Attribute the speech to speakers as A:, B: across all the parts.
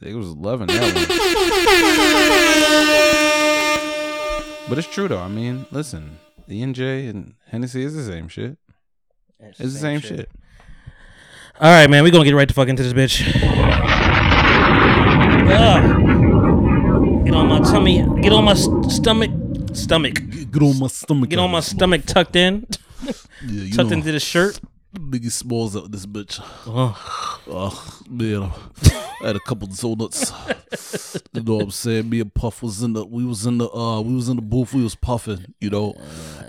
A: It was loving that one. But it's true though. I mean, listen, E and J and Hennessy is the same shit. It's, the same, shit.
B: All right, man, we gonna get right the fuck into this bitch. Ugh. Get on my tummy. Get on my st- stomach. Stomach.
C: Get on my stomach.
B: Get on my stomach tucked in.
C: Yeah, you
B: Tucked
C: know,
B: into the shirt.
C: Biggie Smalls out this bitch.
B: Ugh.
C: Oh man, I had a couple donuts. you know what I'm saying? Me and Puff was in the we was in the uh we was in the booth. We was puffing. You know,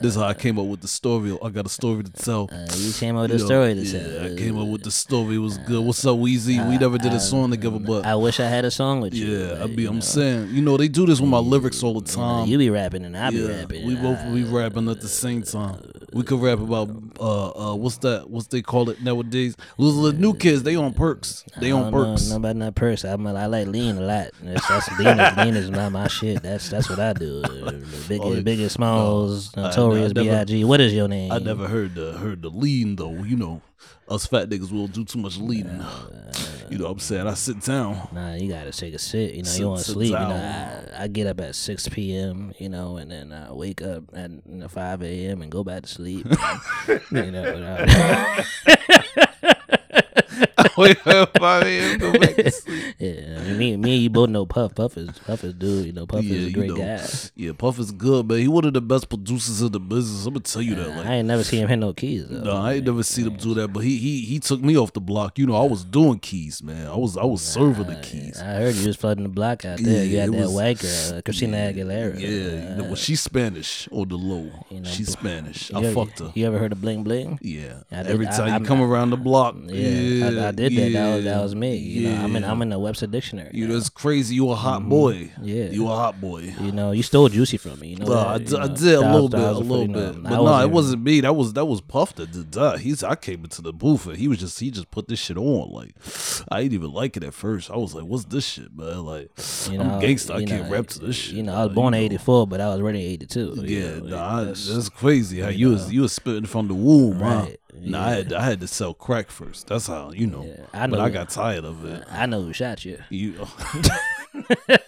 C: this is how I came up with the story. I got a story to tell.
B: Uh, You came out with a
C: You know,
B: story to
C: yeah, I
B: tell.
C: came up with the story. It was good. What's up, Weezy? we never did a song together, but
B: I wish I had a song with uh, you.
C: yeah, I
B: like,
C: be. I'm saying, you know, they do this with my lyrics all the time.
B: you be rapping and I be
C: Yeah, uh,
B: rapping.
C: we
B: and
C: both we rapping at the same time. We could rap about uh uh what's that? What's they call it nowadays? Little the new kids, they on perks. They
B: I don't
C: on
B: know
C: perks.
B: nothing about not perks. I'm a, I like lean a lot. That's, that's lean, is, lean is not my shit. That's that's what I do. The Big,
C: Oh,
B: the biggest smalls,
C: I- I
B: notorious
C: never-
B: Big. What is your name?
C: I never heard the heard the lean though. You know, us fat niggas will do too much leading. You know what I'm saying? I sit down.
B: Nah, you gotta take a sit. You know,
C: Sit-
B: you want to
C: sit
B: sleep. You know,
C: down.
B: I, I get up at 6 p.m. You know, and then I wake up at you know, 5 a.m. and go back to sleep. you know, uh, and I-
A: Wait, five a.m. Go back to sleep.
B: yeah. I mean, me, me, and you both know Puff. Puff is Puff is dude. You know, Puff
C: yeah,
B: is a
C: you
B: great
C: know.
B: guy.
C: Yeah, Puff is good, man. He one of the best producers in the business. I'm gonna tell you that. Like,
B: I ain't never seen him hit no keys though.
C: No, I ain't never seen him do that, but he he he took me off the block. You know, I was doing keys, man. I was I was serving the keys.
B: I heard you was flooding the block out there. you
C: Yeah,
B: had
C: it
B: that
C: was-
B: white girl, uh, Christina
C: Yeah,
B: Aguilera.
C: you know, well, she's Spanish or the low.
B: Uh, know,
C: she's
B: but-
C: Spanish.
B: you
C: I
B: ever,
C: fucked her.
B: You ever heard of bling bling?
C: Yeah,
B: I did-
C: every
B: I-
C: time
B: I'm-
C: you come around the block,
B: Yeah,
C: yeah,
B: I, I did that. That was, that
C: yeah.
B: was me. You know, I'm in
C: Yeah.
B: I'm in the Webster dictionary.
C: You
B: now.
C: that's crazy. You a hot boy.
B: Yeah.
C: you a hot boy.
B: You know, you stole Juicy from me. You know,
C: Well, I,
B: that,
C: d-
B: you
C: I
B: know,
C: did a
B: that
C: little
B: was-
C: bit,
B: that
C: a
B: was
C: little
B: pretty- no,
C: bit,
B: I
C: but no, it
B: even-
C: wasn't me. That was that was Puff that did that. He's I came into the booth and he was just he just put this shit on. Like I didn't even like it at first. I was like, "What's this shit, man?" Like I'm gangster. I
B: you
C: can't
B: know,
C: rap to this shit.
B: You know, I
C: man,
B: was born in '84, but I was already '82.
C: Yeah,
B: you know,
C: nah, I-
B: that's-
C: that's, crazy. How you, was you was spitting from the womb, huh?
B: Right,
C: Nah, I had, I had to sell crack first. That's how you know.
B: Yeah, I
C: But
B: know.
C: I got tired of it.
B: I know who shot you.
C: You,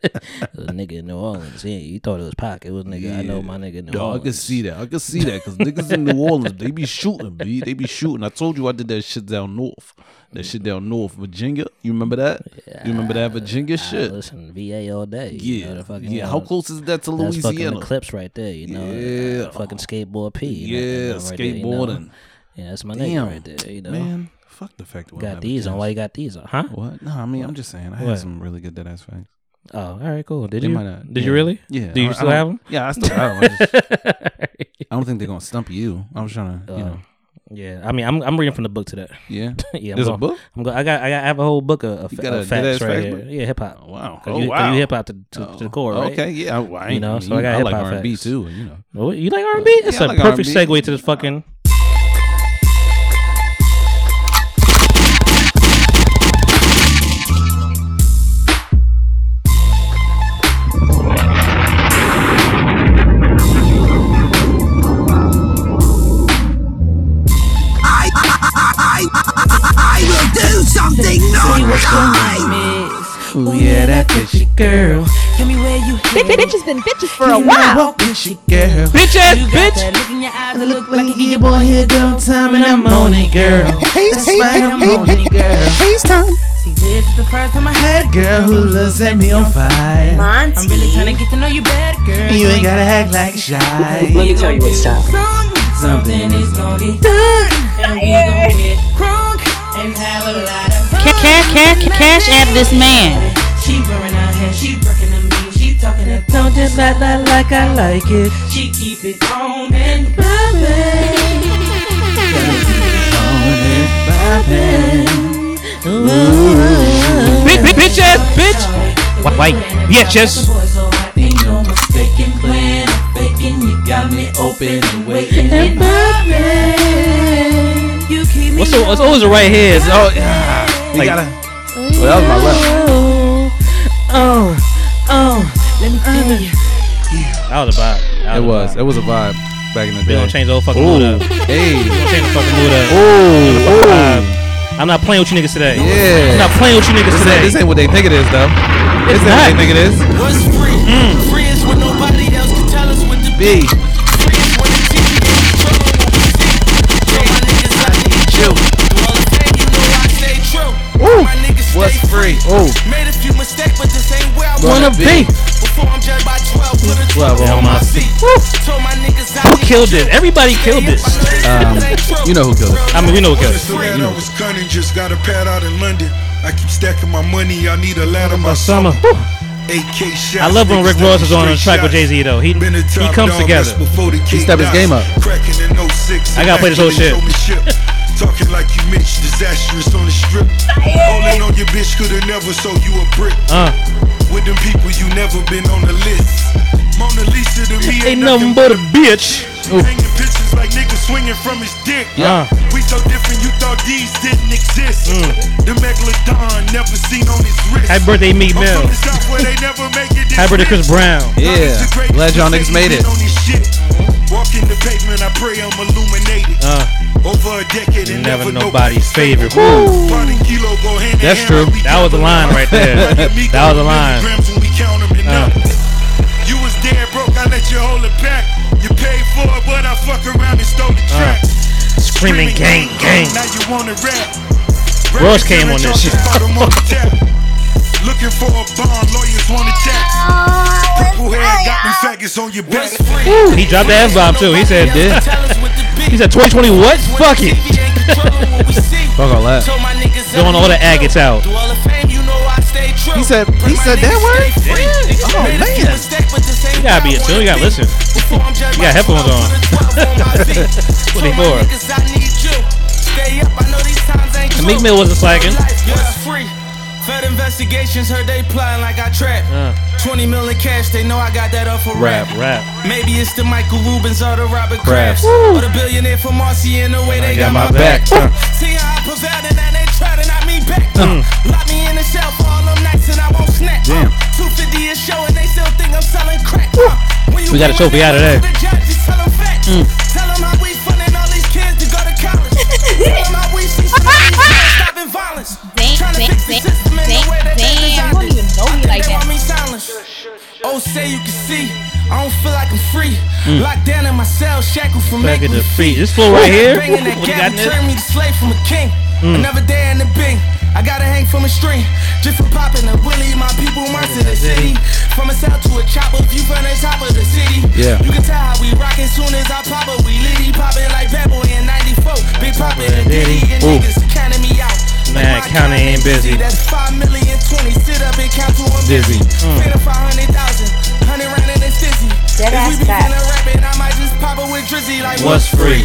B: It was a nigga in New Orleans. Yeah, you thought it was Pac. It was nigga. I know my nigga in New
C: Yo, I
B: Orleans.
C: can see that. I can see that because niggas in New Orleans, they be shooting, b. They be shooting. I told you I did that shit down north. That shit down north, Virginia. You remember that? you remember that Virginia
B: I
C: shit?
B: listen, VA all day. you
C: Yeah,
B: know, the fucking-
C: yeah.
B: you
C: How
B: know,
C: close is that to
B: That's fucking
C: Louisiana?
B: the clips right there. You know,
C: Yeah.
B: Uh, fucking skateboard P. you know,
C: Yeah,
B: you know, right there, you know.
C: skateboarding.
B: Yeah, that's my
C: Damn.
B: nigga right there. You know,
C: Man, fuck the fact that we
B: got
C: have
B: these
C: a
B: on.
C: chance.
B: Why you got these on? Huh?
A: What? No, I mean I'm just saying I had
B: What?
A: some really good dead ass facts.
B: Oh, all right, cool. Did
A: They
B: you?
A: might not-
B: Did you
A: yeah.
B: really?
A: Yeah.
B: Do you
A: I- I
B: still
A: don't-
B: have 'em?
A: Yeah, I still have them. I, just, I don't think they're gonna stump you. I was trying to, you know.
B: Um, Yeah, I mean, I'm I'm reading from the book today.
A: Yeah.
B: yeah, I'm
A: There's a
B: going-
A: book?
B: I'm going. I got I got I have a whole book of, of,
A: got a
B: of facts
A: dead-ass
B: right
A: fact
B: here.
A: book?
B: Yeah, hip hop.
A: Oh, wow.
B: 'Cause
A: Oh
B: you, 'cause
A: wow. Oh,
B: You hip hop to, to, to the core, right?
A: Okay, yeah. I, well, I
B: You
A: ain't-
B: know,
A: I
B: so I got
A: like
B: hip-hop
A: R&B
B: facts.
A: too. You know,
B: Well, you like R&B? That's
A: Yeah, I
B: a
A: like
B: perfect
A: R&B.
B: segue to this fucking.
D: I will do something not kind.
A: Oh,
E: Ooh, yeah, that bitchy girl. Tell me where you
F: Bitch has been bitches for a while.
E: bitchy girl.
B: Bitch ass
E: You got
B: bitch.
E: that look in your eyes that look like you your boy here dumb time and I'm on it, girl. That's right, I'm on it, girl.
F: Please time.
E: See, this is the first time I had a girl who looks at me on fire. I'm really trying to get to know you better, girl. You ain't gotta act like shy. Let me tell you what's up. Something is gonna be done, and we gonna get crunk and have a lot of fun.
G: Cash, cash, cash app this man.
E: She wearing her hair, she working her mean, she talking her
G: Don't just like that like I like it.
E: She keep it on and
B: Bitch, bitch, bitch ass bitch. Wh- Wait, yeah, just
E: Ain't no mistaken plan. I'm faking you got me open and waiting. And you keep me
B: what's the, what's always the right here? Is oh, all,
A: you gotta. Well, that was my left.
B: that was a vibe. That
A: It
B: a
A: was.
B: vibe.
A: It was a vibe back in the
B: We
A: day.
B: gonna change the whole fucking mood up.
A: Hey.
B: Change the fucking mood up.
A: Ooh.
B: Vibe.
H: I'm not playing with you niggas today.
A: Yeah.
H: I'm not playing with you niggas
A: This
H: today.
A: ain't, this ain't what they think it is, though. This ain't what they
H: not.
A: think it is.
I: Was free.
A: Mm.
I: Free is what nobody else can tell us what to
A: B.
I: be. Free is what the TV is controlling what we see. Yo, my niggas, I need you. Do all the same, you know I stay true. My niggas
A: What's
I: stay
A: free? Ooh.
I: Made a few mistakes, but this ain't where I
A: Wanna
I: wanna
A: be.
I: be. Before I'm judged by 12, put a
A: 12
I: 12
A: on
I: on
A: my
I: my seat. Told my niggas I
H: Who
I: need
H: killed
I: you.
H: it? Everybody killed this.
A: Um, you know who killed it.
H: I mean, we know who killed it.
J: Man, I was cunning, just got a pad out in London. I keep stacking my money, I need a ladder my summer. AK shots,
H: I love when
J: niggas
H: Rick Ross is
J: taking
H: on a
J: straight
H: track with Jay
J: shots.
H: Z though. He
J: Been a
H: he
J: top
H: comes
J: dog,
H: together.
J: that's before the He
A: stepped his game up.
J: Cracking in 06.
H: I gotta play this whole
J: Immaculate
H: shit.
J: showmanship. Talking like you Mitch, disastrous on the strip. Rolling on your bitch coulda never sold you a brick.
H: Uh.
J: With them people you never been on the list. Mona Lisa to me
H: Ain't nothing but a bitch.
J: Hanging pictures like niggas swinging from his dick. Uh,
H: Yeah.
J: We so different, you thought these didn't exist. The Megalodon never seen on his wrist.
H: Mm. Happy birthday, Meek
J: I'm
H: Mill.
J: from the South where they never make it this
H: Happy birthday,
J: rich.
H: Chris Brown.
A: Yeah. Glad y'all niggas made it.
J: On this shit. Walk in the pavement, I pray I'm illuminated.
H: Uh.
J: Over a decade and
H: Never
J: never,
H: nobody's favorite.
J: Find a kilo, go hand in
A: That's
J: hand
A: true.
J: like we
H: That was the line right there. That was the line.
J: Milligrams when we count 'em and
H: Uh.
J: up. You was dead broke, I let you hold it back. You paid for it, but I fuck around and stole
H: Uh.
J: the track.
H: Screaming gang, gang.
J: Now you wanna rap.
H: Ross came on this shit.
J: Bottom on the tap. Looking for a bond, lawyers want to tax. Purple hair got me faggots on your back.
I: Was free.
H: He dropped the F bomb too. He said,
I: Nobody
H: "Did
I: else can tell us what to be.
H: he said 2020 what? Fuck it."
A: Fuck all that.
H: Throwing all the agates out.
A: He said- he said that word? Oh, man.
I: You
H: gotta be a chill, you gotta listen.
I: You
H: got headphones on. 24. And Meek Mill wasn't slacking.
I: Fed investigations heard they plotting like I trapped.
H: Uh.
I: 20 million cash, they know I got that up for rap.
H: Rap.
I: Maybe it's the Michael Rubens or the Robert Kraft. Or the billionaire from Marcy and the way they got, my back. See how I prevailed and now they try to knock me back.
H: Mm.
I: Lock me in the shell for all them nights and I won't snap.
A: Damn.
I: 250 is showing they still think I'm selling crack. When you
H: We got a trophy Mm. out of that.
I: the judge, just tell 'em facts. Tell 'em how we funding all these kids to go to college. Tell 'em how we see some of these kids stopping violence.
F: Damn,
I: Tryna
F: damn,
I: fix the
F: damn,
I: system in the way that they
F: damn, damn. You
I: designed
F: don't
I: it.
F: even know
I: I
F: me
I: think
F: like
I: they
F: that.
I: want me silence. Oh, say you can see. I don't feel like I'm free. Locked down in my cell, shackled from
H: Hmm. Back
I: ankle
H: at the
I: to
H: feet. This flow right here.
I: Banging that
H: What he
I: gap
H: got in Hmm. this?
I: turned me to slave from a king. Another day in the bing. I gotta hang from a string. Just for popping a willy, my people march to the city. From a cell to a chopper, view from the top of the city.
A: Yeah.
I: You can tell how we rockin' soon as I pop up. We litty poppin' like Bad Boy in 94. Big poppin' and Diddy and
H: Ooh.
I: niggas counting me out.
H: Man,
I: Like my
H: counting ain't busy.
I: That's 5 million 20. Sit up and count to a busy.
H: Mm.
I: Fit a 500,000. 100 round in a stizzy.
F: Dead ass
I: If we
F: facts.
I: begin to rap it, I might just pop it with Drizzy like
H: What's free?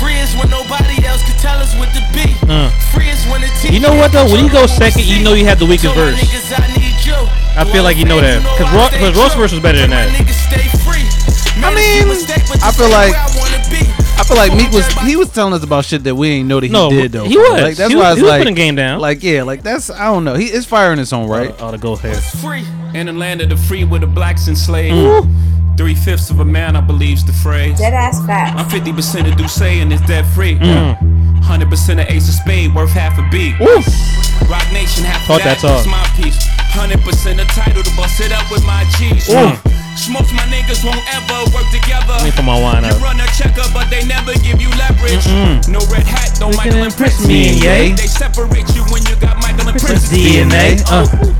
I: Free is when nobody else can tell us what to be.
H: Uh.
I: Free is when the team
H: You know what, though? When you go second, you know you have the weakest verse.
I: I
H: I feel like you know that. 'Cause Ro- 'cause Ross verse was better than that.
A: I mean, I feel like- I feel like Meek was he was telling us about shit that we ain't know that he
H: No,
A: did though.
H: he was.
A: Like that's
H: He
A: why it's
H: was- he was
A: like
H: putting game down.
A: Like yeah, like that's I don't know. He is firing his own right.
H: All the gold hair.
I: free.
E: In the land of the free where the blacks enslaved. Three fifths of a man, I believe's the phrase.
F: Dead ass
E: I'm
F: facts.
E: 50% of Duce and it's dead free.
H: Mm.
E: 100% of Ace of Spade, worth half a beat. Rock Nation, half
H: Thought
E: of that,
H: that's all.
E: that's my piece. 100% of title to bust it up with my G's. Smokes my niggas won't ever work together.
H: Let me put my wine
E: You
H: up.
E: run a checker, but they never give you leverage. No red hat, no Michael and Prince
H: me, yay.
E: They separate you when you got Michael and Prince's
H: DNA,
E: DNA.
H: uh.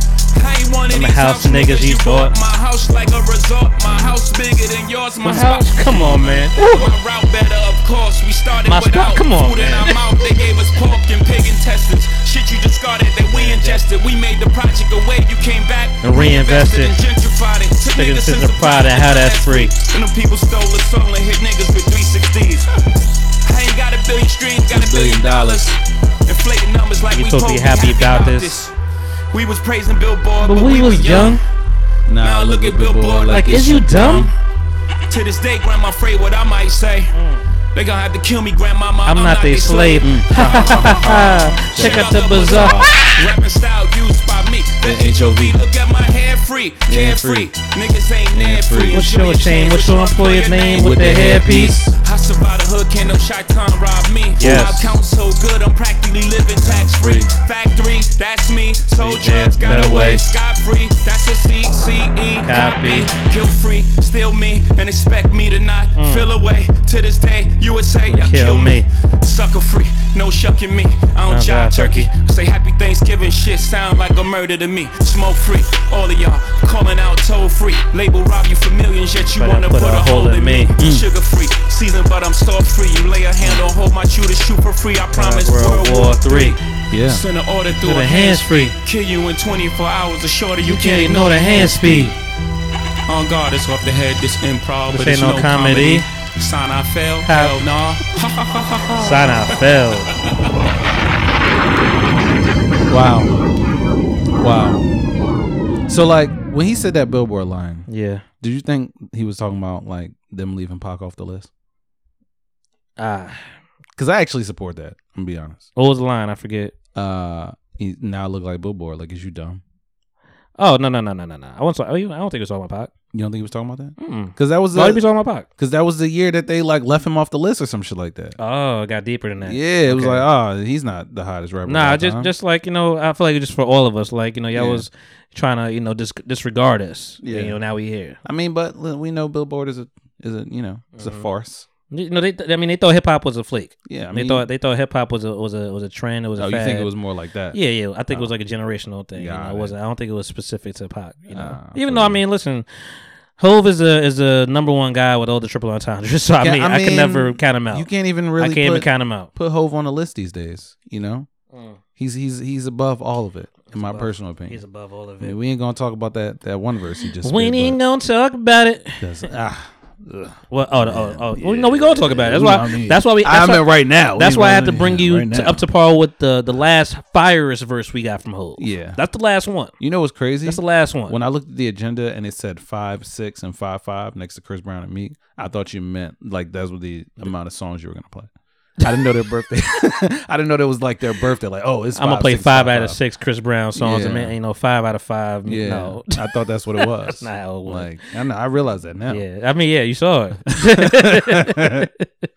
E: I ain't one of
H: Them
E: these
H: house
E: house
H: niggas
E: niggas
H: you
E: you bought.
H: bought.
E: My house like a resort. My house bigger than yours. My,
H: My
E: spot-
H: house? Come on, man.
E: My route better, of course. We started
H: My
E: without
H: spot? Come on,
E: food in
H: man.
E: our mouth. They gave us pork and pig intestines. Shit you discarded that we ingested. We made the project away. You came back
H: And reinvested.
E: and gentrified it. Took
H: Taking
E: niggas
H: this as
E: since
H: a
E: the
H: pride and how that's free.
E: and them people stole a soul and hit niggas with 360s. I ain't got a billion streams, got a billion dollars. Inflating numbers like
H: You
E: we
H: supposed to be
E: both
H: happy about this.
E: We was praising Billboard,
H: But we was young.
E: Now look at Billboard
H: Like,
E: like
H: is you dumb?
E: To this day, Grandma afraid what I might say. They gonna have to kill me, Grandmama.
H: I'm not their slave. Check out the bazaar.
E: Rapping style used by me. than HOV. Look at my hair free, carefree. Niggas ain't nan free.
H: What's your chain? What's your employer's name with the hairpiece?
E: I survived the hood, can't no shot con rob me.
H: Yes.
E: I count so good, I'm practically living tax free. Factory, that's me. Sold drugs, got
H: better
E: away.
H: ways.
E: Scot free, that's a CCE. Copy. Guilt free, still me, and expect me to not
H: Mm.
E: feel away. To this day, you would say, you
H: Kill
E: kill me.
H: me.
E: Sucker free, no shucking me. I
H: Not
E: don't jive
H: bad.
E: turkey. Say happy Thanksgiving shit sound like a murder to me. Smoke free, all of y'all calling out toll free. Label rob you for millions, yet you
H: But I
E: wanna put, a hole in me.
H: Mm.
E: Sugar free, season but I'm star free. You lay a hand on hold my shooter, shoot for free. I promise
H: World War Three.
A: Yeah.
E: Send an order through
H: With
E: a
H: a hands
E: hands free. Kill you in 24 hours or shorter. You,
H: can't ignore the hand speed.
E: On guard, it's off the head. This improv,
H: This
E: but it's
H: ain't
E: no,
H: no comedy.
E: comedy. Sign I fell.
H: Hap-
E: Hell nah.
H: Sign I fell.
A: Wow. Wow. So like when he said that billboard line,
H: Yeah.
A: did you think he was talking about like them leaving Pac off the list?
K: Ah,
A: Because I actually support that. I'm gonna be honest.
H: What was the line? I forget.
A: Uh, he now I look like billboard. Like, is you dumb?
H: Oh no no no no no no! I wasn't. I don't think it was all my pot.
A: You don't think he was talking about that?
H: Mm.
A: Because that was
H: Why would he be
A: because
H: talking about Pac?
A: that was the year that they like left him off the list or some shit like that.
H: Oh, it got deeper than that.
A: Yeah, it was like, oh, he's not the hottest rapper. of
H: Nah,
A: all
H: just
A: time.
H: just like you know, I feel like it's just for all of us. Like you know, y'all
A: Yeah.
H: was trying to you know dis- disregard us. Yeah.
A: Yeah.
H: you know, now we here.
A: I mean, but li- we know Billboard is a is a you know it's a farce.
H: You know, they. I mean, they thought hip hop was a flake.
A: Yeah, I
H: Mm-hmm. they
A: mean-
H: thought they thought hip hop was a was a was a trend. It was
A: Oh,
H: a
A: you think
H: fad.
A: it was more like that?
H: Yeah, yeah. I think it was like a generational thing. You know,
A: Got
H: I
A: it.
H: wasn't. I don't think it was specific to pop. You know,
A: Ah, I
H: even though I mean, listen, Hove is a is the number one guy with all the triple entendres. So I,
A: Yeah,
H: mean, I can
A: mean,
H: never count him out.
A: You can't even really.
H: I can't even
A: put-
H: count him out.
A: put Hove on the list these days. You know, he's he's he's above all of it, in my personal opinion.
H: He's above all of
A: I mean,
H: it.
A: we ain't gonna talk about that that one verse he just.
H: We
A: spit,
H: ain't
A: but
H: gonna talk about it.
A: that's- ah,
H: Well, oh, oh, oh. Well, no, we gonna talk about it. That's
C: You know
H: why.
C: what I mean?
H: That's why we. That's
C: I
H: why,
C: meant right now.
H: That's
C: You
H: why I
C: know
H: have to
C: what I
H: bring
C: mean?
H: you
C: Right
H: to,
C: now.
H: up to par with the the last fireest verse we got from Hove.
A: Yeah.
H: that's the last one.
A: you know what's crazy?
H: That's the last one.
A: When I looked at the agenda and it said five, six, and five, five next to Chris Brown and me, I thought you meant like that's what the amount of songs you were gonna play. I didn't know their birthday. I didn't know that was like their birthday. Like, oh, it's.
H: I'm gonna
A: five,
H: play
A: six,
H: five out of six Chris Brown songs.
A: Yeah.
H: And man, you know, five out of five.
A: Yeah,
H: No.
A: I thought that's what it was.
H: That's not how it was.
A: Like, I know. I realize that now.
H: Yeah, I mean, yeah, you saw it.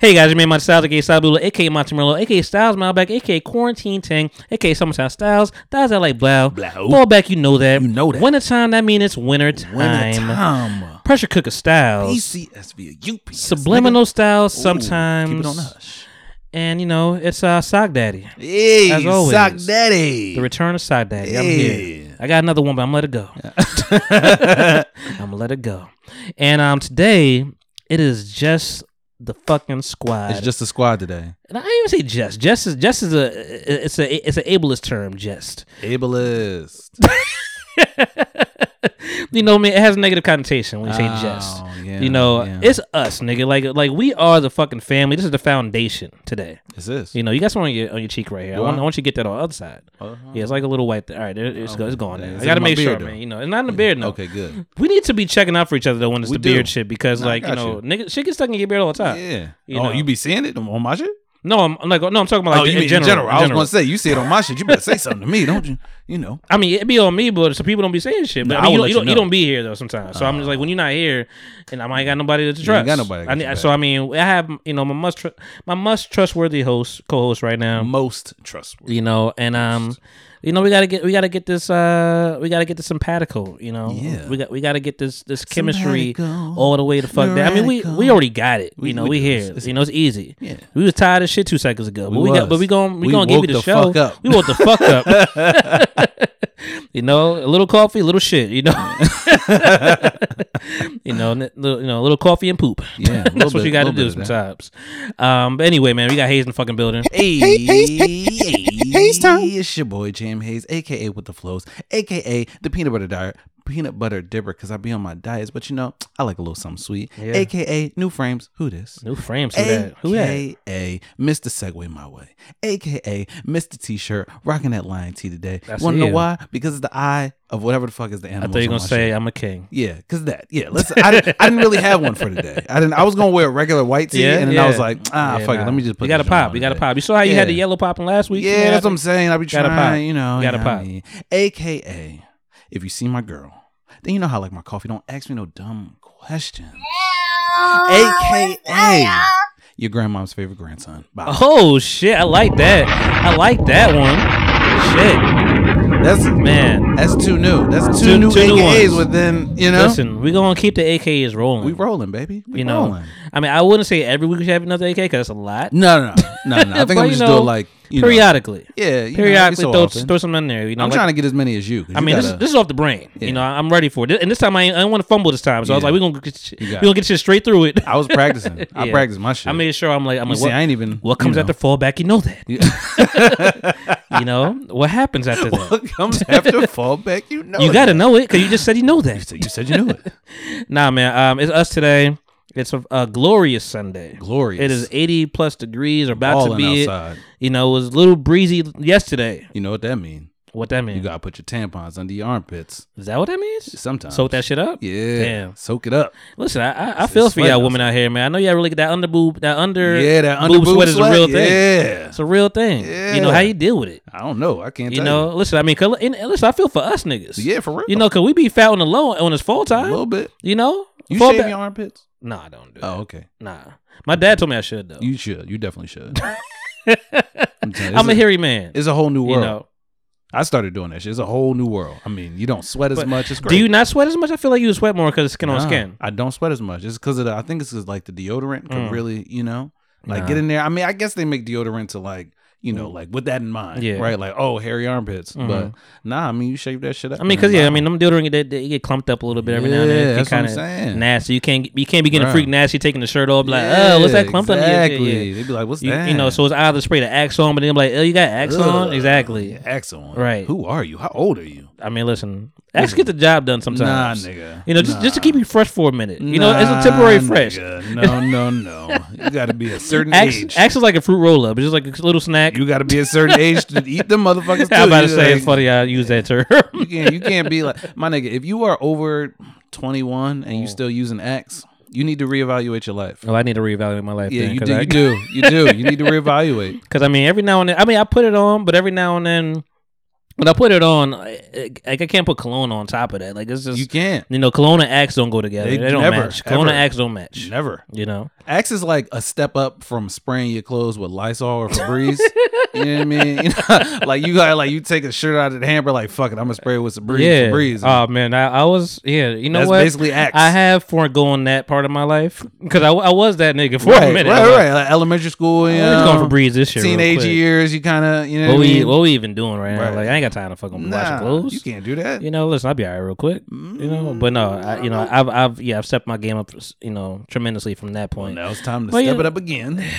H: hey guys, you made my Styles, aka Style Bula, aka Montemarlo, aka Styles Malbec, aka Quarantine Tang, aka Summertime Styles, Styles I like Blau.
C: Blau.
H: Fall back, you know that.
C: You know that.
H: Wintertime, that means it's winter time.
C: Winter time.
H: Pressure cooker styles.
C: PCSV, UPS.
H: Subliminal styles
C: Ooh,
H: sometimes.
C: Keep it on the hush.
H: And you know, it's uh, Sock Daddy.
C: Hey,
H: As always.
C: Sock Daddy.
H: The return of Sock Daddy. I'm here.
C: Yeah.
H: I got another one, but I'm let it go. I'm gonna let it go. And um today it is just the fucking squad.
A: It's just a squad today.
H: and I didn't even say just. Just is just is a it's a it's an ableist term, just.
A: Ableist.
H: You know, what I mean, it has a negative connotation when you say just.
A: Oh, yeah,
H: you know,
A: yeah.
H: it's us, nigga. Like like we are the fucking family. This is the foundation today.
A: It's this.
H: You know, you got some on your on your cheek right here. I
A: Do
H: want,
A: I?
H: I want you to get that on the other side. Yeah, it's like a little white. Th- all right, there, it's, go- it's gone.
A: yeah.
H: Now.
A: Uh-huh. Is
H: I
A: it
H: gotta
A: in my
H: make sure,
A: beard, though?
H: man. You know, it's not in the beard now.
A: Okay, good.
H: We need to be checking out for each other though when it's
A: We
H: the beard
A: do.
H: shit because
A: Nah, I
H: like you
A: got
H: know
A: you.
H: nigga shit gets stuck in your beard all the time.
A: Yeah.
H: You
A: oh,
H: know.
A: you be seeing it on my shit?
H: No, I'm, I'm Um, like no, I'm talking about like
A: oh, you
H: in,
A: mean
H: general, in
A: I was
H: general.
A: gonna say you see it on my shit. You better say something to me, don't you? You know.
H: I mean, it be on me, but some people don't be saying shit. But
A: Nah,
H: I
A: I
H: mean, you,
A: will let
H: don't, you,
A: you
H: don't, you
A: know.
H: don't be here though sometimes. So I'm just like, when you're not here, and I ain't got nobody to trust.
A: ain't got nobody to
H: I
A: get
H: need-
A: you
H: so
A: back.
H: I mean, I have you know my must tr- my must trustworthy host co-host right now.
A: Most trustworthy.
H: you know and um you know we gotta get we gotta get this uh we gotta get this simpatico you know
A: Yeah.
H: we got we gotta get this this chemistry
A: Simpatico,
H: all the way to fuck down. I mean we we
A: neurotico.
H: already got it you
A: We-
H: know
A: we
H: we,
A: do.
H: here
A: It's-
H: you know it's easy
A: Yeah.
H: we was tired of shit two seconds ago but
A: We
H: we, got but
A: was.
H: we gonna we,
A: We
H: gonna give
A: woke
H: you the,
A: the
H: show
A: fuck up.
H: we woke the fuck up you know a little coffee a little shit you know you know n- little, you know a little coffee and poop
A: Yeah, a little
H: that's what
A: bit-
H: you gotta
A: little
H: do
A: bit of
H: sometimes um but anyway man we got Hayes in the fucking building
A: Hey, hey, hey, hey, hey, it's your boy Jam Hayes, aka with the flows, aka the peanut butter diet, peanut butter dipper because I be on my diets. But you know, I like a little something sweet. AKA New Frames. Who this?
H: New Frames. Who that? Who that?
A: AKA Mr. Segway My Way. AKA Mr. T shirt. Rocking that lion T today.
H: That's
A: Wanna know
H: you.
A: why? Because it's the eye of whatever the fuck is the
H: I
A: animal.
H: thought you were gonna say I'm a king.
A: Yeah, cause that. Yeah, let's. I didn't, I didn't really have one for today. I didn't. I was gonna wear a regular white tee,
H: Yeah,
A: and then I was
H: yeah.
A: like, ah,
H: Yeah,
A: fuck it.
H: nah.
A: Let me just put.
H: You got to
A: this joint
H: pop.
A: on
H: You got to
A: today.
H: pop. You saw how you had the
A: Yeah.
H: yellow popping last week.
A: Yeah, that's what I'm saying. I be
H: Gotta
A: trying.
H: pop.
A: You know,
H: Gotta
A: you know what I
H: pop.
A: mean? AKA, if you see my girl, then you know how I like my coffee. Don't ask me no dumb questions. AKA, your grandma's favorite grandson. Bye.
H: Oh shit! I like that. I like that one. Shit.
A: That's
H: man.
A: That's too new. That's two, new AKAs within. You know,
H: Listen, we're gonna keep the AKAs rolling.
A: we rolling, baby. We
H: you know,
A: rolling.
H: I mean, I wouldn't say every week we should have another AK because that's a lot.
A: No, no, no, no. no. I
H: But,
A: think I'm
H: you
A: just
H: know,
A: doing like you know.
H: periodically.
A: Yeah, you know, every
H: periodically
A: so
H: throw,
A: often.
H: throw something in there. You know,
A: I'm
H: like-
A: trying to get as many as you. 'cause
H: I
A: you
H: mean, this,
A: gotta-
H: is- this is off the brain. You know, I'm ready for it. And this time, I, ain't- I didn't want to fumble this time. So I was
A: Yeah.
H: like, we're going to get shit,
A: You
H: we
A: got
H: gonna get shit straight through it.
A: I was practicing. I practiced my shit.
H: I made sure I'm like, I'm
A: You
H: like,
A: see,
H: what,
A: I ain't even-
H: What
A: you
H: comes
A: know.
H: after fallback? You know that. you know, what happens after that?
A: What comes after fallback? You know.
H: you got to know it because you just said you know that.
A: You said you knew it.
H: nah, man. Um, it's us today. It's a, a glorious Sunday.
A: Glorious.
H: It is 80 plus degrees, or about to
A: Balling
H: be. it.
A: outside.
H: You know, it was a little breezy yesterday.
A: You know what that mean?
H: What that mean?
A: You gotta put your tampons under your armpits.
H: Is that what that means?
A: Sometimes
H: Soak that shit up.
A: Yeah,
H: Damn.
A: soak it up.
H: Listen, I I, I
A: It's-
H: feel
A: it's
H: for y'all
A: sweating
H: women out here, man. I know y'all really get that under boob, that under
A: Yeah, that
H: boob
A: underboob
H: sweat is a real
A: sweat.
H: thing.
A: Yeah.
H: it's a real thing. You know
A: Yeah.
H: how you deal with it.
A: I don't know. I can't.
H: You
A: tell
H: know, listen. I mean, 'cause- and, and listen. I feel for us niggas.
A: Yeah, for real.
H: You know, cause we be fat on the low on this full time. A
A: little bit.
H: You know,
A: you
H: Full
A: shave
H: ba-
A: your armpits.
H: No, I don't do.
A: Oh, okay.
H: Nah, my dad told me I should though.
A: You should. You definitely should. I'm, telling you,
H: I'm a
A: it's
H: hairy man.
A: It's a whole new
H: You
A: world.
H: know.
A: I started doing that shit. It's a whole new world. I mean, you don't sweat as
H: But
A: much. It's great.
H: Do you not sweat as much? I feel like you sweat more because skin on
A: Nah,
H: skin.
A: I don't sweat as much. It's because of the, I think it's 'cause, like the deodorant could
H: Mm.
A: really, you know, like
H: Nah.
A: get in there. I mean, I guess they make deodorant to like, you know, like with that in mind,
H: Yeah.
A: right? Like, oh, hairy armpits, but
H: Mhm.
A: nah. I mean, you shave that shit up.
H: I mean,
A: and
H: cause yeah, I
A: then-
H: mean, them deodorant they, they get clumped up a little bit every now and
A: Yeah,
H: then. It get
A: that's what I'm
H: kinda
A: saying.
H: Nasty. You can't you can't be getting
A: Bruh.
H: freak nasty taking the shirt off. be Like, oh, what's
A: Yeah,
H: that clump on your- yeah,
A: exactly.
H: yeah.
A: They be like, what's
H: you,
A: that?
H: You know, so it's either spray the Axe on, but then be like, oh, you got Axe on?
A: Ugh,
H: Exactly.
A: Axe on.
H: Right.
A: Who are you? How old are you?
H: I mean, listen, Axe get the job done sometimes.
A: Nah, nigga.
H: You know, just just to keep you fresh for a minute. You know, it's a temporary
A: Nah,
H: fresh.
A: nigga. No, no, no. You got to be a certain age.
H: Axe, Axe is like a fruit roll up. It's just like a little snack.
A: You got to be a certain age to eat them motherfuckers.
H: I'm
A: too.
H: about to
A: You
H: say
A: like-
H: it's funny I use that term.
A: You can't you can't be like my nigga. If you are over twenty one and you still using X, you need to reevaluate your life.
H: oh, I need to reevaluate my life.
A: Yeah,
H: then,
A: you
H: 'cause
A: do.
H: I-
A: You do. You do. You need to reevaluate.
H: Because I mean, every now and then, I mean, I put it on, but every now and then, when I put it on, I- I- like I can't put cologne on top of that. Like it's just
A: You can't.
H: You know, cologne and Axe don't go together. They, don't
A: never,
H: match. Cologne and
A: ever.
H: Axe don't match.
A: Never.
H: You know,
A: Axe is like a step up from spraying your clothes with Lysol or Febreze. you know what I mean? You know, like you got like you take a shirt out of the hamper, like fuck it, I'm gonna spray it with Febreze.
H: yeah.
A: Febreze.
H: Oh man, I, I was yeah. You know
A: That's
H: what?
A: basically Axe.
H: I have foregone that part of my life because I, w- I was that nigga for
A: right,
H: a minute.
A: right,
H: I was
A: right. Like elementary school. You
H: I'm just
A: know,
H: going for Febreze this year real
A: Teenage
H: quick.
A: years, you kind of you know
H: Like,
A: what,
H: what
A: I
H: we
A: mean?
H: what we even doing right,
A: Right.
H: now? Like I ain't got time to fucking
A: Nah,
H: washing clothes.
A: You can't Mm. do that.
H: You know, listen, I'll be all right real quick. You know, but no, I, you know, I've, I've, yeah, I've stepped my game up, you know, tremendously from that point.
A: Now it's time to
H: Well,
A: step
H: yeah.
A: it up again.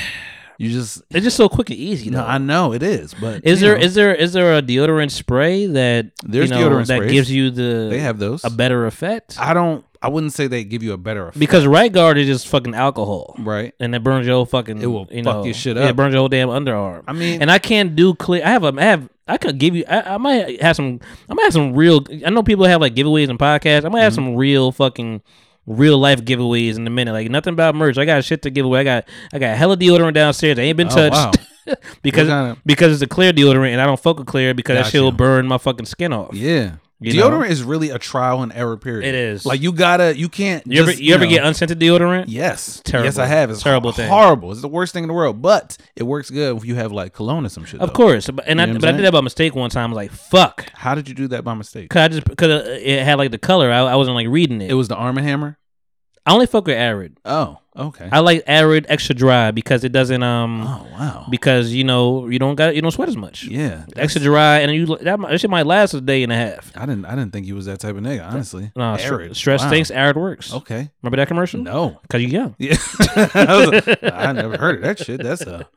A: You just
H: It's just so quick and easy.
A: No,
H: Though.
A: I know it is, but
H: is
A: you
H: there
A: know,
H: is there is there a deodorant spray that
A: There's
H: you know,
A: deodorant
H: that
A: sprays.
H: gives you the
A: They have those.
H: a better effect
A: I don't. I wouldn't say they give you a better effect,
H: because right guard is just fucking alcohol
A: right?
H: and it burns your whole fucking
A: It will
H: you
A: fuck
H: know,
A: your shit
H: Yeah,
A: up.
H: it burns your whole damn underarm.
A: I mean-
H: and I can't do clear. I have a I have I could give you. I, I might have some. I might have some real. I know people have like giveaways and podcasts. I
A: Mm-hmm.
H: might have some real fucking. Real life giveaways in a minute, like nothing about merch. I got shit to give away. I got I got hella deodorant downstairs. I ain't been
A: Oh,
H: touched
A: wow.
H: because
A: What kind of-
H: because it's a clear deodorant and I don't fuck with clear because that
A: Got
H: shit will
A: you.
H: burn my fucking skin off.
A: Yeah,
H: You
A: deodorant
H: know?
A: is really a trial and error period.
H: It is.
A: like you gotta. You can't.
H: You ever
A: just,
H: you, ever
A: know-
H: get unscented deodorant?
A: Yes,
H: Terrible.
A: Yes, I have. It's
H: Terrible
A: terrible.
H: thing.
A: Horrible. It's the worst thing in the world. But it works good if you have like cologne or some shit.
H: Of
A: though.
H: course, but, and
A: You
H: I,
A: know what I'm
H: but I did
A: saying?
H: that by mistake one time. I was like, "Fuck!"
A: How did you do that by mistake?
H: Cause I just because it had like the color. I, I wasn't like reading it.
A: It was the Arm and Hammer.
H: I only fuck with Arid.
A: Oh, okay.
H: I like Arid extra dry because it doesn't um
A: oh wow.
H: because you know you don't got you don't sweat as much.
A: yeah.
H: Extra dry and you that, might- that shit might last a day and a half.
A: I didn't. I didn't think you was that type of nigga. Honestly.
H: No,
A: Arid.
H: stre- stress
A: Wow.
H: stinks. Arid works.
A: Okay.
H: Remember that commercial?
A: No.
H: Cause you young.
A: Yeah, I, was like, I never heard of that shit. That's a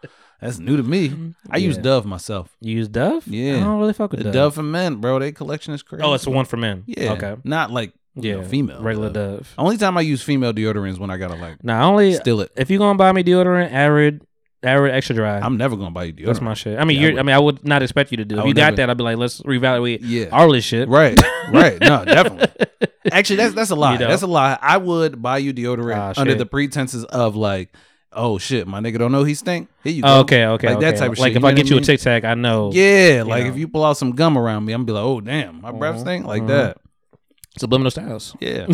A: That's new to me. I use
H: Mm-hmm. Yeah.
A: Dove myself.
H: You use Dove?
A: Yeah.
H: I don't really fuck with
A: The
H: Dove.
A: Dove. for men, bro. They collection is crazy.
H: Oh, it's the one for men.
A: Yeah.
H: Okay.
A: Not like yeah,
H: Yeah,
A: female.
H: regular Dove.
A: Only time I use female deodorant is when I gotta like
H: Now, I only
A: steal it.
H: if you gonna buy me deodorant, arid, arid extra dry.
A: I'm never gonna buy you deodorant.
H: that's my shit. I mean,
A: Yeah,
H: you're, I, mean, I would not expect you to do.
A: I
H: If you
A: would
H: got
A: never-
H: that, I'd be like, let's reevaluate
A: Yeah.
H: all this shit.
A: Right. Right. No, definitely. Actually, that's that's a lie.
H: know?
A: That's a lie. I would buy you deodorant
H: Ah,
A: under
H: shit.
A: the pretenses of like, oh shit, my nigga don't know he stink. Here you go.
H: Oh, okay, okay,
A: Like that
H: okay.
A: type of
H: Like
A: shit.
H: if
A: know
H: I
A: what
H: get you a
A: mean?
H: Tic Tac, I know.
A: Yeah, like
H: know. Mm-hmm,
A: if you pull out some gum around me, I'm be like, oh damn, my breath stink like that.
H: Subliminal styles.
A: Yeah.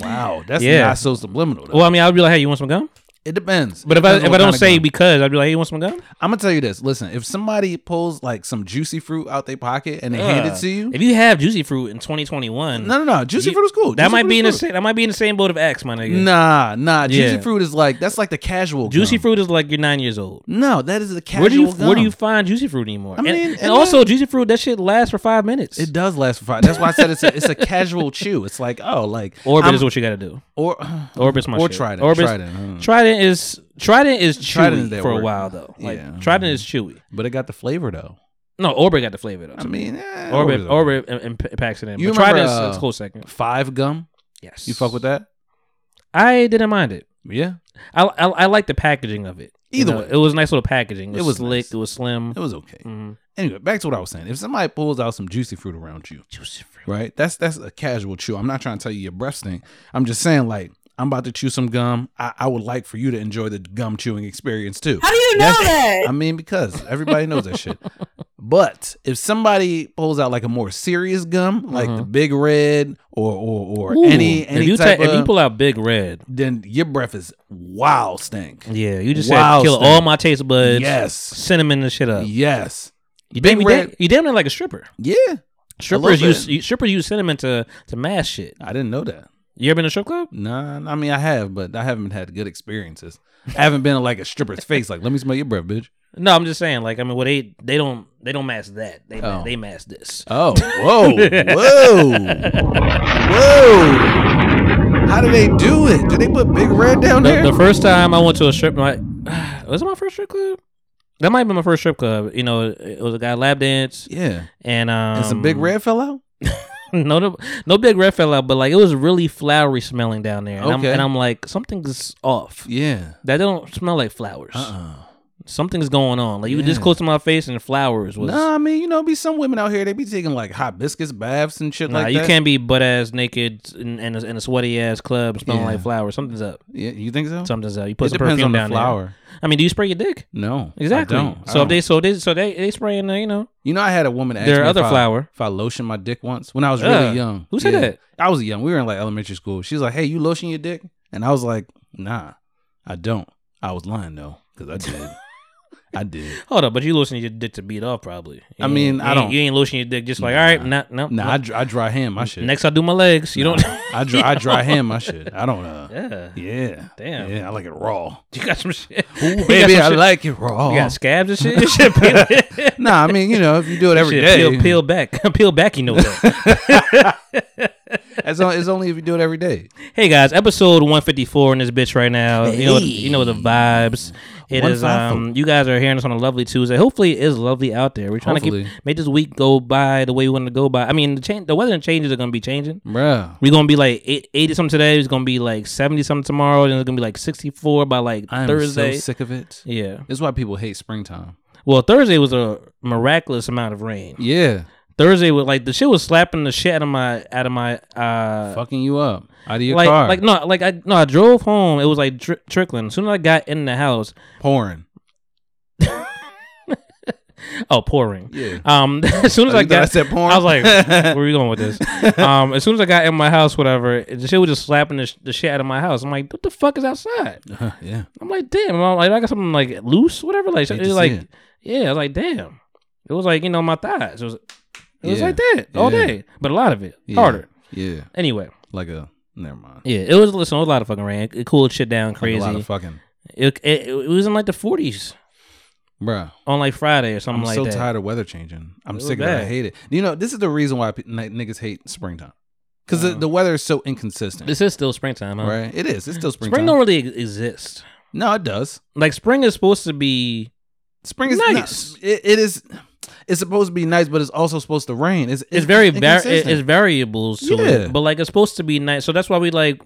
A: wow, that's
H: Yeah.
A: not so subliminal. Though.
H: Well, I mean, I'd be like, hey, you want some gum?
A: it depends.
H: But if
A: It
H: I
A: depends on
H: if I
A: what
H: don't
A: kind of
H: say
A: gum.
H: because, I'd be like, hey, you want some gum?
A: I'm gonna tell you this. Listen, if somebody pulls like some juicy fruit out their pocket and they hand it to you,
H: If you have juicy fruit in 2021,
A: no, no, no, juicy
H: You-
A: fruit is cool.
H: that
A: Juicy
H: might
A: fruit
H: be
A: is
H: in the
A: fruit.
H: same, that might be in the same boat of X, my nigga.
A: Nah, nah, juicy
H: Yeah.
A: fruit is like that's like the casual.
H: Juicy
A: gum.
H: fruit is like you're nine years old.
A: No, that is the casual.
H: Where do you where do
A: gum.
H: you find juicy fruit anymore?
A: I mean,
H: and, and
A: and
H: also
A: then-
H: juicy fruit that shit lasts for five minutes.
A: It does last for five. That's why I said it's a, it's a casual chew. It's like oh, like
H: Orbit
A: I'm-
H: is what you got to do.
A: or
H: Orbit's my
A: Or
H: shit.
A: Trident.
H: Orbit's,
A: Trident, hmm.
H: Trident is Trident is chewy
A: Trident is that
H: for a
A: word.
H: while though. Like
A: Yeah.
H: Trident is chewy.
A: but it got the flavor though.
H: No, Orbit got the flavor though.
A: I mean, eh,
H: Orbit
A: Orbit's okay.
H: Orbit im- im- impacts it in.
A: You
H: but
A: remember,
H: Trident is
A: uh,
H: it's a close second.
A: five gum.
H: Yes,
A: You fuck with that?
H: I didn't mind it.
A: Yeah,
H: I I, I like the packaging of it. You
A: Either
H: know,
A: way.
H: it was nice little packaging. It was,
A: It was
H: slick.
A: nice.
H: It was slim.
A: it was okay.
H: Mhm.
A: Anyway, back to what I was saying. If somebody pulls out some juicy fruit around you,
H: Juicy fruit.
A: right? That's that's a casual chew. I'm not trying to tell you your breath stink. I'm just saying like I'm about to chew some gum. I, I would like for you to enjoy the gum chewing experience too.
D: How do you know that?
A: I mean, because everybody knows that shit. But if somebody pulls out like a more serious gum, like the Big Red or or, or
H: Uh-huh. Ooh.
A: any any
H: if you
A: type
H: ta- if you
A: of-
H: pull out Big Red,
A: then your breath is wow stink.
H: yeah, you just
A: Wow,
H: said kill
A: Stan.
H: all my taste buds.
A: Yes.
H: cinnamon and shit up.
A: Yes.
H: You
A: Big
H: damn, you
A: Red-
H: damn, you damn near like a stripper.
A: Yeah.
H: Strippers
A: little
H: use
A: bit.
H: you, strippers use cinnamon to to mask shit.
A: I didn't know that.
H: You ever been to a strip club?
A: Nah, I mean I have, but I haven't had good experiences. I haven't been in like a stripper's face, like let me smell your breath, bitch.
H: No, I'm just saying. Like, I mean, well, they they don't they don't mask that. They
A: Oh.
H: they mask this.
A: Oh, whoa, whoa, whoa! How do they do it? Do they put big red down
H: The,
A: there?
H: the first time I went to a strip, my was it my first strip club? That might have been my first strip club. You know, it was a guy lap dance
A: yeah,
H: and um
A: and some big red fell out.
H: No, no, no big red fell out, but like it was really flowery smelling down there, and, I'm,
A: Okay.
H: and I'm like something's off.
A: Yeah.
H: That don't smell like flowers.
A: Uh-uh.
H: Something's going on. Like you were just close to my face, and the flowers was.
A: Nah, I mean, you know, be some women out here they be taking like hibiscus baths and shit
H: Nah,
A: like
H: you
A: that.
H: can't be butt ass naked in, in, a, in a sweaty ass club smelling
A: Yeah.
H: like flowers. Something's up.
A: Yeah, you think so?
H: Something's up. You put
A: it
H: some
A: depends
H: perfume
A: on the
H: down
A: flower.
H: there. I mean, do you spray your dick?
A: No, I
H: Exactly.
A: don't. I
H: So if
A: don't.
H: they so they so they they spraying
B: uh,
H: the you know
A: You know, I had a woman ask
H: There are
A: me
H: other
A: if I,
H: flower.
A: if I lotion my dick once when I was
H: Ugh.
A: really young.
H: Who said that?
A: I was young. We were in like elementary school. She was like, "Hey, you lotion your dick?" And I was like, "Nah, I don't." I was lying though, because I did. I did.
H: hold up, but you lotioning your dick to beat off probably.
A: I mean,
H: You
A: I
H: ain't-
A: don't-
H: You ain't lotioning your dick just like all right, not no
A: Nah, I, dr- I dry hand my shit.
H: Next, I do my legs. You don't.
A: I dry I dry hand my shit. I don't. Uh, yeah.
H: yeah.
A: yeah,
H: Damn.
A: yeah. I like it raw.
H: You got some shit. You
A: Ooh,
H: got
A: baby,
H: some
A: I
H: shit-
A: like it raw.
H: You got scabs and shit. shit peel,
A: Nah, I mean, you know, if you do it every
H: shit,
A: day,
H: peel, peel back, peel back. You know that.
A: It's, on, it's only if you do it every day.
H: hey guys, episode one fifty four in this bitch right now. You know, you know the vibes. It is.
A: 154.
H: Um, you guys are hearing us on a lovely Tuesday. Hopefully, it is lovely out there. We're trying to
A: Hopefully.
H: keep make this week go by the way we want it to go by. I mean, the change, the weather changes are gonna be changing.
A: Bruh.
H: We're gonna be like eight- eighty something today. It's gonna be like seventy something tomorrow. Then it's gonna be like sixty four by like
A: I am
H: Thursday.
A: so sick of it.
H: yeah.
A: It's why people hate springtime.
H: Well, Thursday was a miraculous amount of rain.
A: Yeah.
H: Thursday was like the shit was slapping the shit out of my out of my uh
A: fucking you up. Out of your
H: like
A: car.
H: like no like I no I drove home it was like tri- trickling. As soon as I got in the house,
A: pouring.
H: oh pouring.
A: Yeah.
H: Um, as soon as
A: Oh,
H: I
A: you thought
H: got
A: I said porn?
H: I was like, where are you going with this? um, as soon as I got in my house, whatever, it- the shit was just slapping the, sh- the shit out of my house. I'm like, what the fuck is outside?
A: yeah.
H: I'm like, damn. I'm like, I got something like loose, whatever. Like,
A: Hate
H: it
A: to
H: was
A: see
H: like,
A: it.
H: yeah. I was like, damn. It was like you know my thighs. It was it was
A: Yeah.
H: like that all
A: Yeah.
H: day, but a lot of it
A: Yeah.
H: harder.
A: Yeah.
H: Anyway.
A: Like a never mind.
H: Yeah, it was listen, it was a lot of fucking rain. It cooled shit down
A: Like
H: crazy.
A: a lot of fucking
H: it, it, it was in like the forties
A: Bruh.
H: on like Friday or something
A: I'm
H: like
A: so
H: that.
A: tired of weather changing. I'm
H: It
A: sick
H: was
A: of it. I
H: bad.
A: hate it. You know, this is the reason why pe- n- niggas hate springtime. Because the, the weather is so inconsistent.
H: Uh-huh. This is still springtime, huh?
A: right? It is. It's still springtime.
H: Spring don't really e- exist.
A: no, it does.
H: Like spring is supposed to be
A: Spring is nice. it, it is. It's supposed to be nice, but it's also supposed to rain. It's
B: It's very var-
A: inconsistent.
B: it's variables to
A: Yeah.
B: it, but like it's supposed to be nice. So that's why we like.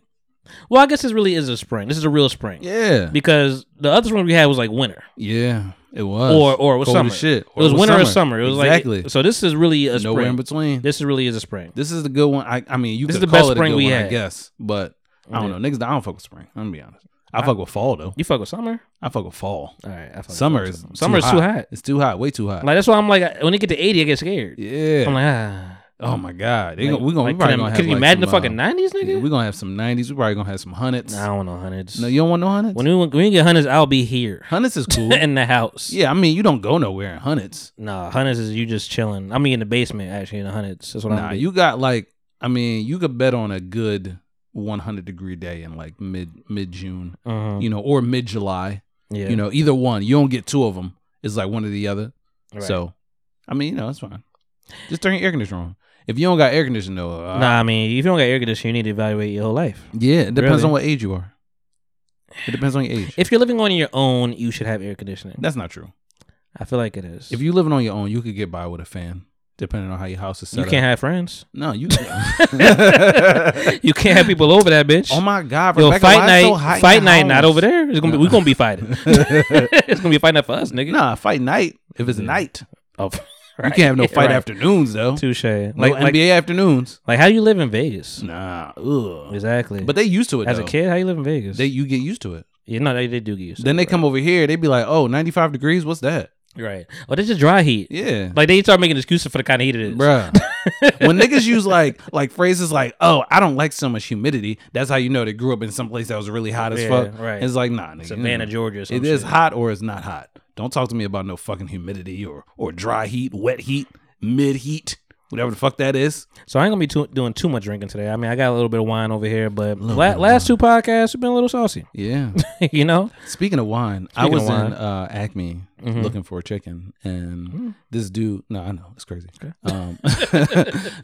B: Well, I guess this really is a spring. This is a real spring.
A: Yeah.
B: because the other one we had was like winter.
A: yeah. It was
B: Or or it was
A: Cold
B: summer.
A: as shit.
B: It was winter or summer. It was
A: exactly.
B: like so. This is really a
A: Nowhere
B: spring.
A: in between.
B: This is really is a spring.
A: This is the good one. I, I mean, you
B: This
A: this
B: is
A: could
B: the
A: call
B: best
A: it a
B: spring
A: good
B: we
A: one, I
B: had.
A: guess, but I don't
B: Yeah.
A: know. Niggas, I don't fuck with spring. I'm gonna be honest. I, fuck with fall though.
B: You fuck with summer.
A: I fuck with fall.
B: All right, I fuck with
A: Summer
B: fall,
A: is
B: too. Summer is too hot.
A: It's too hot. Way too hot.
B: Like that's why I'm like I- when it get to eighty, I get scared.
A: yeah.
B: I'm like ah.
A: oh my god. They
B: Like-
A: gonna, we gonna.
B: like,
A: we probably
B: can I-
A: gonna
B: can
A: have
B: you
A: like
B: imagine
A: some,
B: the fucking
A: uh,
B: 90s, nigga?
A: Yeah, we gonna have some nineties. We probably gonna have some hundreds.
B: Nah, I don't want no hundreds.
A: No, you don't want no hundreds.
B: when we when we get hundreds, I'll be here
A: Hundreds is cool.
B: in the house.
A: yeah, I mean, you don't go nowhere in hundreds.
B: Nah, hundreds is you just chilling. I mean, in the basement actually in the hundreds. That's what
A: Nah,
B: I'm.
A: you got like. I mean, you could bet on a good 100 degree day in like mid mid June.
B: Mhm.
A: You know, or mid July.
B: Yeah.
A: You know, either one. You don't get two of them. It's like one or the other.
B: Right.
A: So, I mean, you know, it's fine. Just turn your air conditioner on. If you don't got air conditioning, though, uh,
B: Nah, I mean, if you don't got air conditioning, you need to evaluate your whole life.
A: yeah, it depends
B: Really?
A: on what age you are. It depends on your age.
B: If you're living on your own, you should have air conditioning.
A: That's not true.
B: I feel like it is.
A: If you living on your own, you could get by with a fan, depending on how your house is set
B: you
A: up.
B: can't have friends.
A: no, you.
B: You can't have people over that bitch.
A: oh my God,
B: Yo,
A: Rebecca,
B: fight
A: why
B: night,
A: it's so hot in
B: fight
A: the
B: night, not
A: house?
B: over there. It's gonna be, we gonna be fighting. it's gonna be fighting for us, nigga.
A: Nah, fight night. If it's night,
B: Oh,
A: you
B: right.
A: can't have no
B: Yeah,
A: fight
B: right.
A: afternoons though.
B: Touche. Like,
A: No
B: like,
A: NBA afternoons.
B: like, how you live in Vegas?
A: Nah, ugh.
B: Exactly.
A: But they used to it
B: as
A: though.
B: a kid, how you live in Vegas?
A: They you get used to it.
B: yeah, no, they, they do get used. to
A: Then
B: it,
A: they come over here, they be like, "Oh, 95 degrees, what's that?"
B: right. right. Oh, this is dry heat.
A: Yeah.
B: Like they start making excuses for the kind of heat it is.
A: Bruh. when niggas use like like phrases like, "Oh, I don't like so much humidity." That's how you know they grew up in some place that was really hot as
B: Yeah,
A: fuck.
B: right.
A: It's like, "Nah, nigga."
B: Savannah,
A: mm.
B: Georgia or some
A: It is
B: shit.
A: hot or it's not hot. Don't talk to me about no fucking humidity or or dry heat, wet heat, mid heat, whatever the fuck that is.
B: So I ain't gonna be too, doing too much drinking today. I mean, I got a little bit of wine over here, but la- last two podcasts have been a little saucy.
A: Yeah.
B: you know,
A: Speaking of wine, I
B: Speaking
A: was
B: of
A: in
B: wine. Mm-hmm. Hmm.
A: uh, Acme looking for a chicken, and this dude. No, I know it's crazy. Um,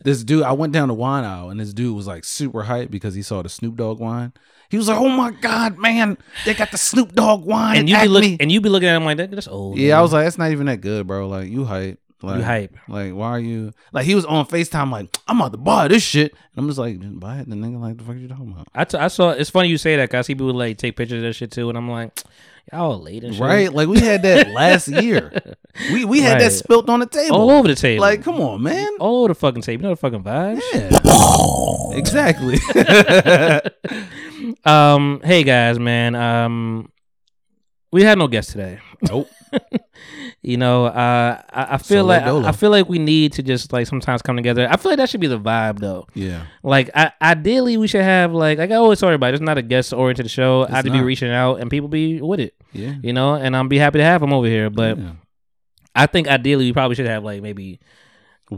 A: this dude, I went down the wine aisle, and this dude was like super hyped because he saw the Snoop Dogg wine. He was like, "Oh my god, man, they got the Snoop Dogg wine."
B: and
A: And
B: you be
A: Acme.
B: look and you be looking at him like that. That's old.
A: yeah, I
B: man.
A: was like, "That's not even that good, bro. Like, you hype." Like,
B: hype.
A: Like, why are you like? He was on Facetime. Like, I'm about to buy this shit, and I'm just like, "Just buy it." The nigga, like, the fuck you talking about?
B: I, t- I saw. It's funny you say that. Cause I see people like take pictures of that shit too, and I'm like, y'all late and shit.
A: Right? Like we had that last year. We we had
B: Right.
A: that spilt on the table.
B: All over the table.
A: Like, come on, man.
B: all over the fucking tape. You know the fucking vibes.
A: Exactly.
B: Um, hey guys, man. Um, we had no guests today.
A: nope.
B: You know, uh, I, I feel
A: Solo
B: like I,
A: dolo.
B: I feel like we need to just like sometimes come together. I feel like that should be the vibe though.
A: Yeah.
B: Like, I, ideally, we should have like like I always tell everybody, it's not a guest oriented show. I have to be
A: not.
B: reaching out and people be with it,
A: Yeah.
B: you know. And I'm be happy to have them over here. But
A: Yeah.
B: I think ideally, we probably should have like maybe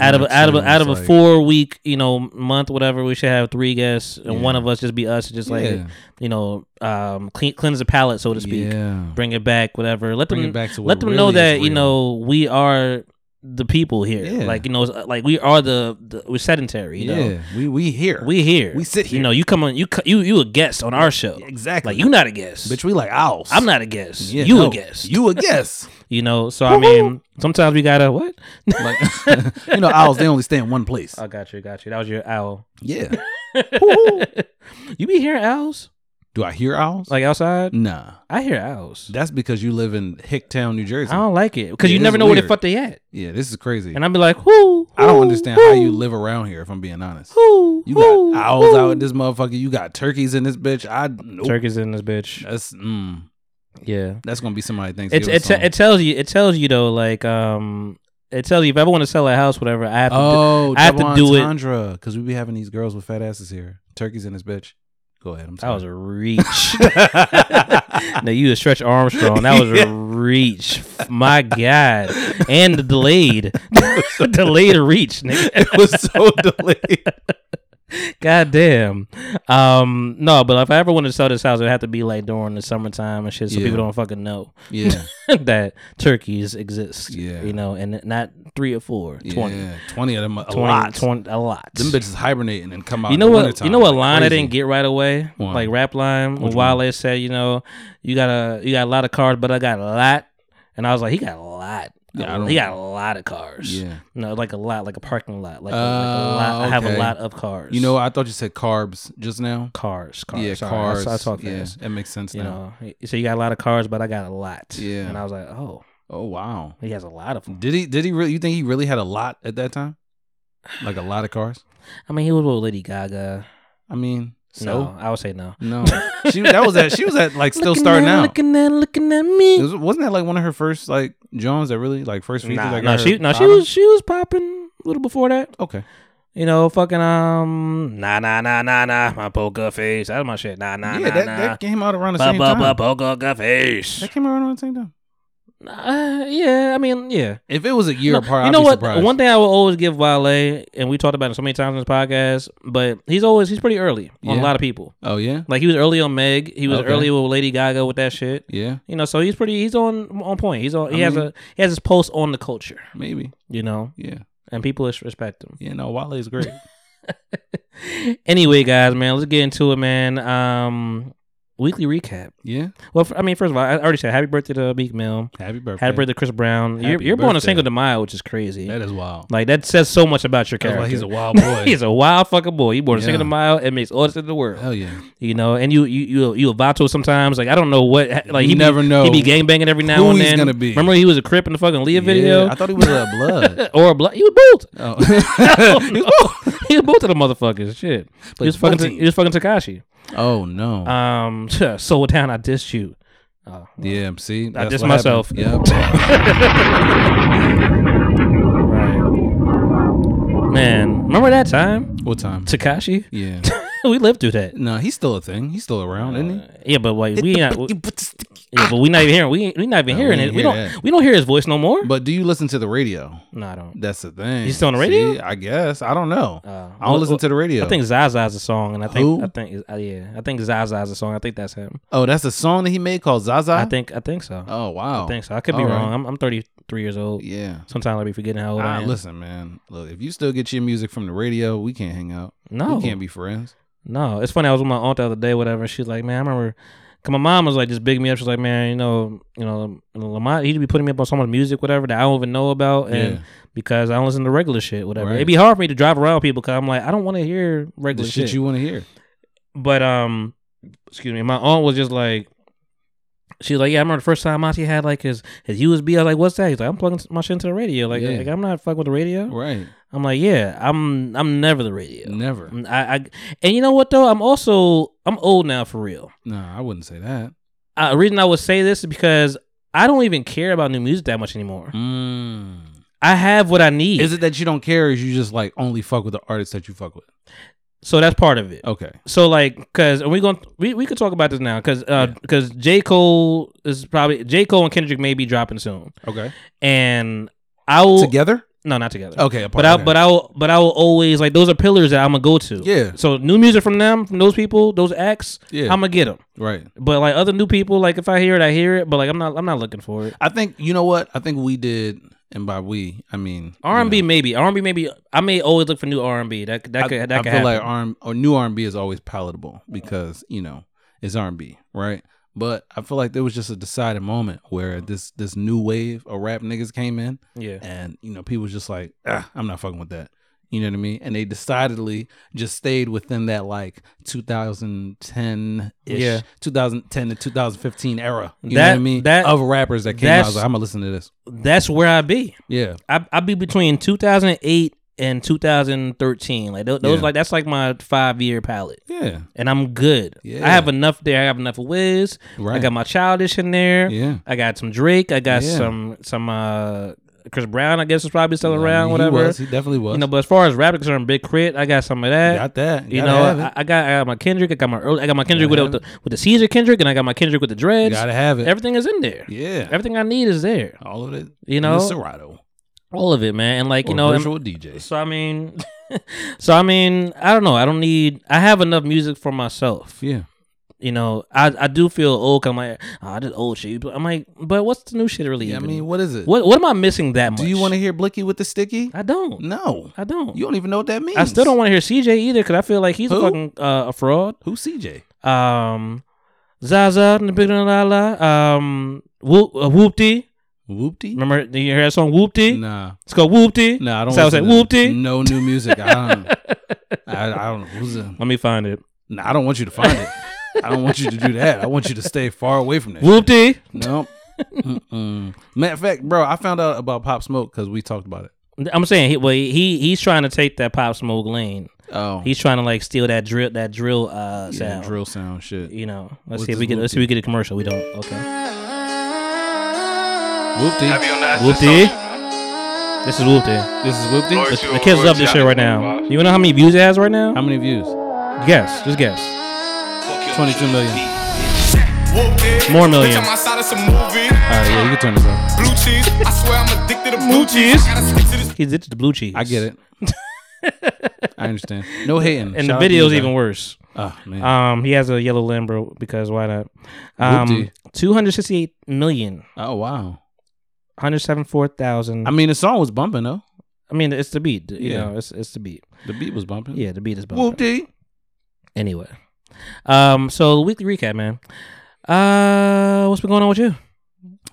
B: out of
A: One or
B: a, out of a,
A: two,
B: out of
A: it's
B: a
A: like-
B: four week you know month whatever, we should have three guests and
A: Yeah.
B: one of us just be us, just like
A: Yeah.
B: you know, um, clean, cleanse the palate so to speak.
A: Yeah.
B: Bring it back, whatever. Let
A: Bring
B: them
A: it back to what
B: let them
A: really
B: know
A: is
B: that you
A: real.
B: know we are the people here.
A: Yeah.
B: Like you know, it's- uh, like we are the, the we're sedentary. You know,
A: Yeah. We we here.
B: we here.
A: We sit here.
B: You know, you come on. You co- you you a guest on our show.
A: Exactly.
B: Like you not a guest.
A: Bitch, we like owls.
B: I'm not a guest.
A: Yeah,
B: you
A: no.
B: a guest. You
A: You a guest.
B: you know. So I mean, sometimes we gotta what?
A: like you know, owls they only stay in one place.
B: I got you. Got you. That was your owl.
A: Yeah.
B: You be hearing owls
A: Do I hear owls?
B: like outside?
A: nah.
B: I hear owls.
A: That's because you live in Hicktown, New Jersey.
B: I don't like it because
A: Yeah,
B: you
A: this
B: never
A: is
B: know where the
A: weird.
B: fuck they at.
A: Yeah, this is crazy.
B: And I'd be like, whoo.
A: I don't
B: whoo,
A: understand how you
B: whoo,
A: live around here. If I'm being honest,
B: whoo,
A: you got
B: whoo,
A: owls
B: whoo."
A: out in this motherfucker. You got turkeys in this bitch. I nope.
B: Turkey's in this bitch.
A: That's mm,
B: Yeah.
A: that's gonna be somebody thinks
B: It it, it tells you it tells you though like um it tells you if I ever want to sell a house whatever I have to
A: Oh,
B: I have to do it-
A: Tandra, because we be having these girls with fat asses here. Turkeys in this bitch. Go ahead. I'm
B: do, that
A: sorry.
B: was a reach. now you a stretch Armstrong. That was a reach. My God. And the delayed. delayed reach, nigga.
A: it was so delayed.
B: God damn. Um no, but if I ever want to sell this house, it would have to be like during the summertime and shit so
A: Yeah.
B: people don't fucking know.
A: Yeah,
B: that turkeys exist.
A: Yeah.
B: You know, and not three or four, 20.
A: yeah. Twenty of them. A
B: 20,
A: lot.
B: 20 a lot.
A: Them bitches hibernating and come out.
B: you
A: in
B: know
A: the
B: what?
A: wintertime
B: You know what
A: like
B: line I
A: crazy.
B: didn't get right away?
A: What?
B: Like rap line when
A: one?
B: Wale said, you know, you got a you got a lot of cars, but I got a lot.
H: and I was like, he got a lot.
A: Yeah, I don't-
H: he got a lot of cars.
A: Yeah.
H: no, like a lot, like a parking lot, like, a, like a
A: Uh,
H: lot. I have a
A: okay.
H: lot of cars.
A: You know, I thought you said carbs just now.
H: cars, cars.
A: yeah,
H: sorry, I-
A: cars.
H: I, talk
A: yeah,
H: fast.
A: that makes sense
H: You
A: now.
H: know, so you got a lot of cars, but I got a lot.
A: Yeah.
H: and I was like, oh,
A: Oh wow.
H: he has a lot of them.
A: Did he? Did he really? You think he really had a lot at that time? Like a lot of cars.
H: I mean, he was with Lady Gaga.
A: I mean,
H: No,
A: so
H: I would say no.
A: no. she that was at she was at like still
H: Looking
A: starting
H: at-
A: out.
H: Looking at, looking at me.
A: It was, wasn't that like one of her first like Jones that really like first features?
H: Nah,
A: like
H: no,
A: her
H: she no, she
A: album?
H: was she was popping a little before that.
A: okay.
H: You know, fucking um, nah nah nah nah nah, my poker face. That was my shit. Nah nah
A: Yeah,
H: nah
A: that,
H: nah.
A: that came out around the
H: Ba
A: same
H: ba
A: time.
H: ba poker face.
A: That came out around the same time.
H: Uh, yeah, I mean, yeah.
A: If it was a year
H: No,
A: apart,
H: you
A: I'd
H: know
A: be
H: what?
A: surprised.
H: One thing I will always give Wale, and we talked about it so many times in this podcast, but he's always he's pretty early on
A: Yeah.
H: a lot of people.
A: Oh yeah,
H: Like he was early on Meg, he was
A: Okay.
H: early with Lady Gaga with that shit.
A: yeah,
H: You know, so he's pretty he's on on point. He's on he
A: I
H: has
A: mean-
H: a he has his pulse on the culture.
A: maybe.
H: You know,
A: Yeah,
H: and people res- respect him.
A: yeah. No, Wale is great.
H: Anyway, guys, man, let's get into it, man. Um, weekly recap.
A: yeah.
H: Well, f- I mean, first of all, I already said happy birthday to Meek Mill.
A: Happy birthday.
H: Happy birthday, to Chris Brown. you're
A: Happy
H: you're born on
A: birthday.
H: Cinco de Mayo, which is crazy.
A: That is wild.
H: like that says so much about your
A: That's
H: character.
A: why he's a wild boy.
H: He's a wild fucking boy. You born on
A: Yeah.
H: Cinco de Mayo, it makes all the sense in the world.
A: Hell yeah.
H: You know, and you you you you a vato sometimes. Like I don't know what. Like
A: You
H: he be-
A: never know
H: He be gang banging every now
A: who
H: and
A: he's
H: then.
A: gonna be.
H: Remember he was a crip in the fucking Leah video.
A: Yeah, I thought he was a blood.
H: or a blood. He was both.
A: Oh.
H: he was both. he was both of the motherfuckers. Shit. He was fucking.
A: both.
H: he was fucking Takashi.
A: oh no.
H: Um, Soul Town. I dissed you.
A: yeah. See, that's
H: dissed
A: what happened.
H: myself.
A: Yep.
H: Man, remember that time,
A: what time?
H: Takashi?
A: yeah.
H: we lived through that.
A: No, he's still a thing. He's still around, isn't he?
H: Yeah, but like, Uh, we not.
A: You put the stick-
H: yeah, but we not even hearing. We we not even
A: No, we
H: hearing
A: didn't
H: it.
A: hear
H: We don't.
A: that.
H: We don't hear his voice no more.
A: But do you listen to the radio?
H: no, I don't.
A: That's the thing.
H: He's still on the radio?
A: See, I guess. I don't know.
H: Uh,
A: I don't
H: well,
A: listen to the radio.
H: I think Zaza's a song, and I think
A: Who?
H: I think uh, yeah, I think Zaza's a song. I think that's him.
A: Oh, that's a song that he made called Zaza.
H: I think I think so.
A: Oh wow.
H: I think so. I could be
A: All right.
H: wrong. I'm I'm 33 years old.
A: Yeah.
H: Sometimes I be forgetting how old I
A: Ah,
H: am.
A: listen, man. Look, if you still get your music from the radio, we can't hang out.
H: No.
A: we can't be friends.
H: No, it's funny. I was with my aunt the other day, whatever. She's like, man, I remember. Cause my mom was like, just big me up. She's like, man, you know, you know, Lamont, he'd be putting me up on so much music, whatever that I don't even know about, and
A: Yeah.
H: because I don't listen to regular shit, whatever.
A: Right.
H: It'd be hard for me to drive around people because I'm like, I don't want to hear regular
A: The shit you want to hear.
H: but um, excuse me, my aunt was just like, she's like, yeah, I remember the first time Monty had like his his USB. I was like, what's that? He's like, I'm plugging my shit into the radio. Like,
A: Yeah.
H: like I'm not fucking with the radio.
A: Right.
H: I'm like, yeah, I'm I'm never the radio.
A: Never.
H: I, I and you know what though, I'm also I'm old now for real.
A: No, I wouldn't say that.
H: Uh, the reason I would say this is because I don't even care about new music that much anymore.
A: Mm.
H: I have what I need,
A: Is it that you don't care? Or is you just like only fuck with the artists that you fuck with?
H: so that's part of it.
A: Okay.
H: So like, cause and we going we, we could talk about this now, cause uh, cause J Cole is probably J Cole and Kendrick may be dropping soon,
A: Okay.
H: and I will
A: Together.
H: no not together.
A: Okay. Apart.
H: But I
A: Oh, okay.
H: but I will but I will always like those are pillars that I'm gonna go to.
A: Yeah.
H: So new music from them, from those people, those acts,
A: Yeah.
H: I'm gonna get them.
A: right.
H: But like other new people, like if I hear it, I hear it. But like I'm not, I'm not looking for it.
A: I think you know what I think we did, and by we I mean
H: R and
A: you
H: B
A: know,
H: maybe R and B maybe I may always look for new R and B. That that
A: I,
H: could that
A: I
H: could
A: feel
H: happen.
A: like R or new R and B is always palatable because you know it's R and B, right? But I feel like there was just a decided moment where this this new wave of rap niggas came in,
H: yeah.
A: and you know people was just like, ah, I'm not fucking with that. You know what I mean? And they decidedly just stayed within that like 2010 ish,
H: Yeah.
A: 2010 to 2015 era. You know
H: That-
A: what I mean?
H: that-
A: of rappers that came out, I was
H: that's-
A: like, I'm gonna listen to this.
H: That's where I be.
A: Yeah,
H: I I be between 2008 and 2013. Like tho- those
A: Yeah.
H: like that's like my five year palette,
A: yeah,
H: and I'm good.
A: Yeah.
H: I have enough there. I have enough of Wiz. I
A: Right.
H: got my childish in there.
A: yeah.
H: I got some Drake. I got
A: Yeah.
H: some some uh Chris Brown. I guess is probably still
A: I
H: around.
A: mean,
H: Whatever.
A: He was. He definitely was.
H: You know, but as far as rap is concerned, Big Crit, I got some of that.
A: got that.
H: You
A: Gotta
H: know,
A: have it.
H: I, I got I got my Kendrick, I got my early, I got my Kendrick
A: Gotta
H: with the, with the Caesar Kendrick, and I got my Kendrick with the dreads.
A: gotta have it.
H: Everything is in there.
A: yeah,
H: Everything I need is there.
A: all of it.
H: You
A: And
H: know?
A: the
H: Um,
A: Serato,
H: All of it, man. And like
A: or
H: you know,
A: virtual
H: and,
A: DJ.
H: so I mean, so I mean, I don't know. I don't need. I have enough music for myself.
A: Yeah,
H: You know, I I do feel old. i I'm like, oh, this old shit. I'm like, but what's the new shit really?
A: yeah. I
H: even?
A: mean, what is it?
H: what what am I missing that much?
A: do you want to hear Blicky with the sticky?
H: I don't.
A: No,
H: I don't.
A: you don't even know what that means.
H: I still don't want to hear CJ either because I feel like he's a
A: Who?
H: fucking uh, a fraud.
A: Who CJ?
H: um Zaza and the Big La La, um Whoop uh, Whoopty,
A: Whoopty.
H: Remember, did you hear that song Whoopty?
A: Nah.
H: It's called Whoopty.
A: Nah, I don't.
H: Sounds like
A: listen to
H: Whoopty.
A: No new music. I don't. I, I don't. Who's a,
H: Let me find it.
A: nah, I don't want you to find it. I don't want you to do that. I want you to stay far away from that.
H: Whoopty.
A: No. Mm-mm. Matter of fact, bro, I found out about Pop Smoke because we talked about it.
H: I'm saying he, well, he he's trying to take that pop smoke lane.
A: Oh,
H: He's trying to like steal that drill that drill
A: yeah,
H: uh sound.
A: drill sound shit.
H: You know. Let's
A: What's
H: see if
A: this
H: we get let's see if we
A: Whoopty?
H: get a commercial. We don't. Okay.
A: Whoopty.
H: Whoopty. This is Whoopty.
A: This is Whoopty.
H: The, the kids love this shit right now. You know how many views it has right now?
A: How many views?
H: Guess. Just guess.
A: 22 million. All
H: More million.
J: Bitch, I'm outside of some movie.
A: right, yeah, you can turn this off.
J: Blue cheese. I swear I'm addicted to blue cheese. I gotta stick to this.
H: He's into the blue cheese.
A: I get it. I understand. No hating.
H: And
A: Shout out
H: the
A: to you,
H: video's
A: though.
H: even worse.
A: Oh man.
H: Um, he has a yellow Lambro because why not? Um,
A: Whoopty.
H: two hundred sixty-eight million,
A: oh wow.
H: hundred seventy-four thousand.
A: I mean, the song was bumping though.
H: I mean, it's the beat. You
A: Yeah.
H: know, it's it's the beat.
A: The beat was bumping.
H: Yeah, the beat is bumping.
A: Whoopty.
H: Anyway, um, so the weekly recap, man. Uh, what's been going on with you?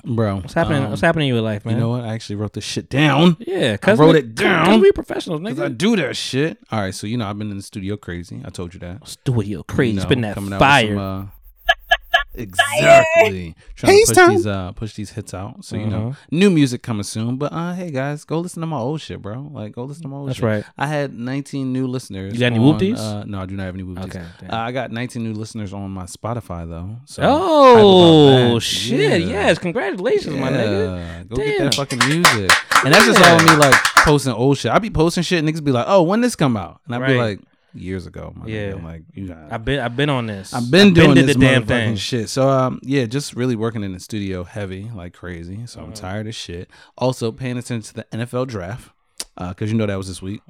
A: Bro,
H: What's happening?
A: um,
H: what's happening in your life, man?
A: You know what? I actually wrote this shit down.
H: yeah, cause
A: wrote
H: we-
A: it down.
H: 'cause We professionals,
A: Cause I
H: nigga.
A: do that shit. All right, so you know I've been in the studio crazy. I told you that.
H: Studio crazy. it's been
A: know,
H: that
A: coming out with
H: fire.
A: some, uh, exactly. Trying to push these uh, push these hits out. So you
H: Uh-huh.
A: know, new music coming soon. But uh, hey guys, go listen to my old shit, bro. Like go listen to my old.
H: That's
A: shit.
H: right.
A: I had 19 new listeners.
H: You got any
A: on,
H: whoopties?
A: Uh, no, I do not have any whoopties.
H: Okay, damn.
A: Uh, I got 19 new listeners on my Spotify though. So hype about
H: oh
A: that.
H: shit!
A: Yeah.
H: Yes, congratulations, my nigga.
A: Yeah, Go get
H: Damn.
A: that fucking music. And that's just all me like posting old shit. I be posting shit, niggas be like, oh, when this come out? And I be
H: Right.
A: like, years ago. My
H: Yeah.
A: yeah. I'm like, you got
H: I've been I've been on this.
A: I've been doing
H: did
A: this
H: the damn
A: motherfucking
H: thing.
A: shit. So um, yeah, just really working in the studio heavy like crazy. So
H: Uh-huh.
A: I'm tired of shit. Also paying attention to the NFL draft because you know that was this week.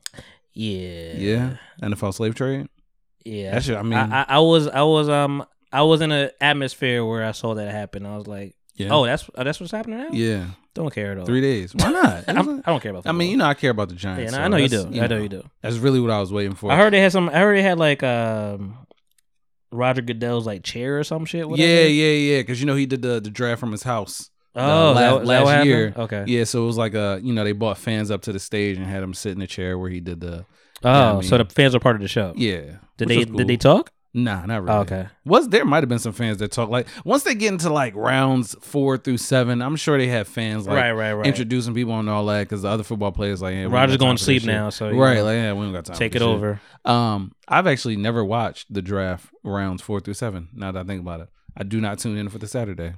H: Yeah.
A: Yeah, NFL slave trade.
H: Yeah.
A: That shit. I mean,
H: I, I, I was I was um I was in an atmosphere where I saw that happen. I was like,
A: yeah.
H: oh, that's oh, that's what's happening now.
A: yeah,
H: Don't care at all.
A: three days. Why not?
H: I'm, I do not care about.
A: I mean, you know, I care about the Giants.
H: yeah, no,
A: so
H: I know you do.
A: that's-
H: I know you do.
A: That's really what I was waiting for.
H: I heard they had some. I heard they had like um Roger Goodell's like chair or some shit. whatever.
A: Yeah, yeah, yeah. Because you know he did the, the draft from his house.
H: Oh,
A: uh,
H: that,
A: la-
H: that what happened?
A: year.
H: Okay.
A: Yeah, so it was like a you know they brought fans up to the stage and had him sit in a chair where he did the
H: Oh,
A: Yeah, I
H: so the
A: mean-
H: fans are part of the show.
A: yeah.
H: Did
A: which
H: they
A: was cool.
H: did they talk?
A: Nah, not really.
H: Oh, okay.
A: Was there might have been some fans that talk like once they get into like rounds four through seven, I'm sure they have fans like
H: Right, right, right.
A: introducing people and all that because the other football players like yeah, we don't
H: Rodgers
A: got
H: going
A: time
H: to
A: for
H: sleep
A: this shit.
H: now, so, you
A: right,
H: know,
A: like yeah, we don't got time.
H: Take
A: for
H: it
A: this shit.
H: over.
A: Um, I've actually never watched the draft rounds four through seven. Now that I think about it, I do not tune in for the Saturday.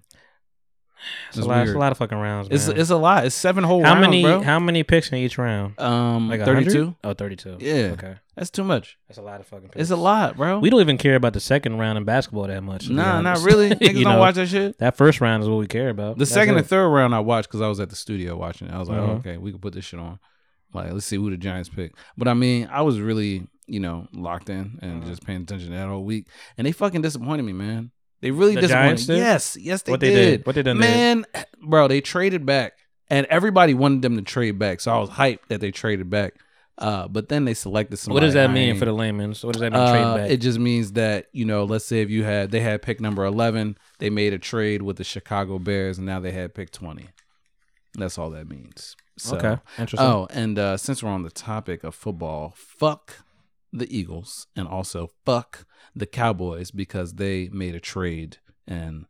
H: It's a, lot, it's a lot of fucking rounds.
A: It's
H: man.
A: it's a lot. It's seven whole
H: how
A: rounds,
H: many
A: bro.
H: how many picks in each round?
A: um,
H: Like
A: 32.
H: 32? Oh, 32.
A: Yeah.
H: Okay.
A: That's too much.
H: That's a lot of fucking picks.
A: It's a lot, bro.
H: We don't even care about the second round in basketball that much. to be
A: nah, not
H: honest.
A: really. Niggas don't
H: You know,
A: watch that shit.
H: That first round is what we care about.
A: The second
H: it.
A: and third round I watched because I was at the studio watching. it. I was like, oh,
H: Mhm.
A: okay, we can put this shit on. Like, let's see who the Giants pick. But I mean, I was really, you know, locked in and
H: Uh-huh.
A: just paying attention to that whole week. And they fucking disappointed me, man. They really
H: The
A: disappointed.
H: Giants did?
A: Yes, yes, they
H: What they
A: did.
H: did? What they done did?
A: man, bro, they traded back, and everybody wanted them to trade back. So I was hyped that they traded back. Uh, but then they selected somebody.
H: What does that
A: I
H: mean
A: ain't-
H: for the layman? So what does that mean?
A: uh,
H: trade back.
A: it just means that you know, let's say if you had they had pick number eleven, they made a trade with the Chicago Bears, and now they had pick twenty. That's all that means. So,
H: okay. Interesting.
A: Oh, and uh, since we're on the topic of football, fuck the Eagles, and also fuck the Cowboys because they made a trade and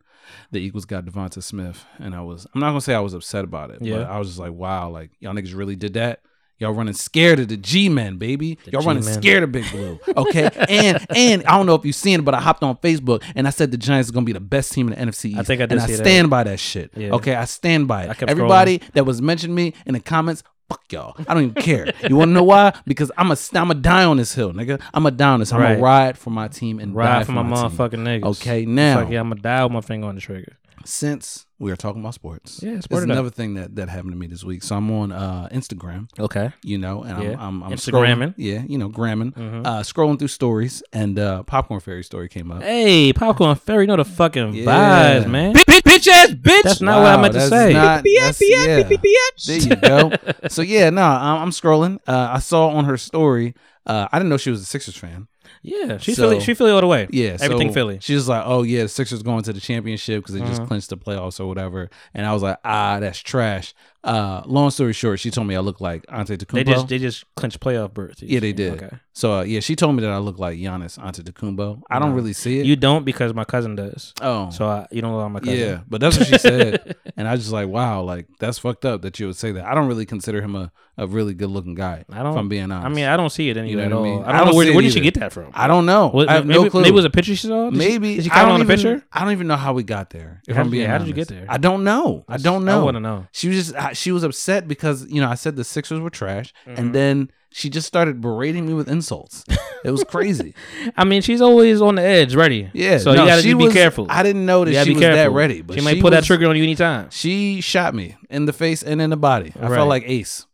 A: the Eagles got Devonta Smith, and I was I'm not gonna say I was upset about it,
H: Yeah.
A: but I was just like, wow, like y'all niggas really did that. Y'all running scared of the G men, baby. y'all running
H: G-men.
A: scared of Big Blue, okay? and and I don't know if you seen it, but I hopped on Facebook and I said the Giants are gonna be the best team in the NFC. East,
H: I think I did
A: and I
H: see that.
A: stand by that shit.
H: Yeah.
A: Okay, I stand by it.
H: I kept
A: Everybody that was mentioning me in the comments. Fuck y'all. I don't even care. You want to know why? Because I'm a, I'm a die on this hill, nigga. I'm a die on this. I'm
H: Right.
A: a ride for my team and die
H: Ride for my
A: team.
H: motherfucking niggas.
A: Okay,
H: It's
A: now-
H: like, yeah, I'm gonna dial my finger on the trigger.
A: since we are talking about sports,
H: Yeah,
A: it's
H: sport it up.
A: another thing that that happened to me this week. So I'm on uh, Instagram,
H: Okay.
A: you know, and
H: Yeah.
A: I'm, I'm, I'm
H: Instagramming. Mm-hmm.
A: scrolling- yeah, you know, gramming, uh, scrolling through stories, and uh, popcorn fairy story came up.
H: Hey, popcorn fairy, you know the fucking
A: Yeah.
H: vibes, man. Bitch, bitch ass bitch. That's not what I
A: Wow,
H: meant to
A: that's
H: say.
A: not- that's- yeah. There you go. so yeah, no, I'm, I'm scrolling. Uh, I saw on her story. Uh, I didn't know she was a Sixers fan.
H: Yeah, she's Philly- she Philly all the way.
A: Yeah,
H: Everything Philly.
A: She's just like, oh yeah, the Sixers going to the championship because they just
H: Mhm.
A: clinched the playoffs or whatever. And I was like, ah, that's trash. Uh, long story short, she told me I look like Ante Antetokounmpo.
H: They just they just clinched playoff berth.
A: yeah, they did.
H: Okay.
A: So uh, yeah, she told me that I look like Giannis Antetokounmpo. I don't
H: No.
A: really see it.
H: You don't because my cousin does.
A: Oh.
H: so I, you don't know my cousin.
A: Yeah, but that's what she said, and I was just like, wow, like that's fucked up that you would say that. I don't really consider him a, a really good looking guy.
H: I don't.
A: If I'm being honest,
H: I mean, I don't see it anywhere
A: know
H: at all.
A: what
H: I
A: mean?
H: don't, know where,
A: see it
H: where did she
A: either.
H: get that from.
A: I don't know.
H: What-
A: I have
H: maybe,
A: no clue.
H: Maybe it was a picture she saw. Did she-
A: maybe
H: did she
A: I
H: comment
A: don't
H: on the
A: even,
H: picture?
A: I don't even know how we got there. If
H: How
A: I'm
H: did-
A: being
H: how did you
A: honest.
H: get there?
A: I don't know. I don't know.
H: I wanna know.
A: She was just I, she was upset because you know I said the Sixers were trash,
H: Mm-hmm.
A: and then she just started berating me with insults. It was crazy.
H: I mean, she's always on the edge, ready.
A: Yeah,
H: So
A: no,
H: you gotta
A: she
H: just be
A: was-
H: careful.
A: I didn't know that
H: You gotta
A: she
H: be
A: was that
H: careful.
A: ready, but
H: she might
A: she
H: pull that
A: was-
H: trigger on you anytime.
A: she shot me in the face and in the body. I
H: Right.
A: felt like Ace.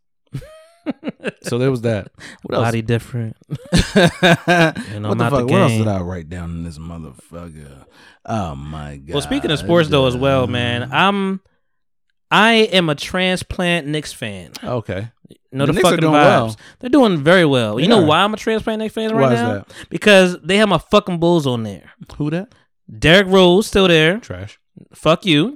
A: so there was that. What else?
H: Body different. And I'm
A: what the
H: out the
A: fuck? What else
H: game.
A: did I write down in this motherfucker? Oh my god.
H: Well, speaking of sports though, as well, man, I'm I am a transplant Knicks fan.
A: Okay.
H: You know the,
A: Knicks are
H: fucking
A: doing
H: vibes.
A: well.
H: They're doing very well.
A: They
H: you know
A: are.
H: why I'm a transplant Knicks fan right
A: Why is
H: now?
A: that?
H: Because they have my fucking Bulls on there.
A: Who that?
H: Derrick Rose still there.
A: Trash.
H: Fuck you.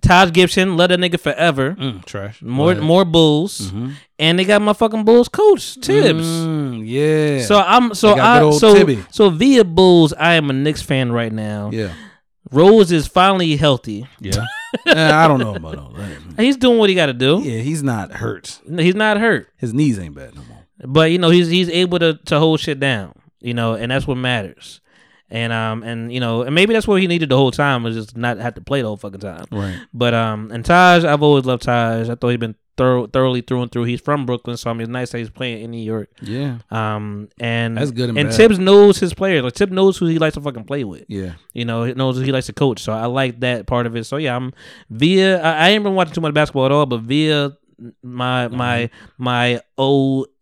H: Taj Gibson, love that nigga forever.
A: Mm, trash.
H: More
A: Go ahead.
H: more Bulls. And they got my fucking Bulls coach, Tibbs.
A: Mm-hmm. Mm, yeah.
H: So I'm so
A: They got
H: I
A: good old
H: so
A: Tibby.
H: so via Bulls, I am a Knicks fan right now.
A: Yeah.
H: Rose is finally healthy.
A: Yeah. Eh, I don't know about all that.
H: He's doing what he got to do.
A: Yeah, he's not hurt.
H: No, He's not hurt,
A: His knees ain't bad no more.
H: but you know he's he's able to to hold shit down. You know, and that's what matters. And um and you know and maybe that's what he needed the whole time was just not have to play the whole fucking time.
A: Right.
H: But um and Taj, I've always loved Taj. I thought he's been thorough, thoroughly through and through. He's from Brooklyn, so I mean it's nice that he's playing in New York.
A: Yeah.
H: Um and
A: That's good and
H: and
A: bad.
H: Tibbs knows his players. Like Tibbs knows who he likes to fucking play with.
A: Yeah.
H: You know, he knows he likes to coach. So I like that part of it. So yeah, I'm via. I, I ain't been watching too much basketball at all, but via my
A: Mm-hmm.
H: my my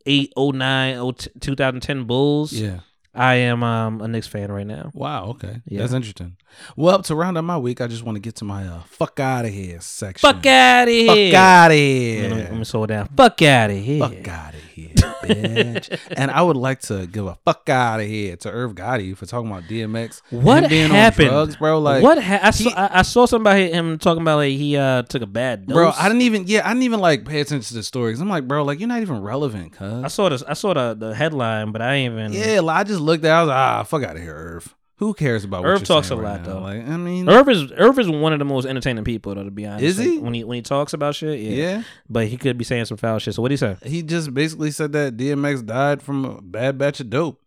H: 08, 09, 2010 Bulls.
A: Yeah.
H: I am um, a Knicks fan right now.
A: Wow. Okay.
H: Yeah.
A: That's interesting. Well, to round up my week, I just want to get to my uh, fuck out of here section.
H: Fuck out of here.
A: Fuck out of
H: Let me,
A: here.
H: let me slow down. Fuck out of here.
A: Fuck out of here, bitch. and I would like to give a fuck out of here to Irv Gotti for talking about DMX. and
H: What
A: him being on
H: happened,
A: drugs, bro? Like
H: what? Ha- I, saw, I, I saw somebody him talking about like he uh, took a bad dose.
A: Bro, I didn't even yeah, I didn't even like pay attention to the stories. I'm like, bro, like you're not even relevant,
H: I
A: cuz.
H: saw this. I saw the, the headline, but I ain't even.
A: Yeah, like, I just looked at. it, I was like, ah, fuck out of here, Irv. Who cares about what
H: Irv
A: you're
H: talks
A: saying
H: a
A: right
H: lot,
A: now?
H: though.
A: Like, I mean,
H: Irv is Irv is one of the most entertaining people, though. To be honest,
A: Is
H: Like,
A: he?
H: when he when he talks about shit? Yeah.
A: Yeah.
H: But he could be saying some foul shit. So what he say?
A: he just basically said that DMX died from a bad batch of dope,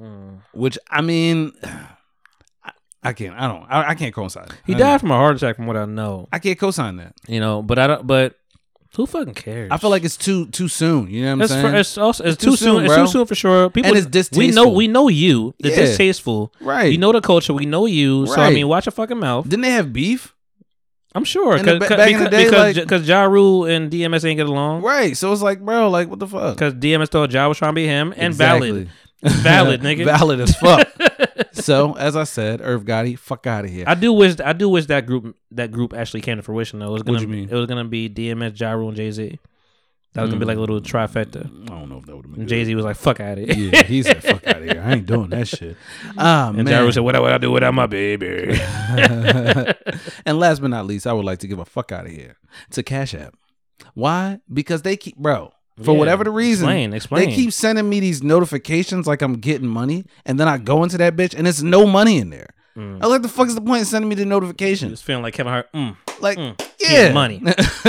H: Mm.
A: which I mean, I- I can't. I don't. I, I can't co-sign. it.
H: He
A: I-
H: died from a heart attack, from what I know.
A: I can't co-sign that.
H: You know, but I don't. But who fucking cares?
A: I feel like it's too too soon. You know what I'm
H: it's,
A: saying?
H: for, it's, also, it's, too,
A: bro.
H: soon. It's too soon for sure. People,
A: it's
H: we know
A: distasteful.
H: we know you. The
A: Yeah.
H: distasteful,
A: Right.
H: You know the culture. We know you. So I
A: Right.
H: mean, watch your fucking mouth.
A: Didn't they have beef?
H: I'm sure
A: In the
H: because
A: ba- back in the day, like-
H: because Ja- 'cause Ja Rule and DMS ain't get along.
A: Right. So it's like, bro, like what the fuck?
H: Because DMS thought Ja was trying to be him and
A: Exactly.
H: valid, valid, nigga,
A: Valid as fuck. so as I said, Irv Gotti, fuck out of here.
H: I do wish I do wish that group that group actually came to fruition though. It was gonna,
A: you mean? Mm.
H: It was gonna be DMS, Ja Rule, and Jay Z. That was gonna be like a little trifecta.
A: I don't know if that would have been.
H: And Jay Z was like, "Fuck out of it."
A: Yeah, he said, "Fuck out of here! I ain't doing that shit." Ah
H: And Ja
A: man.
H: Rule said, "What would I do without my baby?"
A: and last but not least, I would like to give a fuck out of here to Cash App. Why? Because they keep, bro, for
H: Yeah.
A: whatever the reason,
H: Explain, explain.
A: they keep sending me these notifications like I'm getting money, and then I go into that bitch and it's no money in there.
H: Mm.
A: I was like, the fuck is the point in sending me the
H: He
A: notification?
H: was feeling like Kevin Hart. Mm,
A: Like,
H: yeah,
A: yeah,
H: money,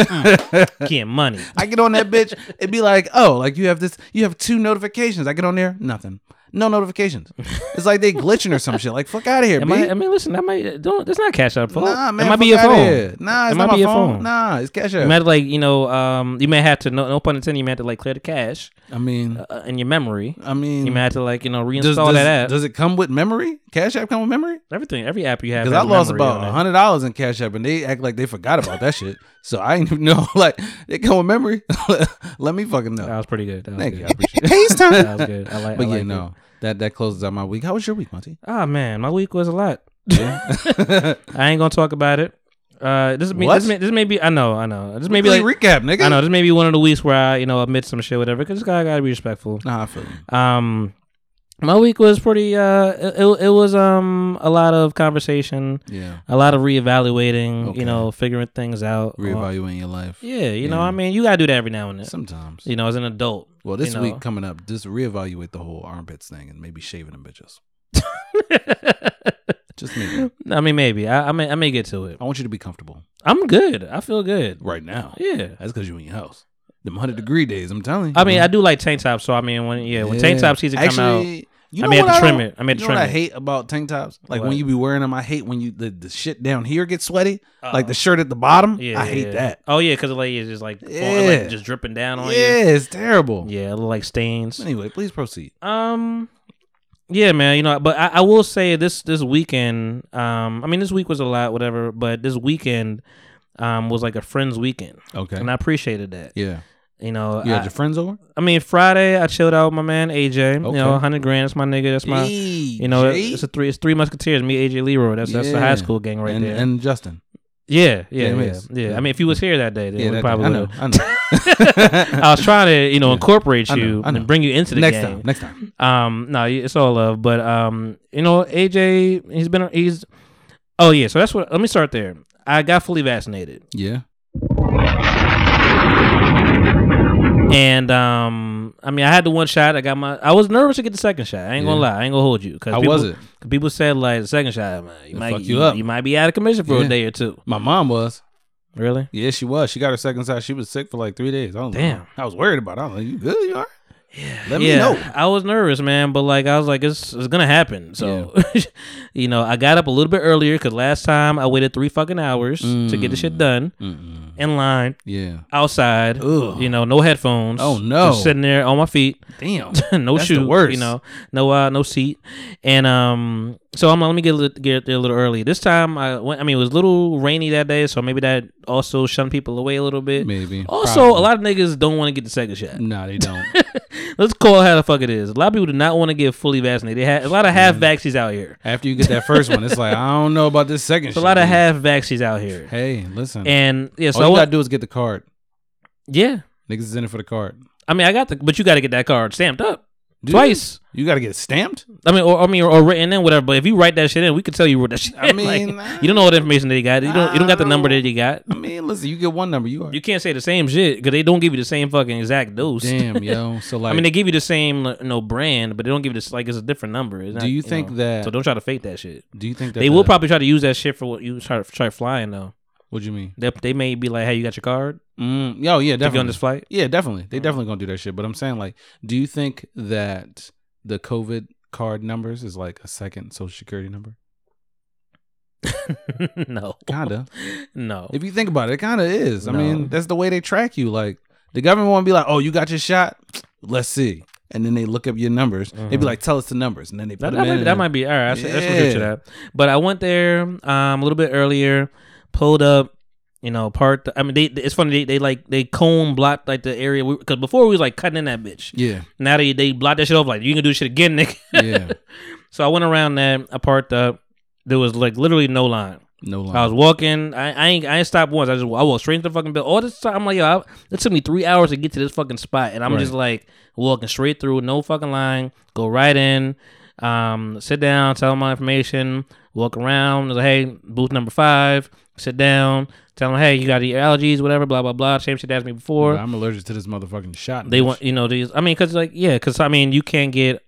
H: Mm, getting money.
A: I get on that bitch, it'd be like, oh, like you have this, you have two notifications. I get on there, nothing. No notifications. It's like they glitching or some shit. Like, fuck out of here,
H: Am I,
A: man.
H: I mean, listen, that might don't. That's not cash out. Fault.
A: Nah, man.
H: it might be your
A: fuck outta
H: phone.
A: here. Nah, it's
H: It
A: not
H: might be
A: my
H: your
A: phone.
H: phone.
A: Nah, it's Cash App.
H: You might have to, like you know, um, you may have to no, no pun intended. You may have to like clear the cache
A: I mean,
H: uh, in your memory.
A: I mean,
H: You may have to like you know reinstall
A: does, does-
H: that app.
A: does it come with memory? Cash App come with memory?
H: Everything, every app you have.
A: Because I
H: has
A: lost
H: memory
A: about
H: on it.
A: hundred dollars in Cash App, and they act like they forgot about that shit. So I ain't even know. Like they come with memory. Let me fucking know.
H: That was pretty good. That was
A: Thank
H: good.
A: you. I appreciate it.
D: Taste time.
H: That was good. I like.
A: But
H: I
A: yeah,
H: like
A: no,
H: It.
A: that that closes out my week. How was your week, Monty?
H: Ah man, my week was a lot.
A: Yeah.
H: I ain't gonna talk about it. Uh, this may,
A: What?
H: this may this may be I know I know this may be
A: Really
H: like
A: recap, nigga.
H: I know this may be one of the weeks where I you know admit some shit whatever because I gotta be respectful.
A: Nah, I feel you.
H: Um, My week was pretty. Uh, it, it- it was um a lot of conversation.
A: Yeah.
H: A lot of reevaluating. You know, figuring things out.
A: Reevaluating your life.
H: Yeah, you know, I mean, you gotta do that every now and then.
A: Sometimes.
H: You know, as an adult.
A: Well, this
H: you know.
A: week coming up, just reevaluate the whole armpits thing and maybe shaving them bitches. just maybe.
H: I mean, maybe I, I may I may get to it.
A: I want you to be comfortable
H: I'm good. I feel good.
A: right now.
H: Yeah.
A: That's because you in your house. Them hundred degree days. I'm telling you.
H: I mean, I do like tank tops, so I mean, when yeah, when tank
A: Yeah.
H: top season come out,
A: Actually, you
H: I
A: know
H: may have
A: what
H: to trim
A: don't-
H: it. I may have to
A: you know
H: trim
A: what I
H: it.
A: hate about tank tops, like
H: What?
A: when you be wearing them, I hate when you the, the shit down here gets sweaty, like the shirt at the bottom.
H: Uh-uh. Yeah,
A: I hate
H: yeah.
A: that.
H: Oh yeah, because like it's just like, fall- like,
A: Yeah.
H: just dripping down on
A: Yeah,
H: you.
A: it's terrible.
H: Yeah, it look like stains.
A: Anyway, please proceed.
H: Um, yeah, man. You know, but I, I will say this this weekend. Um, I mean, this week was a lot, whatever. But this weekend, um, was like a friends weekend.
A: Okay.
H: and I appreciated that.
A: Yeah.
H: You know,
A: You
H: I-
A: had your friends over.
H: I mean, Friday I chilled out with my man AJ.
A: Okay.
H: You know, hundred grand. That's my nigga. That's my. You know,
A: AJ?
H: it's a three. It's three musketeers. Me, AJ Leroy. That's that's the
A: Yeah.
H: high school gang right
A: and,
H: there.
A: And Justin.
H: yeah, yeah,
A: Yeah,
H: yeah,
A: it
H: yeah,
A: is.
H: I mean, if you was here that day, then
A: Yeah,
H: we
A: that-
H: probably
A: I
H: would
A: know.
H: have.
A: I know.
H: I was trying to, you know, incorporate
A: I know,
H: you
A: I know.
H: and bring you into the
A: next
H: game.
A: time. Next time.
H: Um, no, it's all love, but um, you know, AJ, he's been he's. Oh yeah, so that's what. Let me start there. I got fully vaccinated,
A: Yeah.
H: and um, I mean, I had the one shot. I got my. I was nervous to get the second shot. I ain't gonna
A: Yeah.
H: lie. I ain't gonna hold you. Cause
A: How
H: people,
A: was it?
H: 'cause people said like the second shot, man, you
A: It'll
H: might
A: fuck you up.
H: you might be out of commission for a
A: Yeah.
H: day or two.
A: My mom was.
H: Really?
A: Yeah, she was. She got her second shot. She was sick for like three days. I was like-
H: Damn.
A: I was worried about. it. I was like, "You good? You all right? Yeah. Let
H: yeah,
A: me know.
H: I was nervous, man, but like I was like, it's it's gonna happen. So, you know, I got up a little bit earlier because last time I waited three fucking hours to get the shit done in line
A: Yeah.
H: outside.
A: Ugh.
H: You know, no headphones.
A: Oh, no.
H: just sitting there on my feet.
A: Damn.
H: no
A: That's the
H: shoes.
A: worst.
H: You know, no uh, no seat. And um, so I'm let me get a lit- get there a little early. This time I went. I mean, it was a little rainy that day, so maybe that also shunned people away a little bit.
A: Maybe.
H: Also, a
A: Probably.
H: lot of niggas don't want to get the second shot.
A: Nah, they don't.
H: Let's call it how the fuck it is. A lot of people do not want to get fully vaccinated. They had a lot of half vaxxies out here.
A: After you get that first one, it's like I don't know about this second.
H: There's a
A: shit,
H: lot of
A: dude.
H: half vaxxies out here.
A: Hey, listen.
H: And yeah, so
A: All
H: I
A: you
H: wa-
A: gotta do is get the card.
H: yeah,
A: Niggas is in it for the card.
H: I mean, I got the, but you got to get that card stamped up
A: Do
H: twice.
A: You gotta get it stamped.
H: I mean, or I mean, or written in whatever. But if you write that shit in, we could tell you wrote that shit.
A: I
H: in. Like,
A: mean, I-
H: you don't know all the information that you got. You don't. You don't got the
A: I
H: number
A: don't-
H: that you got.
A: I mean, listen. You get one number. You are.
H: You can't say the same shit because they don't give you the same fucking exact dose.
A: Damn, yo. So like,
H: I mean, they give you the same like, no brand, but they don't give you this like it's a different number. It's not,
A: you think
H: know.
A: that-
H: So don't try to fake that shit.
A: do you think that
H: They will
A: the-
H: probably try to use that shit for what you try try flying though.
A: What do you mean?
H: They, they may be like, "Hey, you got your card?
A: Mm, oh yeah,
H: If
A: definitely.
H: you Mm. on this flight?"
A: Yeah, definitely. They definitely gonna do that shit. But I'm saying, like, do you think that the COVID card numbers is like a second social security number?
H: no,
A: Kinda.
H: no.
A: if you think about it, it kinda is. I
H: No.
A: mean, that's the way they track you. Like, the government won't be like, "Oh, you got your shot. Let's see." And then they look up your numbers. They'd be like, "Tell us the numbers," and then they put
H: Mm-hmm. that,
A: them
H: that,
A: in.
H: might, that
A: and-
H: might be all right. That's, that's what you to
A: Yeah.
H: that. But I went there um, a little bit earlier, pulled up. You know, part. I mean, they. It's funny. They, they like they cone blocked like the area because before we was like cutting in that bitch.
A: Yeah,
H: Now they they blocked that shit off. Like you can do shit again, nigga.
A: yeah.
H: So I went around that. I parked up. There was like literally no line.
A: No line.
H: I was walking. I, I ain't I ain't stopped once. I just I walked straight into the fucking bill. All this time, I'm like, yo, I, it took me three hours to get to this fucking spot, and I'm just like walking straight through, no fucking line. Go right in, um, sit down, tell them my information, walk around. Like, hey, booth number five, sit down, tell them, hey, you got your allergies, whatever, blah blah blah. Same shit they asked me before.
A: I'm allergic to this motherfucking shot.
H: They
A: bitch.
H: want you know these. I mean, because like yeah, because I mean you can't get.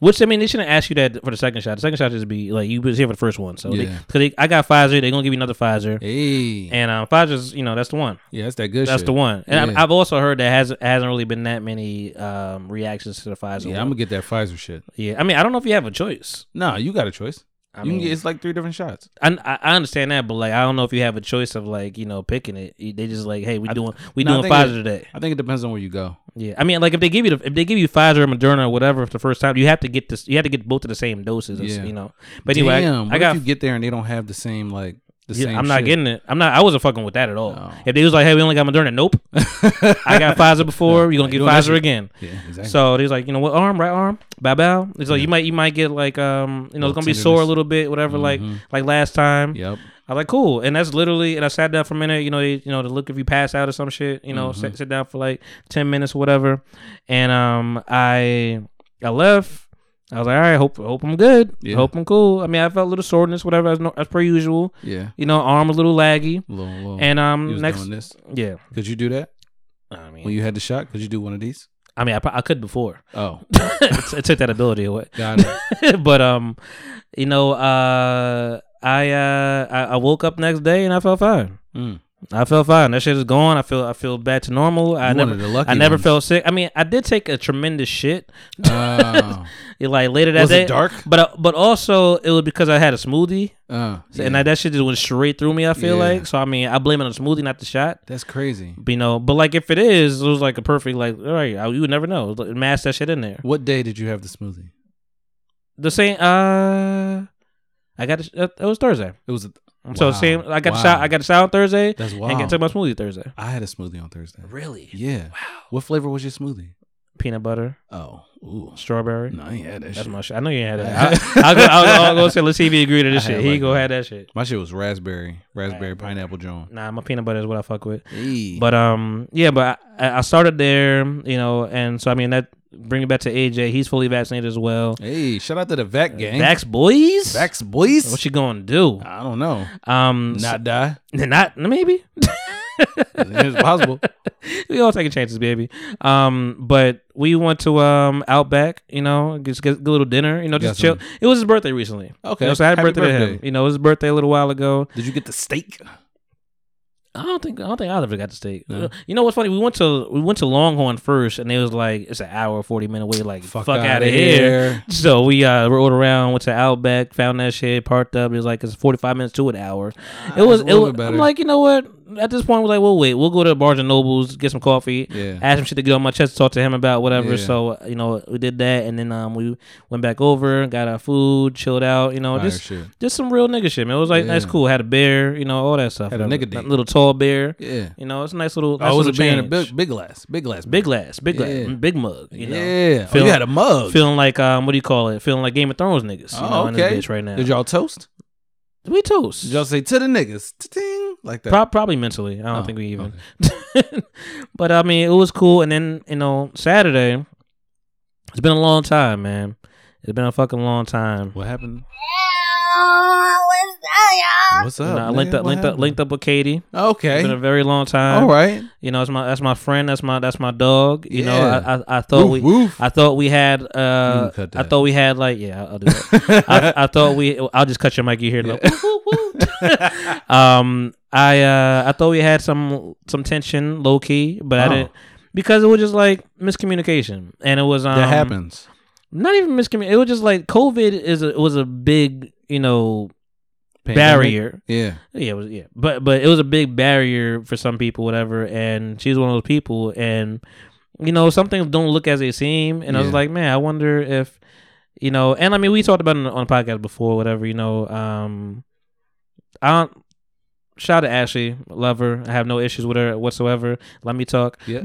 H: Which I mean, they shouldn't ask you that for the second shot. The second shot just be like you was here for the first one, so
A: Yeah.
H: because they, I got Pfizer, they're gonna give you another Pfizer,
A: Hey,
H: and um, Pfizer's you know that's the one,
A: yeah, that's that good.
H: that's
A: shit.
H: the one. And
A: Yeah.
H: I, I've also heard that hasn't hasn't really been that many um, reactions to the Pfizer.
A: Yeah,
H: one.
A: I'm gonna get that Pfizer shit.
H: yeah. I mean, I don't know if you have a choice.
A: Nah, you got a choice.
H: I
A: you
H: mean-
A: can get, it's like three different shots.
H: I, I I understand that, but like I don't know if you have a choice of like you know picking it. You- They just like, hey, we doing we
A: No, I
H: doing
A: think
H: Pfizer
A: it-
H: today.
A: I think it depends on where you go.
H: Yeah, I mean, like if they give you the, if they give you Pfizer or Moderna or whatever for the first time, you have to get this. You have to get both of the same doses. it's-
A: Yeah.
H: You know. But anyway, I-
A: Damn,
H: I,
A: what
H: got.
A: if you get there and they don't have the same like the
H: yeah,
A: same.
H: I'm not
A: shit?
H: getting it. I'm not. I wasn't fucking with that at all.
A: No.
H: If they was like, "Hey, we only got Moderna," nope. I got Pfizer before. You're gonna get
A: doing that
H: Pfizer
A: shit.
H: again.
A: Yeah, exactly.
H: So they was like, you know what, arm, right arm, bow bow. It's like you might you might get like um you know
A: Little
H: it's gonna be sore a
A: tenderness.
H: little bit, whatever. Like
A: Mm-hmm.
H: like last time.
A: Yep.
H: I was like, cool. And that's literally, and I sat down for a minute, you know, they, you know, to look if you pass out or some shit, you know,
A: Mm-hmm.
H: sit, sit down for like 10 minutes or whatever. And um, I, I left, I was like, all right, hope hope I'm good.
A: Yeah.
H: Hope I'm cool. I mean, I felt a little soreness, whatever, as, no, as per usual.
A: Yeah.
H: You know, arm a little laggy.
A: Little- little-
H: And
A: you
H: um,
A: was
H: next,
A: doing this?
H: yeah.
A: Could you do that?
H: I mean,
A: when you had the shot, could you do one of these?
H: I mean, I, pro- I could before.
A: Oh.
H: it, it took that ability away.
A: Got
H: but um, you know, uh, I uh, I, I woke up next day and I felt fine.
A: Mm.
H: I felt fine. That shit is gone. I feel I feel back to normal. I
A: You one
H: never
A: of the lucky
H: I never
A: ones.
H: felt sick. I mean, I did take a tremendous shit.
A: Oh.
H: Yeah, like later that
A: Was it
H: day,
A: dark?
H: But uh, but also it was because I had a smoothie.
A: Uh,
H: So- and that that shit just went straight through me. I feel
A: Yeah.
H: like so. I mean, I blame it on the smoothie, not the shot.
A: That's crazy.
H: But, you know, but like if it is, it was like a perfect like. All right, I- you would never know. Like, Mash that shit in there.
A: What day did you have the smoothie?
H: The same. Uh, I got it. It was Thursday.
A: It was. A,
H: So
A: Wow.
H: same. I got the
A: Wow.
H: shot. I got the shot on Thursday.
A: That's
H: And
A: wild.
H: got took my smoothie Thursday.
A: I had a smoothie on Thursday.
H: Really?
A: Yeah. Wow. What flavor was your smoothie?
H: Peanut butter.
A: Oh,
H: strawberry.
A: No, I ain't had that
H: That's
A: shit.
H: my shit. I know you ain't had that. I, I'll, go, I'll, go- I'll go say, let's see if he agree to this
A: I
H: shit.
A: had
H: He
A: like
H: go
A: that.
H: had that shit.
A: My shit was raspberry, raspberry pineapple John.
H: Nah, my peanut butter is what I fuck with.
A: Hey.
H: But um, yeah, but I, I started there, you know, and so I mean that bring it back to AJ. He's fully vaccinated as well.
A: Hey, shout out to the Vac gang.
H: Uh, Vax Oh, boys.
A: Vax boys.
H: What you gonna do?
A: I don't know.
H: Um,
A: Not die.
H: Not maybe.
A: it's possible.
H: we all taking chances, baby. Um, but we went to um Outback, you know, just get, get a little dinner, you know, just
A: Got
H: chill.
A: some-
H: It was his birthday recently.
A: Okay.
H: You know, so I had
A: Happy
H: birthday, to him.
A: birthday.
H: You know, it was his birthday a little while ago.
A: Did you get the steak?
H: I don't think I don't think I ever got to steak. You know what's funny? We went to we went to Longhorn first, and it was like it's an hour forty minute wait. Like fuck,
A: outta
H: out of
A: here.
H: here. So we uh rode around, went to Outback, found that shit, parked up. It was like it's forty five minutes to an hour. It was
A: Ah, a
H: it
A: little
H: was.
A: bit better.
H: I'm like, you know what? At this point, we're like, well, wait, we'll go to Barnes and Nobles, get some coffee,
A: Yeah.
H: ask him shit to get on my chest, talk to him about whatever.
A: Yeah.
H: So uh, you know, we did that, and then um we went back over, got our food, chilled out. You know,
A: Fire
H: just
A: shit.
H: just some real nigga shit. Man, it was like that's
A: Yeah.
H: cool. Had a bear, you know, all that stuff.
A: Had a
H: You know,
A: nigga dick.
H: little tall bear.
A: Yeah.
H: You know, it's a nice little.
A: I
H: Nice
A: was a
H: little
A: bear in a
H: change.
A: big, big glass, big glass,
H: Big glass, big glass,
A: Yeah.
H: big mug. You know,
A: Yeah. Oh, you had a mug.
H: Feeling like um, what do you call it? Feeling like Game of Thrones niggas. you know,
A: Oh,
H: in this
A: okay.
H: bitch right now.
A: Did y'all toast?
H: we toast?
A: Did y'all say to the niggas? Ting like that.
H: Prob- probably mentally.
A: Oh,
H: I don't think we even. but I mean, it was cool. And then you know, Saturday. It's been a long time, man. It's been a fucking long time.
A: What happened? What's
H: You
A: up?
H: know, I linked
A: nigga?
H: up,
A: What
H: linked up,
A: happened?
H: linked up with Katie.
A: Okay.
H: It's been a very long time.
A: All right.
H: You know, it's my that's my friend. That's my that's my dog. You
A: Yeah.
H: know, I, I, I thought
A: Woof,
H: we
A: woof.
H: I thought we had
A: You
H: uh
A: can cut
H: I
A: that.
H: thought we had like yeah I'll, I'll do that. I, I thought we I'll just cut your mic. You hear it, like, woo, woo, woo. um I uh I thought we had some some tension low key, but I
A: Oh.
H: didn't because it was just like miscommunication and it was um
A: that happens.
H: not even miscommunication. It was just like COVID is a, was a big you know barrier.
A: Yeah.
H: Yeah, it was, yeah, but but it was a big barrier for some people, whatever. And she's one of those people, and you know, some things don't look as they seem. And I was
A: Yeah.
H: like, man, I wonder if you know. And I mean, we talked about it on the podcast before, whatever. You know, um, I don't. Shout out to Ashley, love her. I have no issues with her whatsoever. Let me talk.
A: Yeah.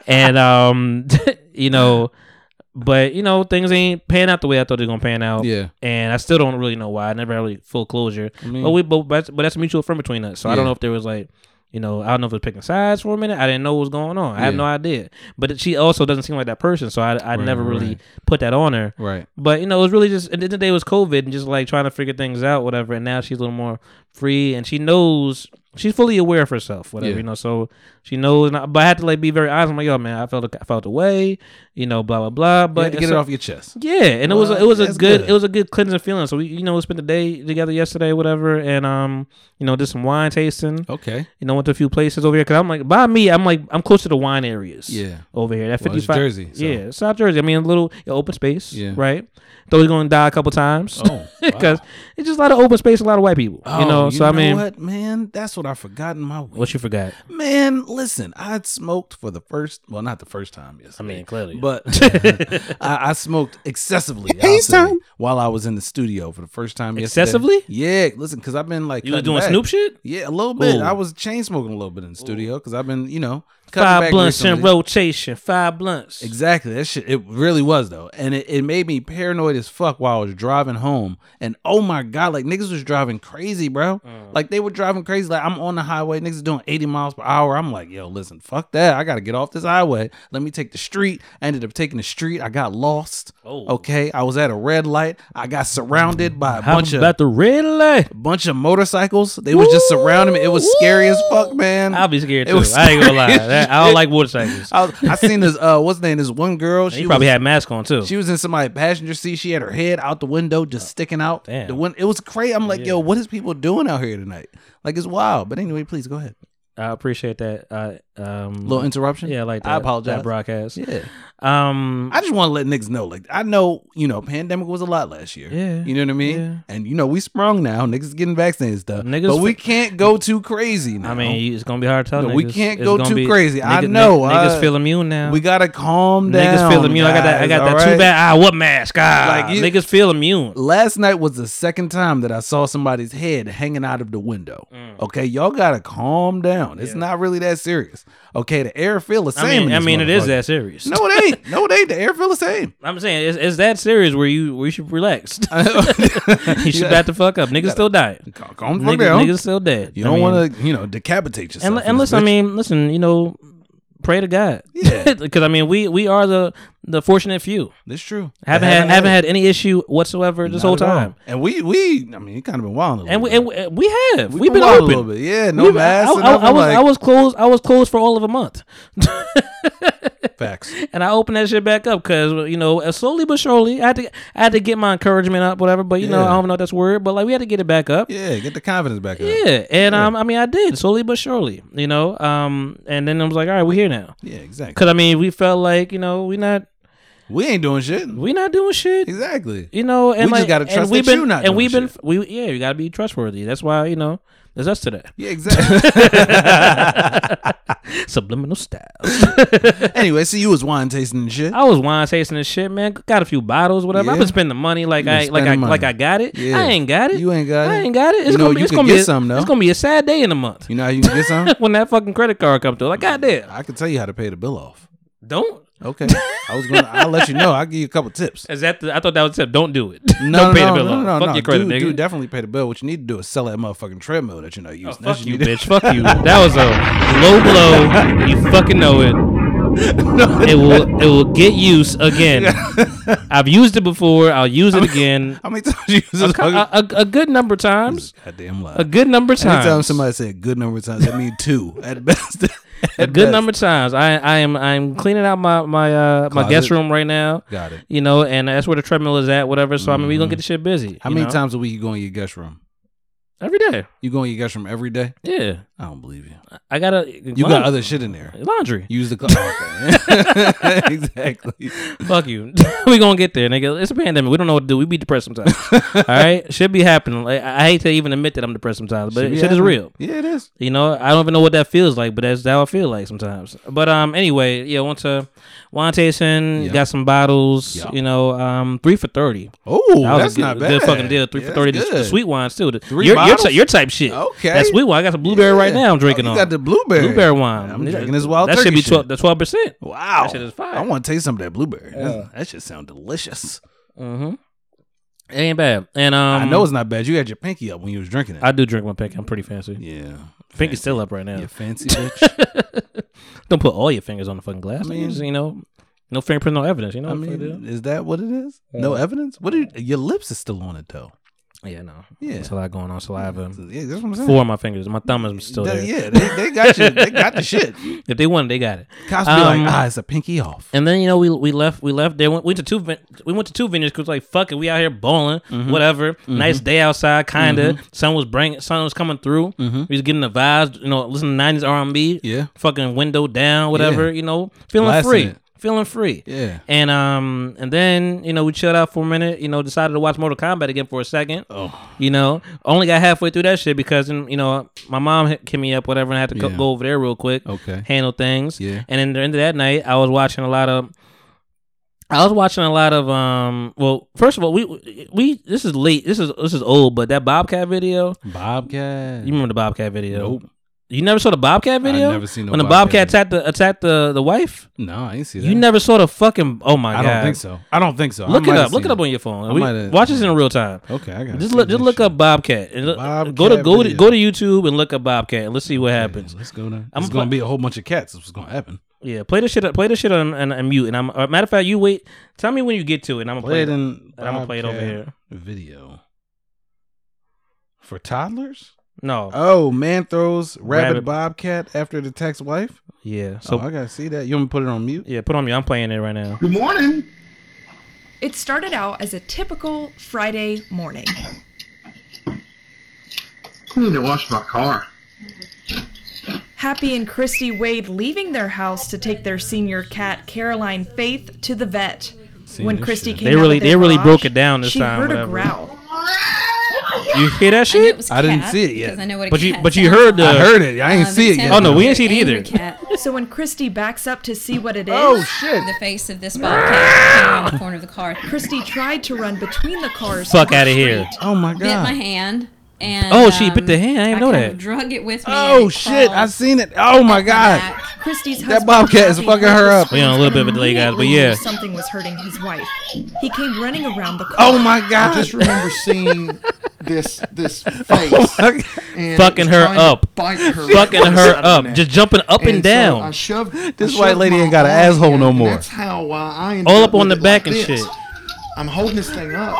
H: and um, you know, but you know, things ain't pan out the way I thought they were gonna pan out.
A: Yeah.
H: And I still don't really know why. I never had really full closure.
A: mean-
H: but we but but that's, but that's a mutual friend between us. So I
A: Yeah.
H: don't know if there was like you know, I don't know if it was picking sides for a minute. I didn't know what was going on. I have
A: Yeah.
H: no idea. But she also doesn't seem like that person, so I, I
A: Right,
H: never really
A: right.
H: put that on her.
A: Right.
H: But you know, it was really just at the end of the day it was COVID and just like trying to figure things out, whatever. And now she's a little more free and she knows she's fully aware of herself, whatever
A: Yeah.
H: you know. So she knows. And I, but I had to like be very honest. I'm like, yo, man, I felt I felt away, you know, blah blah blah.
A: But
H: But
A: to get
H: so-
A: it off your chest.
H: yeah, and it was a,
A: Well,
H: it was a
A: that's
H: good,
A: good.
H: it was a good cleansing feeling. So we you know we spent the day together yesterday, whatever, and um you know did some wine tasting.
A: Okay.
H: You know went to a few places over here because I'm like by me I'm like I'm close to the wine areas.
A: Yeah.
H: over here that
A: Well, it's
H: 55
A: Jersey, so.
H: Yeah, it's South Jersey. I mean a little open space.
A: Yeah.
H: right. Though he's going to die a couple times.
A: Oh,
H: because it's just a lot of open space, a lot of white people. you know, so I mean,
A: what, man? That's what I forgot in my week.
H: what you forgot?
A: Man, listen, I smoked for the first, well, not the first time, yes. I
H: mean, clearly.
A: But I, I smoked excessively I'll say, while I was in the studio for the first time yesterday.
H: Excessively?
A: Yeah, listen, because I've been like.
H: You was
A: cutting
H: doing
A: back.
H: Snoop shit?
A: Yeah, a little bit.
H: Ooh.
A: I was chain smoking a little bit in the studio because I've been, you know, Cut
H: five
A: back
H: blunts in
A: recently.
H: rotation. Five blunts.
A: Exactly. That shit. It really was though, and it, it made me paranoid as fuck while I was driving home. And oh my god, like niggas was driving crazy, bro.
H: Mm.
A: Like they were driving crazy. Like I'm on the highway, niggas doing 80 miles per hour. I'm like, yo, listen, fuck that. I gotta get off this highway. Let me take the street. I ended up taking the street. I got lost.
H: Oh.
A: Okay. I was at a red light. I got surrounded by a
H: How
A: bunch of
H: about the red light?
A: bunch of motorcycles. They was just surrounding me. It was scary as fuck, man.
H: I'll be scared
A: It
H: too.
A: was
H: I ain't gonna lie.
A: scary as
H: That- I don't
A: shit.
H: like motorcycles.
A: I, was- I seen this. Uh, what's the name? This one girl.
H: She probably
A: was-
H: had mask on too.
A: She was in somebody's passenger seat. She had her head out the window, just sticking out.
H: Oh, damn.
A: The win- it was crazy. I'm like, yo, what is people doing out here tonight? Like, it's wild. But anyway, please go ahead.
H: I appreciate that. Uh, um,
A: Little interruption.
H: Yeah, I like that.
A: I apologize.
H: That broadcast.
A: Yeah.
H: Um,
A: I just want to let niggas know. Like, I know, you know, pandemic was a lot last year.
H: Yeah.
A: You know what I mean?
H: Yeah.
A: And, you know, we sprung now. Niggas getting vaccinated and stuff.
H: Niggas
A: but we
H: fi-
A: can't go too crazy now.
H: I mean, you- it's gonna be hard to tell.
A: No, we
H: niggas.
A: can't
H: It's
A: go
H: gonna
A: too
H: be-
A: crazy. I
H: niggas-
A: know.
H: Niggas
A: I-
H: feel immune now.
A: we got to calm down.
H: Niggas feel immune. I got that. I
A: guys,
H: got that
A: all
H: too
A: right?
H: bad. Ah, what mask? Ah,
A: Like you-
H: niggas feel immune.
A: last night was the second time that I saw somebody's head hanging out of the window.
H: Mm.
A: Okay, y'all gotta calm down. It's not really that serious. Okay, the air feel the same.
H: I
A: in
H: mean, I
A: this
H: mean, it is
A: motherfucker.
H: that serious.
A: No, it ain't. No, it ain't. The air feel the same.
H: I'm saying it's, it's that serious where you where you should relax. you should bat the fuck up. Niggas still dying.
A: Calm, calm the fuck
H: Niggas,
A: down.
H: niggas still dead.
A: you
H: I
A: don't
H: mean,
A: want to, you know, decapitate yourself.
H: And,
A: in
H: and
A: this
H: listen, I
A: bitch.
H: mean, listen, you know, pray to God.
A: Yeah.
H: Because I mean, we we are the the fortunate few.
A: That's true.
H: Haven't
A: They
H: had, haven't
A: it.
H: had any issue whatsoever this
A: Not
H: whole
A: at all.
H: time.
A: And we, we, I mean, it kind of been wild.
H: And we, and we and we have we have been
A: wild
H: open.
A: a little bit. Yeah, no
H: We've-
A: masks.
H: I,
A: and
H: I, I
A: nothing,
H: was
A: like,
H: I was closed. I was closed for all of a month,
A: facts.
H: and I opened that shit back up because you know uh, slowly but surely I had to I had to get my encouragement up, whatever. But you know
A: Yeah.
H: I don't know if that's word, but like we had to get it back up.
A: Yeah, get the confidence back up.
H: Yeah, and um, I mean, I did slowly but surely, you know. Um, and then I was like, all right, we're here now.
A: yeah, exactly.
H: Cause I mean, we felt like you know we not
A: We ain't doing shit.
H: we not doing shit.
A: Exactly.
H: You know, and
A: We just
H: like,
A: gotta
H: and
A: trust
H: we've
A: that
H: been,
A: you not
H: and
A: doing
H: we've been,
A: shit.
H: we yeah, you gotta be trustworthy. That's why you know there's us today.
A: Yeah, exactly.
H: Subliminal style.
A: anyway, so you was wine tasting and shit.
H: I was wine tasting and shit, man. Got a few bottles, whatever. I've
A: Yeah.
H: been spending money like
A: You been
H: I like I
A: spending money.
H: like I got it.
A: Yeah.
H: I ain't got it.
A: You ain't got
H: I
A: it.
H: ain't got it. It's
A: You know,
H: gonna be,
A: you
H: it's
A: could
H: gonna
A: get
H: be a,
A: some, though.
H: It's gonna be a sad day in a month
A: You know how you can get some?
H: when that fucking credit card comes through. Like goddamn,
A: I can tell you how to pay the bill off.
H: don't.
A: Okay. I was going to, I'll let you know. I'll give you a couple tips.
H: Is that the, I thought that was tip. Don't do it.
A: No,
H: don't
A: no,
H: pay
A: no,
H: the bill
A: no,
H: off.
A: no,
H: Fuck
A: no.
H: your credit,
A: do,
H: nigga. Oh,
A: do definitely pay the bill. What you need to do is sell that motherfucking treadmill that you're not using.
H: Fuck
A: That's
H: you,
A: what need
H: bitch. Fuck you. That was a low blow. You fucking know it. It will it will get used again. I've used it before. I'll use it again.
A: How many times you use this
H: A,
A: fucking
H: a- a good number of times.
A: goddamn lie?
H: A good number of times.
A: Anytime somebody say a good number of times, that mean two at best.
H: a
A: At
H: good
A: best.
H: number of times. I I am I'm cleaning out my my uh my
A: Closet.
H: guest room right now.
A: Got it.
H: You know, and that's where the treadmill is at. Whatever. So I mean, we
A: Mm.
H: gonna get the shit busy.
A: How
H: you
A: many
H: know?
A: times a week you go in your guest room?
H: Every day.
A: You go in your guest room every day?
H: Yeah.
A: I don't believe you.
H: I gotta.
A: You got other shit in there.
H: laundry.
A: Use the clock. Okay. exactly.
H: Fuck you. we gonna get there, nigga. It's a pandemic. We don't know what to do. We be depressed sometimes. All right, shit be happening. Like I I hate to even admit that I'm depressed sometimes, but
A: Should be
H: shit is
A: happening.
H: real.
A: Yeah, it is.
H: You know, I don't even know what that feels like, but that's how I feel like sometimes. But um, anyway, yeah, went to wine tasting,
A: Yeah.
H: got some bottles.
A: Yeah.
H: You know, um, three for thirty.
A: Oh,
H: That was
A: that's
H: a good,
A: not bad.
H: good fucking deal. Three
A: Yeah,
H: for
A: that's
H: thirty. The, the
A: good.
H: sweet wines too. The,
A: Three
H: your, your,
A: bottles?
H: ty- your type shit.
A: Okay. Oh,
H: That sweet wine. I got some blueberry right now. I'm drinking
A: you
H: on.
A: got the blueberry.
H: blueberry wine.
A: I'm drinking this wild
H: That
A: turkey
H: should be
A: shit.
H: twelve. The twelve percent.
A: Wow.
H: That shit is fire.
A: I want to taste some of that blueberry. That's- that shit sound delicious.
H: Mm-hmm. It ain't bad. And um,
A: I know it's not bad. You had your pinky up when you was drinking it.
H: I do drink my pink. I'm pretty fancy.
A: yeah.
H: Pink is still up right now.
A: You fancy bitch.
H: Don't put all your fingers on the fucking glass.
A: I
H: I
A: mean-
H: mean, you know, no fingerprint, no evidence. You know
A: I
H: what the fuck they do?
A: mean, is that what it is? No evidence? What are you, your lips is still on it though.
H: Yeah, no.
A: Yeah.
H: It's a lot going on. Saliva.
A: Yeah, that's what I'm saying.
H: Four of my fingers. My thumb is still
A: That-
H: there.
A: yeah, they, they got you. They got the shit.
H: If they want it, they got it.
A: Cops be
H: Um,
A: like, ah, it's a pinky off.
H: And then you know we we left we left there went, went to two ven- we went to two venues because like fuck it we out here bowling
A: Mm-hmm.
H: whatever nice day outside kinda sun was bring sun was coming through
A: mm-hmm.
H: we was getting the vibes you know listening to nineties R and B
A: Yeah.
H: fucking window down whatever
A: Yeah.
H: you know feeling
A: Blasting
H: free
A: it.
H: feeling free
A: Yeah.
H: and um and then you know we chilled out for a minute you know decided to watch Mortal Kombat again for a second
A: Oh,
H: you know only got halfway through that shit because you know my mom hit hit me up whatever and I had to co-
A: Yeah.
H: go over there real quick
A: okay.
H: handle things.
A: Yeah.
H: And then the end of that night, I was watching a lot of. I was watching a lot of um. Well, first of all, we we this is late. This is this is old, but that Bobcat video.
A: Bobcat.
H: You remember the Bobcat video?
A: Nope.
H: You never saw the Bobcat video?
A: never seen the
H: when
A: Bobcat
H: the Bobcat attacked the attacked the, the wife.
A: No, I didn't see that.
H: You never saw the fucking. Oh my
A: I
H: god!
A: don't think so. I don't think so. I
H: Look it
A: might have
H: up. Look
A: seen
H: it up on your phone.
A: I
H: We-
A: might have-
H: watch this in real time.
A: Okay, I got
H: Just look. Just look up Bobcat. And look- go to
A: Bobcat
H: go to
A: video.
H: go to YouTube and look up Bobcat. and Let's see what happens.
A: Let's go now.
H: I'm
A: It's
H: pla-
A: gonna be a whole bunch of cats. That's what's gonna happen.
H: Yeah, play the shit. Play the shit on and, and mute. And I'm uh, matter of fact, you wait. Tell me when you get to it. and I'm gonna play,
A: Play it
H: it.
A: in.
H: and I'm gonna play it over
A: Bobcat
H: here.
A: Video for toddlers.
H: No.
A: Oh, man throws rabbit,
H: Rabbit.
A: bobcat after the text wife.
H: yeah. So
A: So I gotta see that. You want me to put it on mute?
H: yeah, put on mute. I'm playing it right now.
A: Good morning.
L: It started out as a typical Friday morning.
M: I need to wash my car.
L: Happy and Christy Wade leaving their house to take their senior cat Caroline Faith to the vet. when Christy came
H: They
L: out
H: really-
L: of their
H: they really
L: garage,
H: broke it down this
L: she
H: time,
L: heard
H: whatever.
L: a growl.
H: You hear that shit? I,
A: didn't see it yet.
L: I know what a
H: but you
L: cat
H: but you
L: sounds
H: heard the.
A: I heard it. I ain't see it yet.
H: Uh, Oh no, we ain't see it either.
L: so when Christy backs up to see what it is,
N: Oh,
L: shit!
N: The face of this bobcat came in the corner of the car.
L: Christy tried to run between the cars.
H: Fuck out of here.
A: Oh my
N: Bit my hand. And,
H: Oh, she bit
N: um,
H: the hand. I didn't know
N: kind
H: that.
N: of Drug it with me. and
A: Oh
N: it
A: shit!
N: crawled
A: I seen it. Oh my god!
L: Christy's
A: That
L: husband
A: bobcat is
L: Bobby
A: fucking
L: heard
A: her
L: the
A: up.
H: We on a little bit of a delay, guys, but yeah.
L: Something was hurting his wife. He came running around the car.
A: Oh my god!
O: I just remember seeing this this face.
A: Fuck-
O: and it was
H: Fucking her
O: trying to
H: up.
O: bite her
H: Fucking
O: right
H: her
O: out of the
H: up.
O: neck.
H: Just jumping up and
O: so
H: down.
O: I shoved, I
A: This
O: shoved
A: white lady
O: my
A: ain't got an
O: arm
A: asshole
O: in,
A: no
O: and
A: more.
O: That's how uh, I ended
H: All up on
O: with it
H: the back
O: like
H: and
O: this.
H: shit.
O: I'm holding this thing up.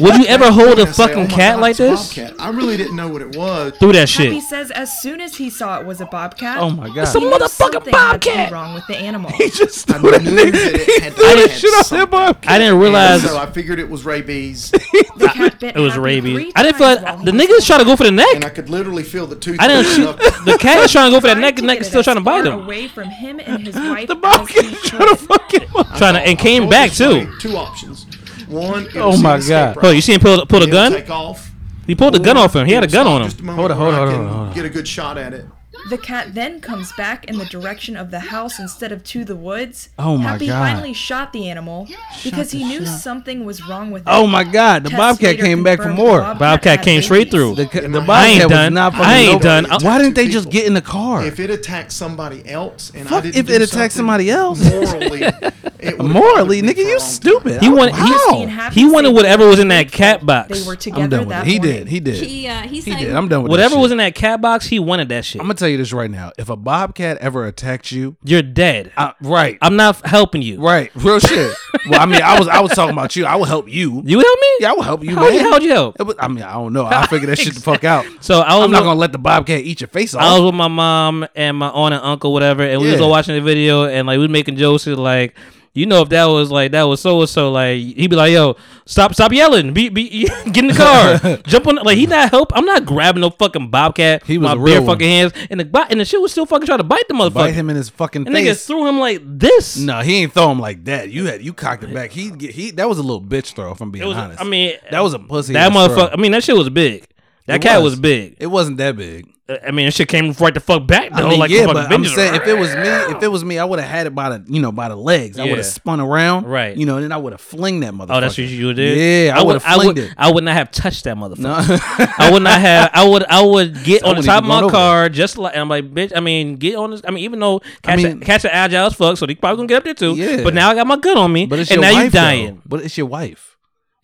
H: Would you ever hold a
O: And say,
H: fucking
O: "Oh my
H: cat
O: God,
H: like
O: it's a
H: this?
N: uh,
O: bobcat." I really didn't know what it was.
H: Through that
L: Happy
H: shit.
L: says as soon as he saw it was a bobcat.
H: Oh my God. It's a
L: he knew
H: motherfucking
L: something had to be
H: bobcat.
L: Wrong with the animal.
A: He just
O: threw that nigga. He
H: I
O: threw
H: didn't- I didn't realize
O: So I figured it was rabies.
H: it was rabies. I didn't feel like the nigga's trying to go for the
O: and I
H: neck.
O: could literally feel the tooth.
H: I didn't
O: pushing
H: shoot.
O: up.
H: The cat is trying to go for that neck. The neck is still trying to bite him.
L: Away from him and his wife.
H: The
L: bobcat
H: trying to fuck him up. Trying to and came back too.
O: Two options. One. it'll
H: Oh
O: see
H: my
O: an escape
H: god.
O: route.
H: Oh, you see him pull pull a
O: It'll
H: gun?
O: Take off.
H: He pulled the gun off him. He had a
O: It'll
H: gun
O: stop
H: on
O: just a
H: him.
O: moment where I can Get a good shot at it.
L: The cat then comes back in the direction of the house instead of to the woods.
A: Oh my
L: Happy
A: God.
L: finally shot the animal because he knew something was wrong with it.
A: Oh my god! The
L: Tests
A: bobcat
L: later
A: came back for
L: confirmed
A: more.
L: the
H: Bobcat came straight through.
A: The, the bobcat
H: I ain't
A: was
H: done.
A: not fucking
H: I ain't
A: nobody.
H: done. I'll-
A: Why didn't they just get in the car?
O: If it attacks somebody else, and I
A: Fuck
O: didn't
A: if
O: do
A: it attacks
O: something
A: somebody else.
O: morally,
A: Morally, nigga, you stupid.
H: He
A: I-
H: wanted.
A: Wow.
H: He, he wanted whatever was in that cat box.
L: They were
A: I'm
L: together
A: done with
L: that
A: it. He
L: morning.
A: did. He did.
N: He, uh, he's
A: He
N: saying,
A: did. I'm done with
H: Whatever
A: that
H: was in that cat box, he wanted that shit.
A: I'm gonna tell you this right now. If a bobcat ever attacked you,
H: You're dead.
A: uh, right?
H: I'm not f- helping you.
A: Right. Real shit. well, I mean, I was I was talking about you. I will help you.
H: You help me?
A: Yeah, I will help you.
H: How the
A: man.
H: hell would you help?
A: It was- I mean, I don't know. I'll figure that shit the fuck out.
H: So I was
A: I'm not
H: with-
A: gonna let the bobcat eat your face
H: I was
A: off.
H: with my mom and my aunt and uncle, whatever, and we was
A: Yeah.
H: all watching the video, and like we was making jokes, and, like you know, if that was like that was so and so, like he'd be like, "Yo, stop, stop yelling, be, be, get in the car, jump on." Like he not help. I'm not grabbing no fucking bobcat. He
A: was
H: my
A: a real
H: bare
A: one.
H: fucking hands, and the bo- and the shit was still fucking trying to bite the motherfucker.
A: Bite him in his fucking
H: and niggas
A: face.
H: threw him like this.
A: No, he ain't throw him like that. You had you cocked it back. He get- he that was a little bitch throw. If I'm being
H: It was.
A: honest,
H: I mean,
A: that was a pussy.
H: That
A: ass throw.
H: motherfucker. I mean, that shit was big. That
A: It
H: cat was. big.
A: It wasn't that big.
H: Uh, I mean, that shit came right the fuck back though.
A: I mean,
H: like
A: yeah,
H: fucking
A: but I'm
H: vengeance.
A: saying if it was me, if it was me, I would have had it by the you know by the legs. I would
H: Yeah.
A: have spun around,
H: Right.
A: You know, and then I would have fling that motherfucker.
H: Oh, that's what you did.
A: Yeah, I, would have
H: I
A: flinged
H: would.
A: it.
H: I would not have touched that motherfucker. I would not have. I would. I would get
A: I
H: on the
A: wouldn't
H: top
A: even
H: of my
A: gone over
H: car just like. And I'm like, bitch. I mean, get on this. I mean, even though catch
A: mean-
H: catch an agile as fuck, so they probably gonna get up there too.
A: Yeah.
H: But now I got my gun on me,
A: But it's
H: and
A: your
H: now you
A: wife, though.
H: dying.
A: But it's your wife.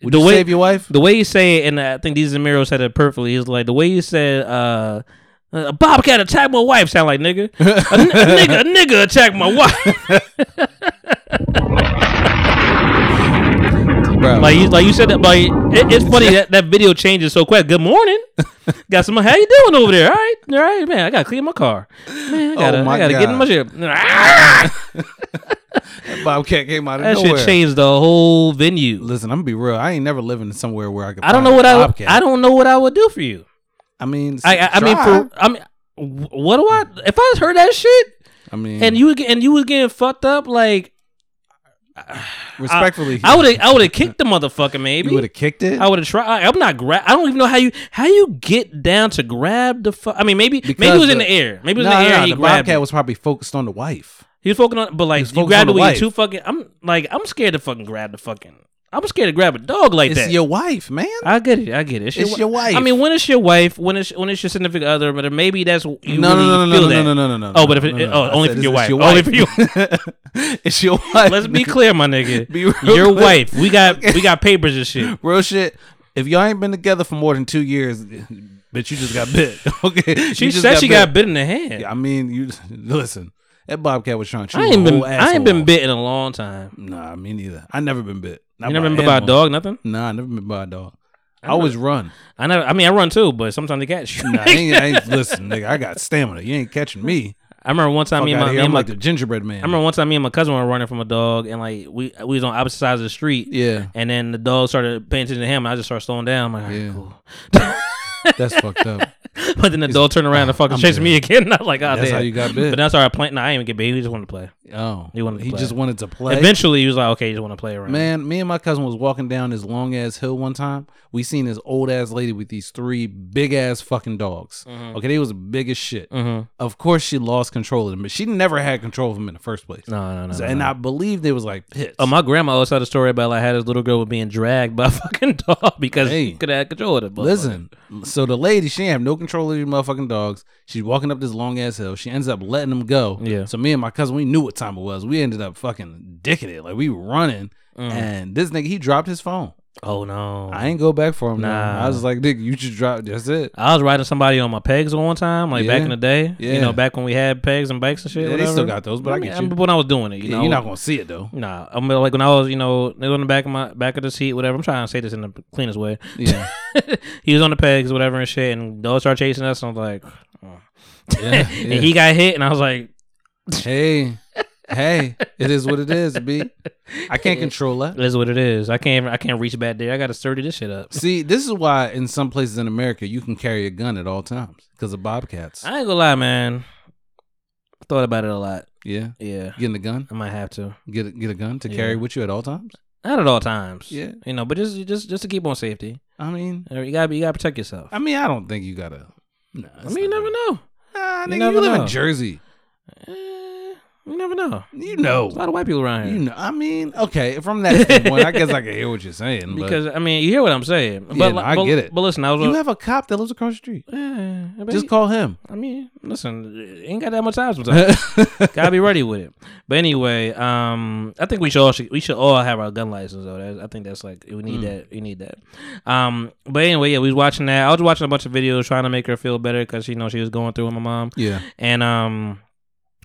A: Would
H: The
A: you
H: way-
A: save your wife?
H: The way you say it, and I think these Zamiro said it perfectly. Is like the way you said. uh a bobcat attacked my wife. Sound like nigga. A, n- a nigga, a nigga attacked my wife.
A: Bro.
H: Like you, like you said that. Like it, it's funny that that video changes so quick. Good morning. Got some. How you doing over there? All right, all right, man. I gotta clean my car. Man, I
A: Oh
H: gotta,
A: my
H: I gotta get in my shit. Ah,
A: That Bobcat came out of
H: That shit
A: nowhere.
H: changed the whole venue.
A: Listen, I'm gonna be real. I ain't never living somewhere where I could.
H: I don't
A: find
H: know
A: a
H: what I.
A: Bobcat.
H: I don't know what I would do for you.
A: I mean,
H: I, I, I mean,
A: try.
H: for I mean, wh- what do I? If I heard that shit,
A: I mean,
H: and you were get- and you was getting fucked up, like
A: respectfully,
H: I would have I would have kicked the motherfucker. Maybe
A: you would have kicked it.
H: I would have tried. I'm not grab. I don't even know how you how you get down to grab the fuck. I mean, maybe maybe it was in the air. Maybe it was
A: no,
H: in the air.
A: No,
H: and he
A: the
H: grabbed
A: Bobcat
H: it.
A: was probably focused on the wife.
H: He was focusing on, but like
A: was
H: you
A: focused
H: grabbed
A: on
H: it
A: the
H: with your
A: wife.
H: two fucking. I'm like I'm scared to fucking grab the fucking I'm scared to grab a dog like
A: It's
H: that.
A: your wife, man.
H: I get it. I get it.
A: It's your
H: wi-
A: wife.
H: I mean, when it's your wife, when it's when it's your significant other, but maybe that's you really
A: no, no, no, no,
H: feel
A: no,
H: that.
A: no, no, no, no, no.
H: Oh, but if it,
A: no, no.
H: oh,
A: I
H: only
A: said
H: for
A: it's-
H: your
A: it's
H: wife.
A: your
H: Only
A: wife.
H: for you.
A: it's your wife.
H: Let's be
A: nigga.
H: clear, my nigga.
A: Be real clear.
H: your wife. We got we got papers and shit.
A: Real shit. If y'all ain't been together for more than two years, bitch, you just got bit. okay.
H: She
A: you just
H: said she got bit in the hand.
A: Yeah, I mean, you listen. That bobcat was trying to chew
H: I ain't
A: the
H: been
A: whole
H: I ain't
A: asshole
H: been
A: off.
H: bit in a long time.
A: Nah, me neither. I never been bit.
H: You never been bit by a dog, nothing?
A: Nah, I never been bit by a dog. I,
H: never-
A: always run.
H: I never. I mean, I run too, but sometimes they catch. you.
A: Nah, I ain't, I ain't, listen, nigga, I got stamina. You ain't catching me.
H: I remember one time
A: Fuck
H: me and
A: outta
H: my,
A: here.
H: me and
A: I'm
H: my
A: like the gingerbread man.
H: I remember one time me and my cousin were running from a dog, and like we we was on opposite sides of the street.
A: Yeah.
H: And then the dog started paying attention to him, and I just started slowing down. I'm like, yeah.
A: That's fucked up.
H: But then the
A: He's-
H: dog turned around and fucking
A: I'm
H: chased me
A: good.
H: again. I was like, oh,
A: That's
H: damn.
A: how you got bit.
H: But that's all right. Playing. No, I didn't even get bit. He just wanted to play.
A: Oh.
H: he wanted. To
A: He
H: play.
A: just wanted to play?
H: Eventually, he was like, okay, you just want to play around.
A: Man, me and my cousin was walking down this long ass hill one time. We seen this old ass lady with these three big ass fucking dogs.
H: Mhm.
A: Okay, they was big as shit.
H: Mhm.
A: Of course, she lost control of them, but she never had control of them in the first place.
H: No, no, no.
A: So-
H: no,
A: and
H: no.
A: I believe they was like pits.
H: Oh, my grandma always had a story about like how this little girl was being dragged by a fucking dog because
A: Hey.
H: she could have control of the motherfucker.
A: Listen, so the lady, she ain't have no control of these motherfucking dogs. She's walking up this long ass hill. She ends up letting them go.
H: Yeah.
A: So me and my cousin, we knew what time it was. We ended up fucking dicking it. Like we were running.
H: Mm.
A: And this nigga, he dropped his phone.
H: Oh no.
A: I ain't go back for him. Nah.
H: Nah.
A: I was like, nigga, you just dropped. That's it.
H: I was riding somebody on my pegs one time, like back
A: Yeah.
H: in the day.
A: Yeah.
H: You know, back when we had pegs and bikes and shit.
A: Yeah, they
H: whatever.
A: still got those, but I
H: mean,
A: get you.
H: When I was doing it, you
A: Yeah,
H: know,
A: you're not gonna see it, though.
H: Nah, I mean, like when I was, you know, they were on the back of my back of the seat, whatever. I'm trying to say this in the cleanest way.
A: Yeah.
H: he was on the pegs, whatever, and shit, and dogs started chasing us, and I was like, oh.
A: Yeah,
H: and
A: yeah.
H: he got hit, and I was like,
A: Hey, hey, it is what it is, B. I can't control that.
H: It is what it is. I can't. I can't reach back there. I got to sturdy this shit up.
A: See, this is why in some places in America you can carry a gun at all times because of bobcats.
H: I ain't gonna lie, man. I thought about it a lot.
A: Yeah,
H: Yeah,
A: getting a gun,
H: I might have to.
A: get a, get a gun to
H: Yeah.
A: carry with you at all times.
H: Not at all times.
A: Yeah.
H: you know, but just just just to keep on safety.
A: I mean,
H: You gotta you gotta protect yourself.
A: I mean, I don't think you gotta. Nah,
H: I mean, you never know.
A: Nah,
H: You
A: nigga, you,
H: never
A: live
H: know.
A: in Jersey.
H: You never know.
A: You know,
H: There's a lot of white people around here.
A: You know, I mean, okay, from that standpoint, I guess I can hear what you're saying.
H: because
A: Because
H: I mean, you hear what I'm saying.
A: Yeah,
H: but
A: no,
H: like-
A: I
H: but-
A: get it.
H: But listen, I was
A: you have a cop that lives across the street.
H: Yeah, but
A: Just
H: he-
A: call him.
H: I mean, listen, ain't got that much time sometimes. Gotta be ready with it. But anyway, um, I think we should all should, we should all have our gun license though. That, I think that's like we need
A: Mm.
H: that. We need that. Um, but anyway, yeah, we was watching that. I was watching a bunch of videos trying to make her feel better because you know she was going through with my mom.
A: Yeah.
H: and um.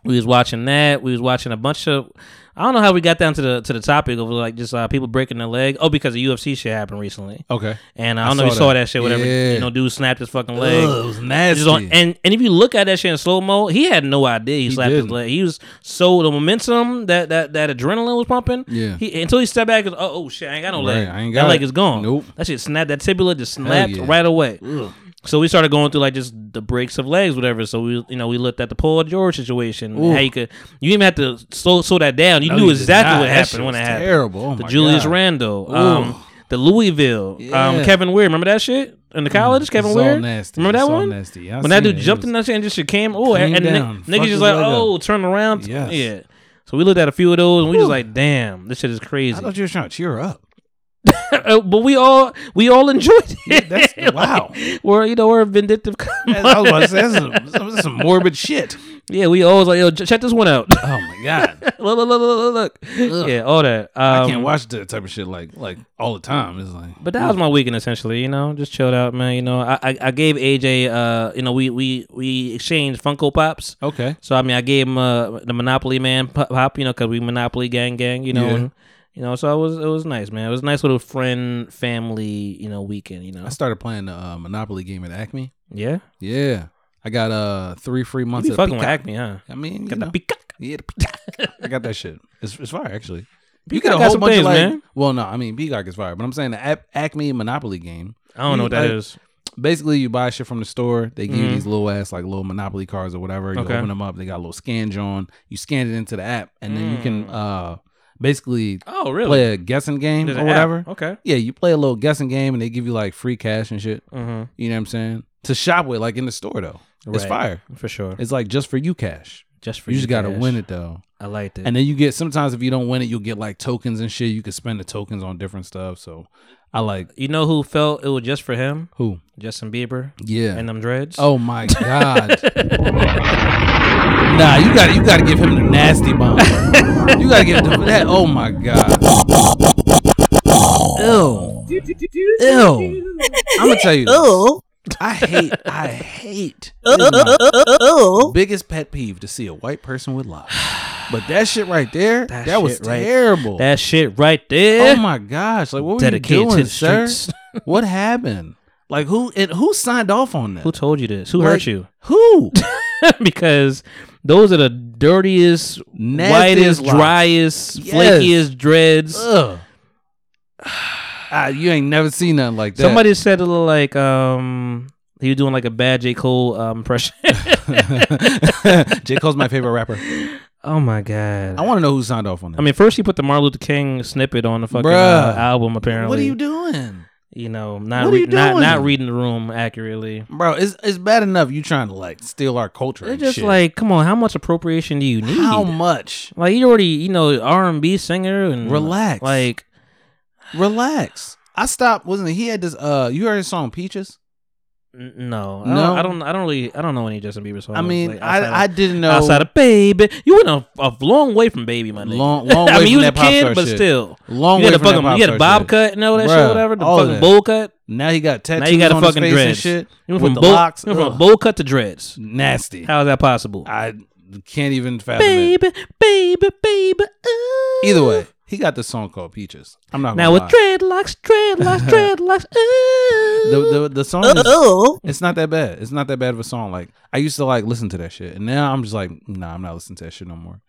H: We was watching that. We was watching a bunch of. I don't know how we got down to the to the topic of like just uh, people breaking their leg. Oh, because the UFC shit happened recently.
A: Okay.
H: And I
A: I
H: don't know if you
A: saw
H: saw
A: that.
H: that shit. Whatever.
A: Yeah.
H: You know, dude snapped his fucking leg.
A: Ugh, it was nasty.
H: Just on- and and if you look at that shit in slow mo, he had no idea he,
A: He
H: slapped his
A: didn't.
H: leg. He was so the momentum that that that adrenaline was pumping.
A: Yeah.
H: He until he stepped back. 'cause, Oh, oh shit! I ain't got no leg.
A: Right, I ain't
H: that
A: got
H: leg
A: it.
H: is gone.
A: Nope.
H: That shit snapped. That tibia just snapped
A: yeah.
H: right away.
A: Ugh.
H: So we started going through like just the breaks of legs, whatever. So we, you know, we looked at the Paul George situation.
A: Ooh.
H: How you could, you even had to slow, slow that down. You
A: No,
H: knew
A: you did
H: exactly
A: not.
H: what
A: That shit
H: happened when it
A: was
H: happened.
A: terrible. Oh,
H: the
A: my
H: Julius
A: God.
H: Randle,
A: Ooh.
H: um, the Louisville,
A: Yeah. Mm-hmm.
H: um, Kevin Weir. Remember that shit in the college? Kevin
A: it's all
H: Weir.
A: nasty.
H: Remember that
A: It's all
H: one?
A: nasty. I
H: when that
A: seen
H: dude
A: it. It
H: jumped
A: was-
H: in that shit and just shit came. Oh,
A: Came
H: and, and
A: down.
H: ni-
A: Fucked
H: niggas
A: his
H: just like,
A: leg up.
H: oh, turn around.
A: Yes.
H: Yeah. So we looked at a few of those and we just like, damn, this shit is
A: I
H: crazy.
A: thought you were trying to cheer her up.
H: Uh, but we all we all enjoyed it.
A: that's- wow.
H: We're you know we're a vindictive.
A: I was about to say, that's some- that's some- that's some morbid shit.
H: Yeah, we always like yo ch- check this one out.
A: Oh my god.
H: look, look, look, look, look, look. Yeah, all that. Um,
A: I can't watch that type of shit like like all the time. It's like
H: But that was my weekend essentially, you know, just chilled out, man. You know, I I, I gave AJ, uh, you know, we we we exchanged Funko Pops.
A: Okay.
H: So I mean, I gave him uh, the Monopoly Man pop, pop you know, because we Monopoly gang gang, you know.
A: Yeah.
H: And, you know, so it was it was nice, man. It was a nice little friend family, you know, weekend. You know,
A: I started playing the uh, Monopoly game at Acme.
H: Yeah?
A: Yeah. I got uh three free months
H: be
A: of
H: fucking with
A: Peacock.
H: Acme, huh?
A: I mean, you
H: Got the
A: know. Yeah, the Peacock. I got that shit. It's, it's fire actually. you
H: Peacock
A: get a
H: got
A: whole
H: some
A: bunch
H: things,
A: of like,
H: man.
A: well, no, I mean Peacock is fire, but I'm saying the Ac- Acme Monopoly game.
H: I don't know what that
A: that is.
H: is.
A: Basically, you buy shit from the store. They give you
H: Mhm.
A: these little ass like little Monopoly cards or whatever. You
H: Okay.
A: open them up. They got a little scan John. You scan it into the app, and then you can uh basically
H: Mm. Oh, really?
A: play a guessing game
H: There's
A: or
H: an app.
A: whatever.
H: Okay.
A: Yeah, you play a little guessing game, and they give you like free cash and shit.
H: Mhm.
A: You know what I'm saying? To shop with, like in the store though, it's
H: Right.
A: fire
H: For sure.
A: It's like just for you cash.
H: Just for
A: you
H: you
A: just gotta
H: cash.
A: win it though.
B: I like that.
A: And then you get sometimes if you don't win it, you'll get like tokens and shit. You can spend the tokens on different stuff. So I like
H: You know who felt it was just for him?
A: Who?
H: Justin Bieber.
A: Yeah.
H: And them dreads.
A: Oh my god. nah, you got to you got to give him the nasty bomb. you got to give him that. Oh my god. Ew. Ew. I'm gonna tell you. this.
D: Ew.
A: I hate. I hate.
D: Ew.
A: this is my
D: Ew.
A: Biggest pet peeve to see a white person with locks. But that shit right there, that, was
H: shit right-
A: terrible.
H: That shit right there.
A: Oh my gosh! Like what were
H: Dedicated
A: you
H: to
A: doing,
H: the
A: sir?
H: streets.
A: what happened? Like who and who signed off on that?
H: Who told you this? Who
A: Like,
H: hurt you?
A: Who?
H: because those are the dirtiest,
A: Nastiest
H: whitest,
A: locks.
H: driest,
A: Yes.
H: flakiest dreads.
A: Ugh. Ah, you ain't never seen nothing like that.
H: Somebody said a little like um he was doing like a bad J Cole um, impression.
A: J Cole's my favorite rapper.
H: Oh my god!
A: I want to know who signed off on that.
H: I mean, first he put the Martin Luther King snippet on the fucking
A: Bruh.
H: uh, album. Apparently,
A: What are you doing?
H: You know, not
A: What are
H: re-
A: you
H: not
A: doing?
H: not reading the room accurately.
A: Bro, it's it's bad enough you trying to like steal our culture.
H: They're
A: and
H: just
A: shit.
H: like, come on, how much appropriation do you need?
A: how much?
H: Like you already, you know, R and B singer and
A: Relax.
H: Like,
A: Relax. I stopped. Wasn't it? he had this? Uh, you heard his song Peaches?
H: n- no,
A: No.
H: no, I don't, I don't, I don't really, I don't know any Justin Bieber songs.
A: I mean,
H: like,
A: I,
H: outside of-
A: I didn't know.
H: outside of Baby, you went a, a long way from Baby, my nigga.
A: Long, long
H: I
A: way
H: mean, you
A: from
H: was a
A: that pop
H: kid,
A: star
H: but
A: shit.
H: still,
A: long
H: you
A: way
H: had a
A: from that
H: fucking,
A: pop
H: you had a
A: star
H: bob
A: shit.
H: cut and all that
A: Bruh,
H: shit, whatever. The
A: all
H: fucking
A: that.
H: bowl cut.
A: Now he got tattoos
H: Now you got a
A: on his
H: fucking
A: face and
H: dreads.
A: shit.
H: You went
A: with
H: from
A: the
H: bowl,
A: locks.
H: you went
A: Ugh.
H: from bowl cut to dreads.
A: nasty.
H: How is that possible?
A: I can't even fathom it.
H: Baby, baby, baby.
A: Either way, he got this song called Peaches. I'm not
H: Now
A: gonna
H: with
A: lie.
H: dreadlocks, dreadlocks, dreadlocks. Ooh.
A: the, the the song
H: Uh-oh.
A: is, it's not that bad. It's not that bad of a song. Like I used to like listen to that shit, and now I'm just like, nah, I'm not listening to that shit no more.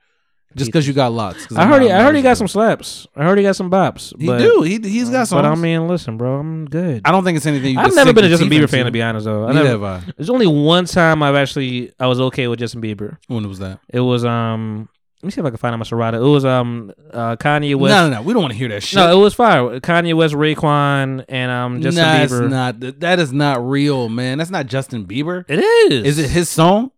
A: Just because you got lots.
H: I heard he, I heard he got some slaps. I heard he got some bops.
A: He
H: but-
A: do. He he's got some.
H: But I mean, listen, bro, I'm good.
A: I don't think it's anything. You
H: I've
A: can
H: never
A: sink
H: been a
A: your
H: Justin
A: teeth
H: Bieber fan,
A: into.
H: to be honest. Though I
A: Neither
H: never,
A: have I.
H: There's only one time I've actually I was okay with Justin Bieber.
A: When was that?
H: It was um. Let me see if I can find out my Serrata. It was um uh, Kanye West.
A: No, no, no. We don't want to hear that shit.
H: No, it was fire. Kanye West, Raekwon, and um Justin
A: nah,
H: Bieber.
A: it's not. Th- That is not real, man. That's not Justin Bieber.
H: It is.
A: Is it his song?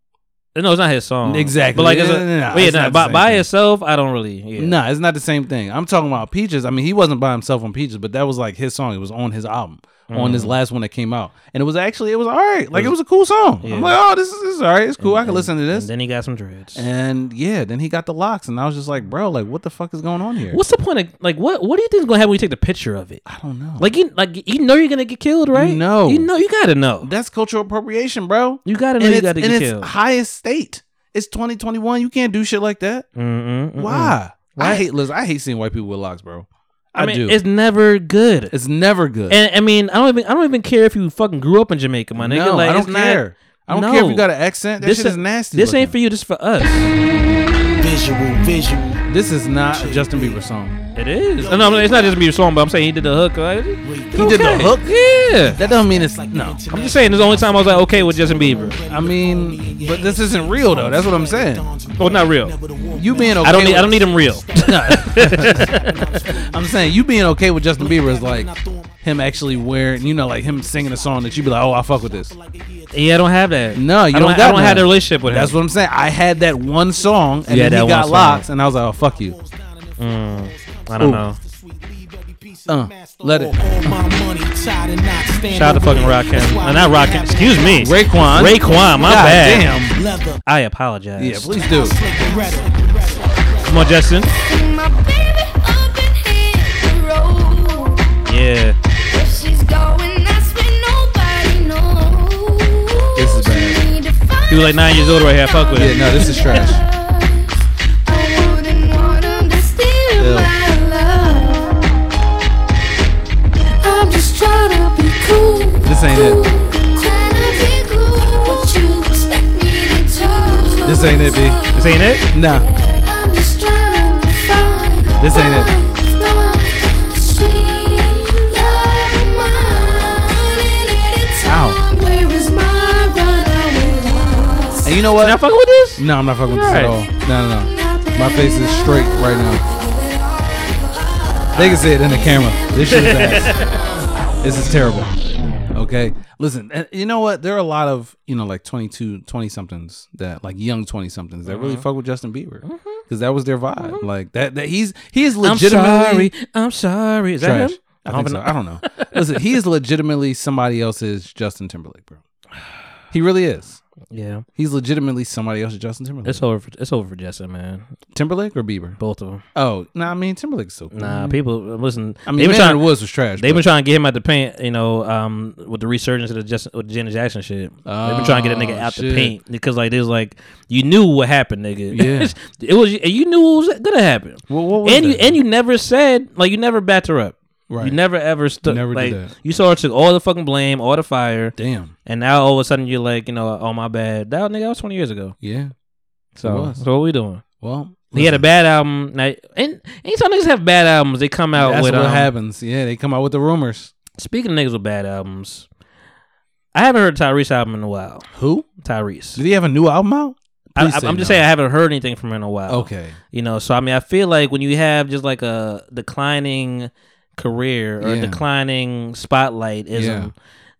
H: No, it's not his song.
A: Exactly.
H: But like, it's
A: No,
H: a,
A: no, no, no,
H: but yeah,
A: it's
H: nah,
A: not the
H: by,
A: same
H: by
A: thing.
H: itself, I don't really. Yeah.
A: Nah, it's not the same thing. I'm talking about Peaches. I mean, he wasn't by himself on Peaches, but that was like his song. It was on his album, on his
H: Mhm.
A: last one that came out, and it was actually it was all right. Like it was a cool song.
H: Yeah.
A: I'm like, oh, this is, this is all right. It's cool. I can listen to
H: And
A: this.
H: then he got some dreads.
A: And yeah, then he got the locks, and I was just like, bro, like what the fuck is going on here?
H: What's the point of like what? What do you think is gonna happen when you take the picture of it?
A: I don't know.
H: Like you like you know you're gonna get killed, right?
A: know.
H: you know you gotta know.
A: That's cultural appropriation, bro.
H: You gotta know
A: and
H: you
A: it's,
H: gotta
A: and
H: get
A: it's
H: killed.
A: highest state. It's 2021. You can't do shit like that.
H: Mm-mm, mm-mm.
A: Why? I
H: Mm-hmm, Why?
A: hate listen, I hate seeing white people with locks, bro. I,
H: I, mean,
A: do.
H: it's never good.
A: It's never good.
H: And I mean, I don't even I don't even care if you fucking grew up in Jamaica, my nigga.
A: No,
H: like,
A: I
H: it's
A: don't
H: not-
A: care. I don't care if you
H: No.
A: got an accent. That
H: this
A: shit is nasty
H: This
A: looking.
H: ain't for you. This is for us.
A: Visual, visual. This is not a Justin Bieber song.
H: It is. No, no, it's not just your song, but I'm saying he did the hook. Like, he
A: He did the hook.
H: Yeah.
A: That doesn't mean it's like no.
H: I'm just saying, this is the only time I was like okay with Justin Bieber.
A: I mean, but this isn't real though. That's what I'm saying.
H: Well, not real.
A: You being okay?
H: I don't need.
A: With,
H: I don't need him real.
A: I'm saying you being okay with Justin Bieber is like him actually wearing, you know, like him singing a song that you be like, oh, I fuck with this.
H: yeah, I don't have that.
A: No, you
H: I don't.
A: don't got
H: I don't have
A: none.
H: the relationship with him.
A: That's what I'm saying. I had that one song, and
H: You had
A: then he
H: that
A: got
H: one song.
A: locks, and I was like, oh, fuck you.
H: Mm, I don't
A: Ooh.
H: know.
A: Uh, let it.
H: Shout out to fucking Rakim. Uh, not Rakim. Excuse me.
A: Raekwon.
H: Raekwon. My
A: God
H: bad.
A: damn.
H: I apologize.
A: Yeah, please do.
H: Come on, Justin. Yeah.
A: This is bad.
H: He was like nine years old right here. Fuck with
A: Yeah,
H: it.
A: no, this is trash.
D: I'm just trying to be cool.
A: This ain't it. This ain't it, B.
H: This ain't it.
A: Nah, this ain't it. Ow. And you know what?
H: Not fucking with this.
A: No, I'm not fucking with this at all. No, no, no. My face is straight right now. They can see it in the camera. This shit is ass. this is terrible. Okay. Listen, and you know what? There are a lot of, you know, like 22, 20 somethings that, like young 20 somethings that really
H: Mhm.
A: fuck with Justin Bieber. because that was their vibe. Like that, that he's he is
H: Mm-hmm. I'm
A: legitimately.
H: sorry. I'm sorry. Is that
A: Trash.
H: him?
A: I, think so. I don't know. Listen, he is legitimately somebody else's Justin Timberlake, bro. He really is.
H: Yeah.
A: He's legitimately somebody else's Justin Timberlake.
H: It's over. For, it's over for Justin, man.
A: Timberlake or Bieber?
H: Both of them.
A: Oh, no, I mean Timberlake's so cool.
H: Nah, people uh, listen.
A: I mean,
H: they've been
A: Man
H: trying-
A: Woods was trash.
H: They've
A: but-
H: been trying to get him out the paint, you know, um, with the resurgence of the Justin with Janet Jackson shit. they've been trying to get a nigga
A: Oh,
H: out
A: shit.
H: the paint because like there's like you knew what happened, nigga.
A: Yeah.
H: it was you knew what was gonna happen.
A: what was
H: and you
A: that?
H: and you never said like you never backed her up.
A: Right.
H: You never ever stood.
A: Never did
H: like,
A: that.
H: You saw her took all the fucking blame, all the fire.
A: Damn.
H: And now all of a sudden you're like, you know, oh my bad. That nigga that was twenty years ago.
A: Yeah. It
H: So
A: was.
H: so what we doing?
A: Well,
H: he had a bad album. Now, and anytime niggas have bad albums, they come out
A: That's
H: with
A: what
H: um,
A: happens. Yeah, they come out with the rumors.
H: Speaking of niggas with bad albums, I haven't heard Tyrese album in a while.
A: Who?
H: Tyrese.
A: Did he have a new album out?
H: I,
A: Please
H: I-
A: say
H: I'm just
A: no.
H: saying I haven't heard anything from him in a while.
A: Okay.
H: You know, so I mean, I feel like when you have just like a declining career or
A: Yeah.
H: declining spotlight ism,
A: Yeah.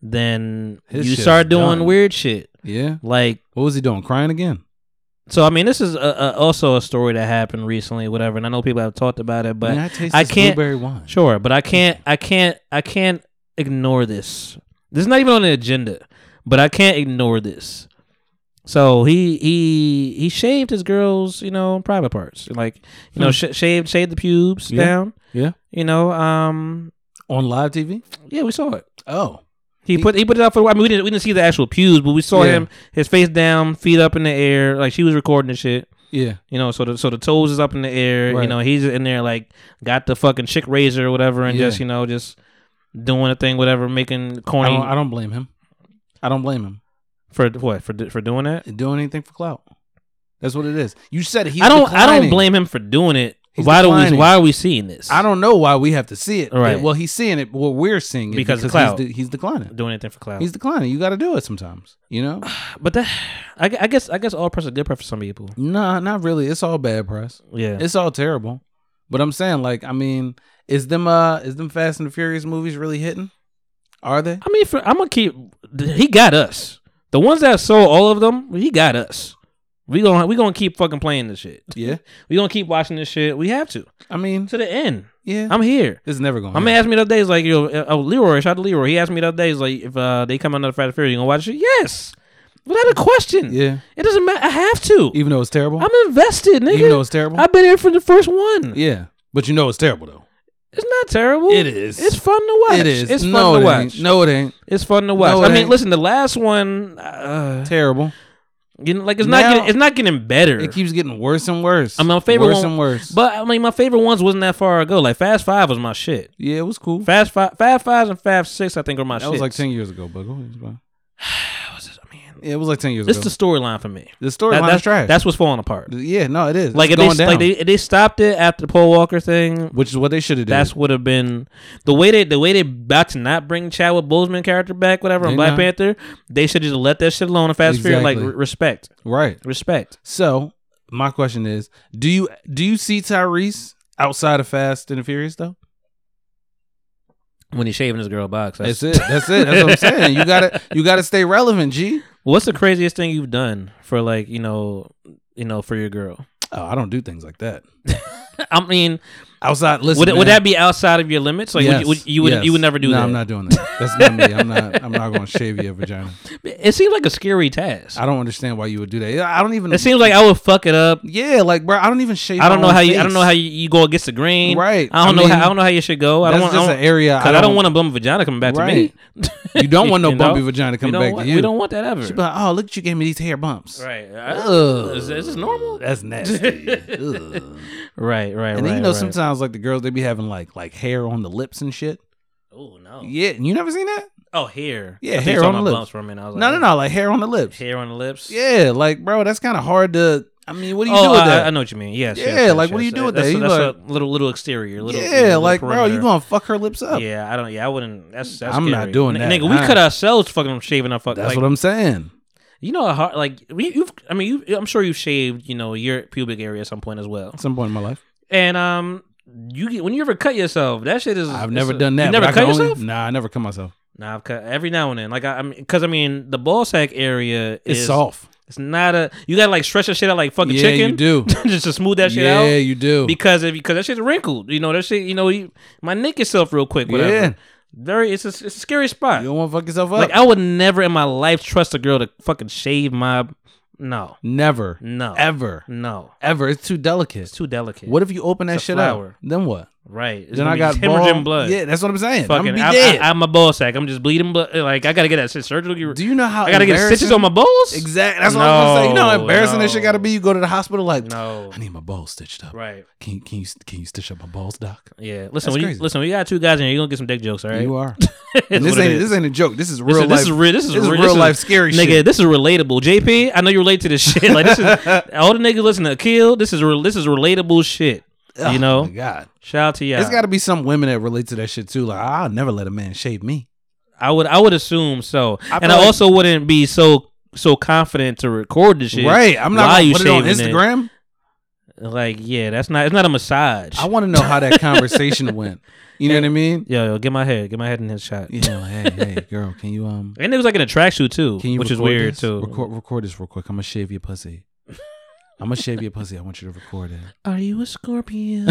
H: then
A: His
H: you
A: shit's
H: start doing
A: done.
H: weird shit.
A: Yeah.
H: Like
A: what was he doing? Crying again?
H: So I mean, this is a, a, also a story that happened recently, whatever. And I know people have talked about it, but
A: May I taste this
H: can't.
A: blueberry wine?
H: Sure, but I can't. I can't. I can't ignore this. This is not even on the agenda, but I can't ignore this. So he he he shaved his girl's you know private parts, like you know
A: Hmm.
H: sh- shaved shaved the pubes
A: Yeah.
H: down.
A: Yeah.
H: You know, um,
A: on live TV.
H: Yeah, we saw it.
A: Oh,
H: he, put he put it out for. I mean, we didn't we didn't see the actual pews, but we saw
A: Yeah.
H: him his face down, feet up in the air, like she was recording the shit.
A: Yeah.
H: you know, so the so the toes is up in the air. You
A: Right.
H: know, he's in there like got the fucking chick razor or whatever, and
A: Yeah.
H: just you know just doing a thing, whatever, making corny.
A: I don't, I don't blame him. I don't blame him
H: for what for d- for doing that.
A: doing anything for clout. That's what it is. You said he.
H: I don't I don't blame him for doing it.
A: He's
H: why do
A: declining.
H: we why are we seeing this?
A: I don't know why we have to see it.
H: Right.
A: Well, he's seeing it. Well, we're seeing it
H: Because of
A: he's,
H: clout.
A: de- he's declining.
H: Doing anything for clout.
A: He's declining. You got to do it sometimes. You know.
H: but that I, gu- I guess I guess all press is good press for some people.
A: Nah, not really. It's all bad press.
H: Yeah.
A: It's all terrible. But I'm saying, like, I mean, is them uh is them Fast and the Furious movies really hitting? Are they?
H: I mean, for, I'm gonna keep. He got us. The ones that sold all of them, he got us. We gonna we gonna keep fucking playing this shit.
A: Yeah.
H: we gonna keep watching this shit. We have to.
A: I mean,
H: to the end.
A: Yeah,
H: I'm here.
A: It's never going.
H: My man asked me the other day, he's like, yo, uh, oh, Leroy, shout out to Leroy. He asked me the other day, he's like, if uh, they come out another Fast and Furious, you gonna watch it? Yes, without a question.
A: Yeah.
H: It doesn't matter. I have to.
A: Even though it's terrible.
H: I'm invested, nigga.
A: Even though it's terrible?
H: I've been here for the first one.
A: yeah, but you know it's terrible though.
H: It's not terrible. It
A: is.
H: It's fun to watch.
A: It is.
H: It's fun
A: No,
H: to
A: it
H: watch.
A: ain't. No, it ain't.
H: It's fun to watch.
A: No, it
H: I mean,
A: ain't.
H: listen, the last one, uh,
A: terrible.
H: You know, like it's
A: Now-
H: not getting, it's not getting better.
A: It keeps getting worse and worse.
H: I mean, my favorite
A: worse
H: one,
A: and worse.
H: But I mean, my favorite ones wasn't that far ago. Like Fast Five was my shit.
A: Yeah, it was cool.
H: Fast Five, Fast Fives, and Fast Six, I think, are my.
A: That was like
H: shits.
A: ten years ago, but go ahead, it's fine. Yeah, it was like ten years
H: It's
A: ago.
H: the storyline for me.
A: The storyline
H: that's,
A: is trash.
H: That's what's falling apart.
A: yeah, no, it is. It's
H: Like if they
A: going down.
H: like they if they stopped it after the Paul Walker thing,
A: which is what they should have done.
H: That's would have been the way they the way they about to not bring Chadwick Boseman character back, whatever, on
A: They
H: Black
A: not.
H: Panther. They should just let that shit alone and Fast Fury like
A: Exactly.
H: re- respect.
A: Right.
H: Respect.
A: So my question is, do you do you see Tyrese outside of Fast and the Furious though?
H: When he's shaving his girl box,
A: That's it. That's it. That's what I'm saying. You gotta you gotta stay relevant, G.
H: What's the craziest thing you've done for like you know, you know, for your girl?
A: Oh, I don't do things like that.
H: I mean,
A: outside. Listen,
H: would, it- would
A: man.
H: that be outside of your limits? Like, would you, would, you would
A: Yes.
H: you would never do
A: no,
H: that?
A: I'm not doing that. That's not me. I'm not. I'm not going to shave your vagina.
H: It seems like a scary task.
A: I don't understand why you would do that. I don't even.
H: It seems like I would fuck it up.
A: Yeah, like bro, I don't even shave.
H: I don't
A: my
H: know
A: own
H: how you. I don't
A: face.
H: know how you, you go against the grain.
A: Right.
H: I don't
A: I
H: know.
A: mean,
H: how, I don't know how you should go. I don't
A: that's
H: want.
A: just
H: I don't,
A: an area I
H: Because I, don't
A: don't-
H: want a bum vagina coming back
A: Right.
H: to me.
A: You don't want no
H: You know?
A: bumpy vagina
H: We
A: coming
H: don't
A: back
H: want-
A: to you.
H: we don't want that ever.
A: She be like, oh, look at you gave me these hair bumps.
H: Right. Uh,
A: Ugh.
H: Is- is this normal?
A: That's nasty. Ugh.
H: Right. Right.
A: And then
H: right,
A: you know
H: right.
A: sometimes like the girls they be having like like hair on the lips and shit.
H: Oh no.
A: Yeah, you never seen that?
H: Oh, hair. I
A: Yeah,
H: thought you
A: hair
H: were
A: on
H: talking
A: the
H: about
A: lips.
H: bumps for a minute. I was
A: no,
H: like,
A: no, no, like hair on the lips.
H: Hair on the lips.
A: Yeah, like bro, that's kind of hard to. I mean, what do you
H: oh,
A: do with
H: I,
A: that?
H: I know what you mean. Yes.
A: Yeah,
H: yes, yes,
A: like what do you
H: yes.
A: do with
H: That's
A: that?
H: a-
A: You
H: That's
A: like-
H: a little little exterior. Little,
A: Yeah,
H: you know, little
A: like, bro, you
H: perimeter.
A: gonna fuck her lips up.
H: Yeah, I don't. Yeah, I wouldn't. That's that's.
A: I'm not
H: scary.
A: doing
H: N-
A: that.
H: Nigga, we
A: I-
H: cut ourselves fucking from shaving our fuck.
A: That's
H: like,
A: what I'm saying.
H: You know how hard, like we, you've. I mean, you. I'm sure you've shaved. You know your pubic area at some point as well.
A: At some point in my life,
H: And um, you get when you ever cut yourself, that shit is.
A: I've
H: it's
A: never
H: a-
A: done that.
H: You
A: but
H: never
A: I
H: cut
A: can only-
H: yourself.
A: Nah, I never cut myself.
H: Nah, I've cut every now and then. Like I, I mean, because I mean, the ball sack area
A: It's
H: is
A: soft.
H: It's not a you gotta like stretch that shit out like fucking
A: Yeah,
H: chicken.
A: you do.
H: just to smooth that shit
A: Yeah,
H: out.
A: you do.
H: because if because that shit's wrinkled. You know that shit. You know you my nick yourself real quick. Whatever.
A: Yeah.
H: Very, it's a, it's a scary spot. You
A: don't want to fuck yourself up.
H: Like I would never in my life trust a girl to fucking shave my, no,
A: Never.
H: no,
A: Ever.
H: no,
A: Ever. It's too delicate. It's
H: too delicate.
A: What if you open that
H: It's a
A: shit
H: flower.
A: up? Then what?
H: Right. It's
A: then
H: gonna
A: I
H: be
A: got
H: hemorrhaging
A: ball-
H: blood.
A: Yeah, that's what I'm saying.
H: Fucking,
A: I'm gonna
H: I'm,
A: be dead.
H: I, am a ball sack. I'm just bleeding blood. Like I gotta get that shit surgery. Do
A: you know how
H: I gotta get stitches
A: embarrassing-
H: on my balls?
A: Exactly. That's what I'm saying. You know how
H: No,
A: embarrassing
H: no.
A: that shit got to be. You go to the hospital like,
H: no,
A: I need my balls stitched up.
H: Right.
A: Can you can you can you stitch up my balls, doc?
H: Yeah. Listen,
A: That's
H: when you,
A: crazy.
H: listen, when you got two guys in here, you're gonna get some dick jokes, all right?
A: You are.
H: It's
A: And
H: what
A: this
H: it
A: ain't
H: is.
A: this ain't a joke. This is
H: This
A: real
H: is-
A: life.
H: This is real. This is real,
A: real life scary
H: nigga,
A: shit.
H: This is relatable. JP, I know you relate to this shit. Like this is all the niggas listen to Kill. This is real. This is relatable shit.
A: Oh,
H: you know.
A: my God.
H: Shout out to y'all.
A: There's got to be some women that relate to that shit too. Like I'll never let a man shave me.
H: I would I would assume so,
A: I
H: and I
A: feel like-
H: also wouldn't be so so confident to record this shit.
A: Right. I'm not
H: while
A: gonna
H: you
A: put it on
H: shaving it.
A: Instagram.
H: Like, yeah, that's not. It's not a massage.
A: I want to know how that conversation went. You know what I mean?
H: Yo, yo, get my head, get my head in his shot.
A: You know, hey, hey, girl, can you um?
H: And it was like in a tracksuit too,
A: Can you
H: which is
A: record
H: weird
A: this?
H: too.
A: Record, record this real quick. I'm gonna shave your pussy. I'm gonna shave your pussy. I want you to record it.
H: Are you a Scorpio?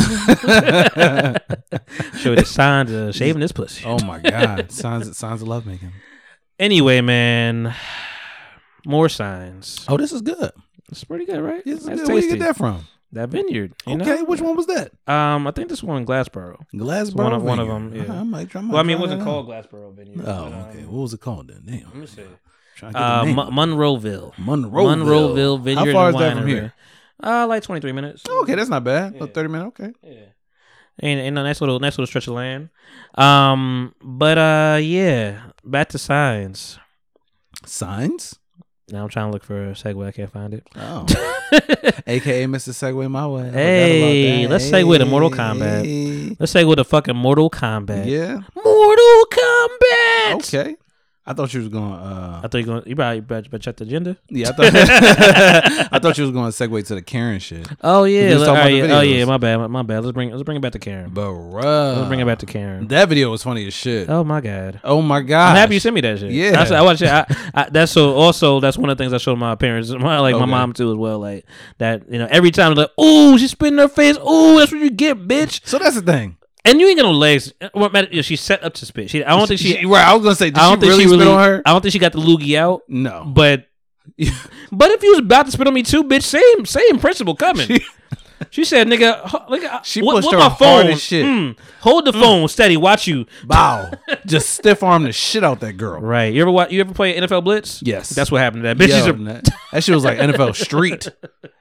H: Show the signs of shaving this pussy.
A: Oh my god, signs signs of lovemaking.
H: Anyway, man, more signs.
A: Oh, this is good.
H: It's pretty good, right?
A: This is
H: That's
A: good. Where you
H: tasty.
A: get that from?
H: That vineyard. You
A: okay,
H: know?
A: which one was that?
H: Um, I think this one in Glassboro.
A: Glassboro.
H: It's one of one of
A: Vineyard. Uh-huh,
H: them. Yeah.
A: I might- I might
H: well, I mean,
A: try
H: it wasn't
A: that
H: called
A: out.
H: Glassboro Vineyard.
A: Oh,
H: but,
A: okay. What was it called then? Damn.
H: Let me see.
A: Trying to get the
H: Uh,
A: name
H: Mo-
A: up.
H: Monroeville.
A: Monroeville.
H: Monroeville Vineyard.
A: How far
H: and
A: is that from
H: Winery.
A: here?
H: Uh, like twenty three minutes.
A: Okay, that's not bad. About thirty minutes. Okay.
H: And, and a nice little nice little stretch of land. Um, but uh, yeah, back to signs.
A: Signs.
H: Now I'm trying to look for a segue. I can't find it.
A: Oh. AKA Mr. Segway my way. I forgot
H: Hey,
A: about that.
H: let's segue to Mortal Kombat.
A: Hey.
H: Let's segue to fucking Mortal Kombat.
A: Yeah.
H: Mortal Kombat.
A: Okay. I thought you was going. Uh,
H: I thought you going. You probably better, better check the agenda.
A: yeah, I thought I thought you was going to segue to the Karen shit.
H: Oh
A: You
H: yeah.
A: was
H: All
A: talking about
H: right,
A: the
H: yeah. oh yeah.
A: videos.
H: My bad. My, my bad. Let's bring. Let's bring it back to Karen.
A: Bruh.
H: Let's bring it back to Karen.
A: That video was funny as shit.
H: Oh my god.
A: Oh my god.
H: I'm happy you sent me that shit.
A: Yeah.
H: That's- I, watched it. I, I, that's so. Also, that's one of the things I showed my parents, my like my
A: Okay.
H: mom too as well. Like that, you know, every time they're like, "Oh, she's spitting in her face. Oh, that's what you get, bitch."
A: So that's the thing.
H: And you ain't got no legs. What matter? You know, she set up to spit. She, I don't think she.
A: She- right, I was gonna say, did
H: I don't
A: she
H: think she
A: really
H: really.
A: spit on her?
H: I don't think she got the loogie out.
A: No.
H: But, but if you was about to spit on me too, bitch, same same principle coming. She, said, "Nigga, ho- look, at-
A: She
H: what,
A: pushed
H: what
A: her
H: my
A: hard
H: phone?
A: as shit.
H: Mm, hold the phone steady. Watch you.
A: Bow. Just stiff arm the shit out that girl.
H: Right. You ever watch? You ever play NFL Blitz?
A: Yes.
H: That's what happened to that bitch.
A: Yo,
H: She's a-
A: that, that shit was like NFL Street.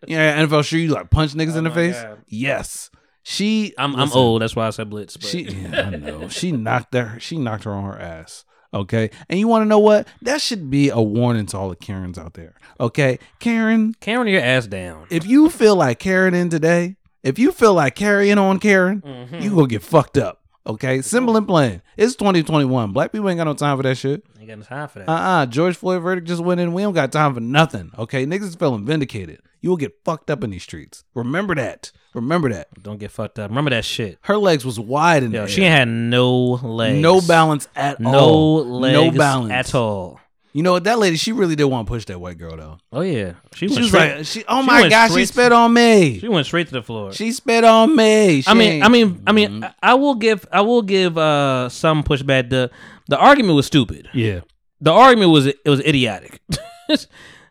A: Yeah, NFL Street. You like punch niggas in the face. Yes. She.
H: I'm I'm
A: listen,
H: old. That's why I said Blitz. But.
A: She. Yeah, I know. she knocked her. She knocked her on her ass. Okay. And you want to know what? That should be a warning to all the Karens out there. Okay, Karen.
H: Karen your ass down.
A: If you feel like Karen in today, if you feel like carrying on Karen,
H: Mm-hmm.
A: you gonna get fucked up. Okay, simple and plain. It's 2021. Black people ain't got no time for that shit.
H: Ain't got no time for that.
A: Uh uh George Floyd verdict just went in. We don't got time for nothing. Okay. Niggas is feeling vindicated. You will get fucked up in these streets. Remember that. Remember that.
H: Don't get fucked up. Remember that shit.
A: Her legs was wide in
H: Yo,
A: the
H: she
A: air.
H: ain't had no legs.
A: Oh, No balance at
H: no
A: all.
H: legs.
A: No balance.
H: at all.
A: You know what? That lady, she really did want to push that white girl though.
H: Oh yeah. She,
A: She,
H: went
A: was
H: straight-
A: like, she, oh
H: she
A: my
H: went
A: God, she
H: straight-
A: spit on me.
H: She went straight to the floor.
A: She spit on me. She
H: I mean, I
A: ain't-
H: mean, I mean, I- I will give, I will give uh some pushback. The the argument was stupid.
A: Yeah.
H: The argument was it was idiotic.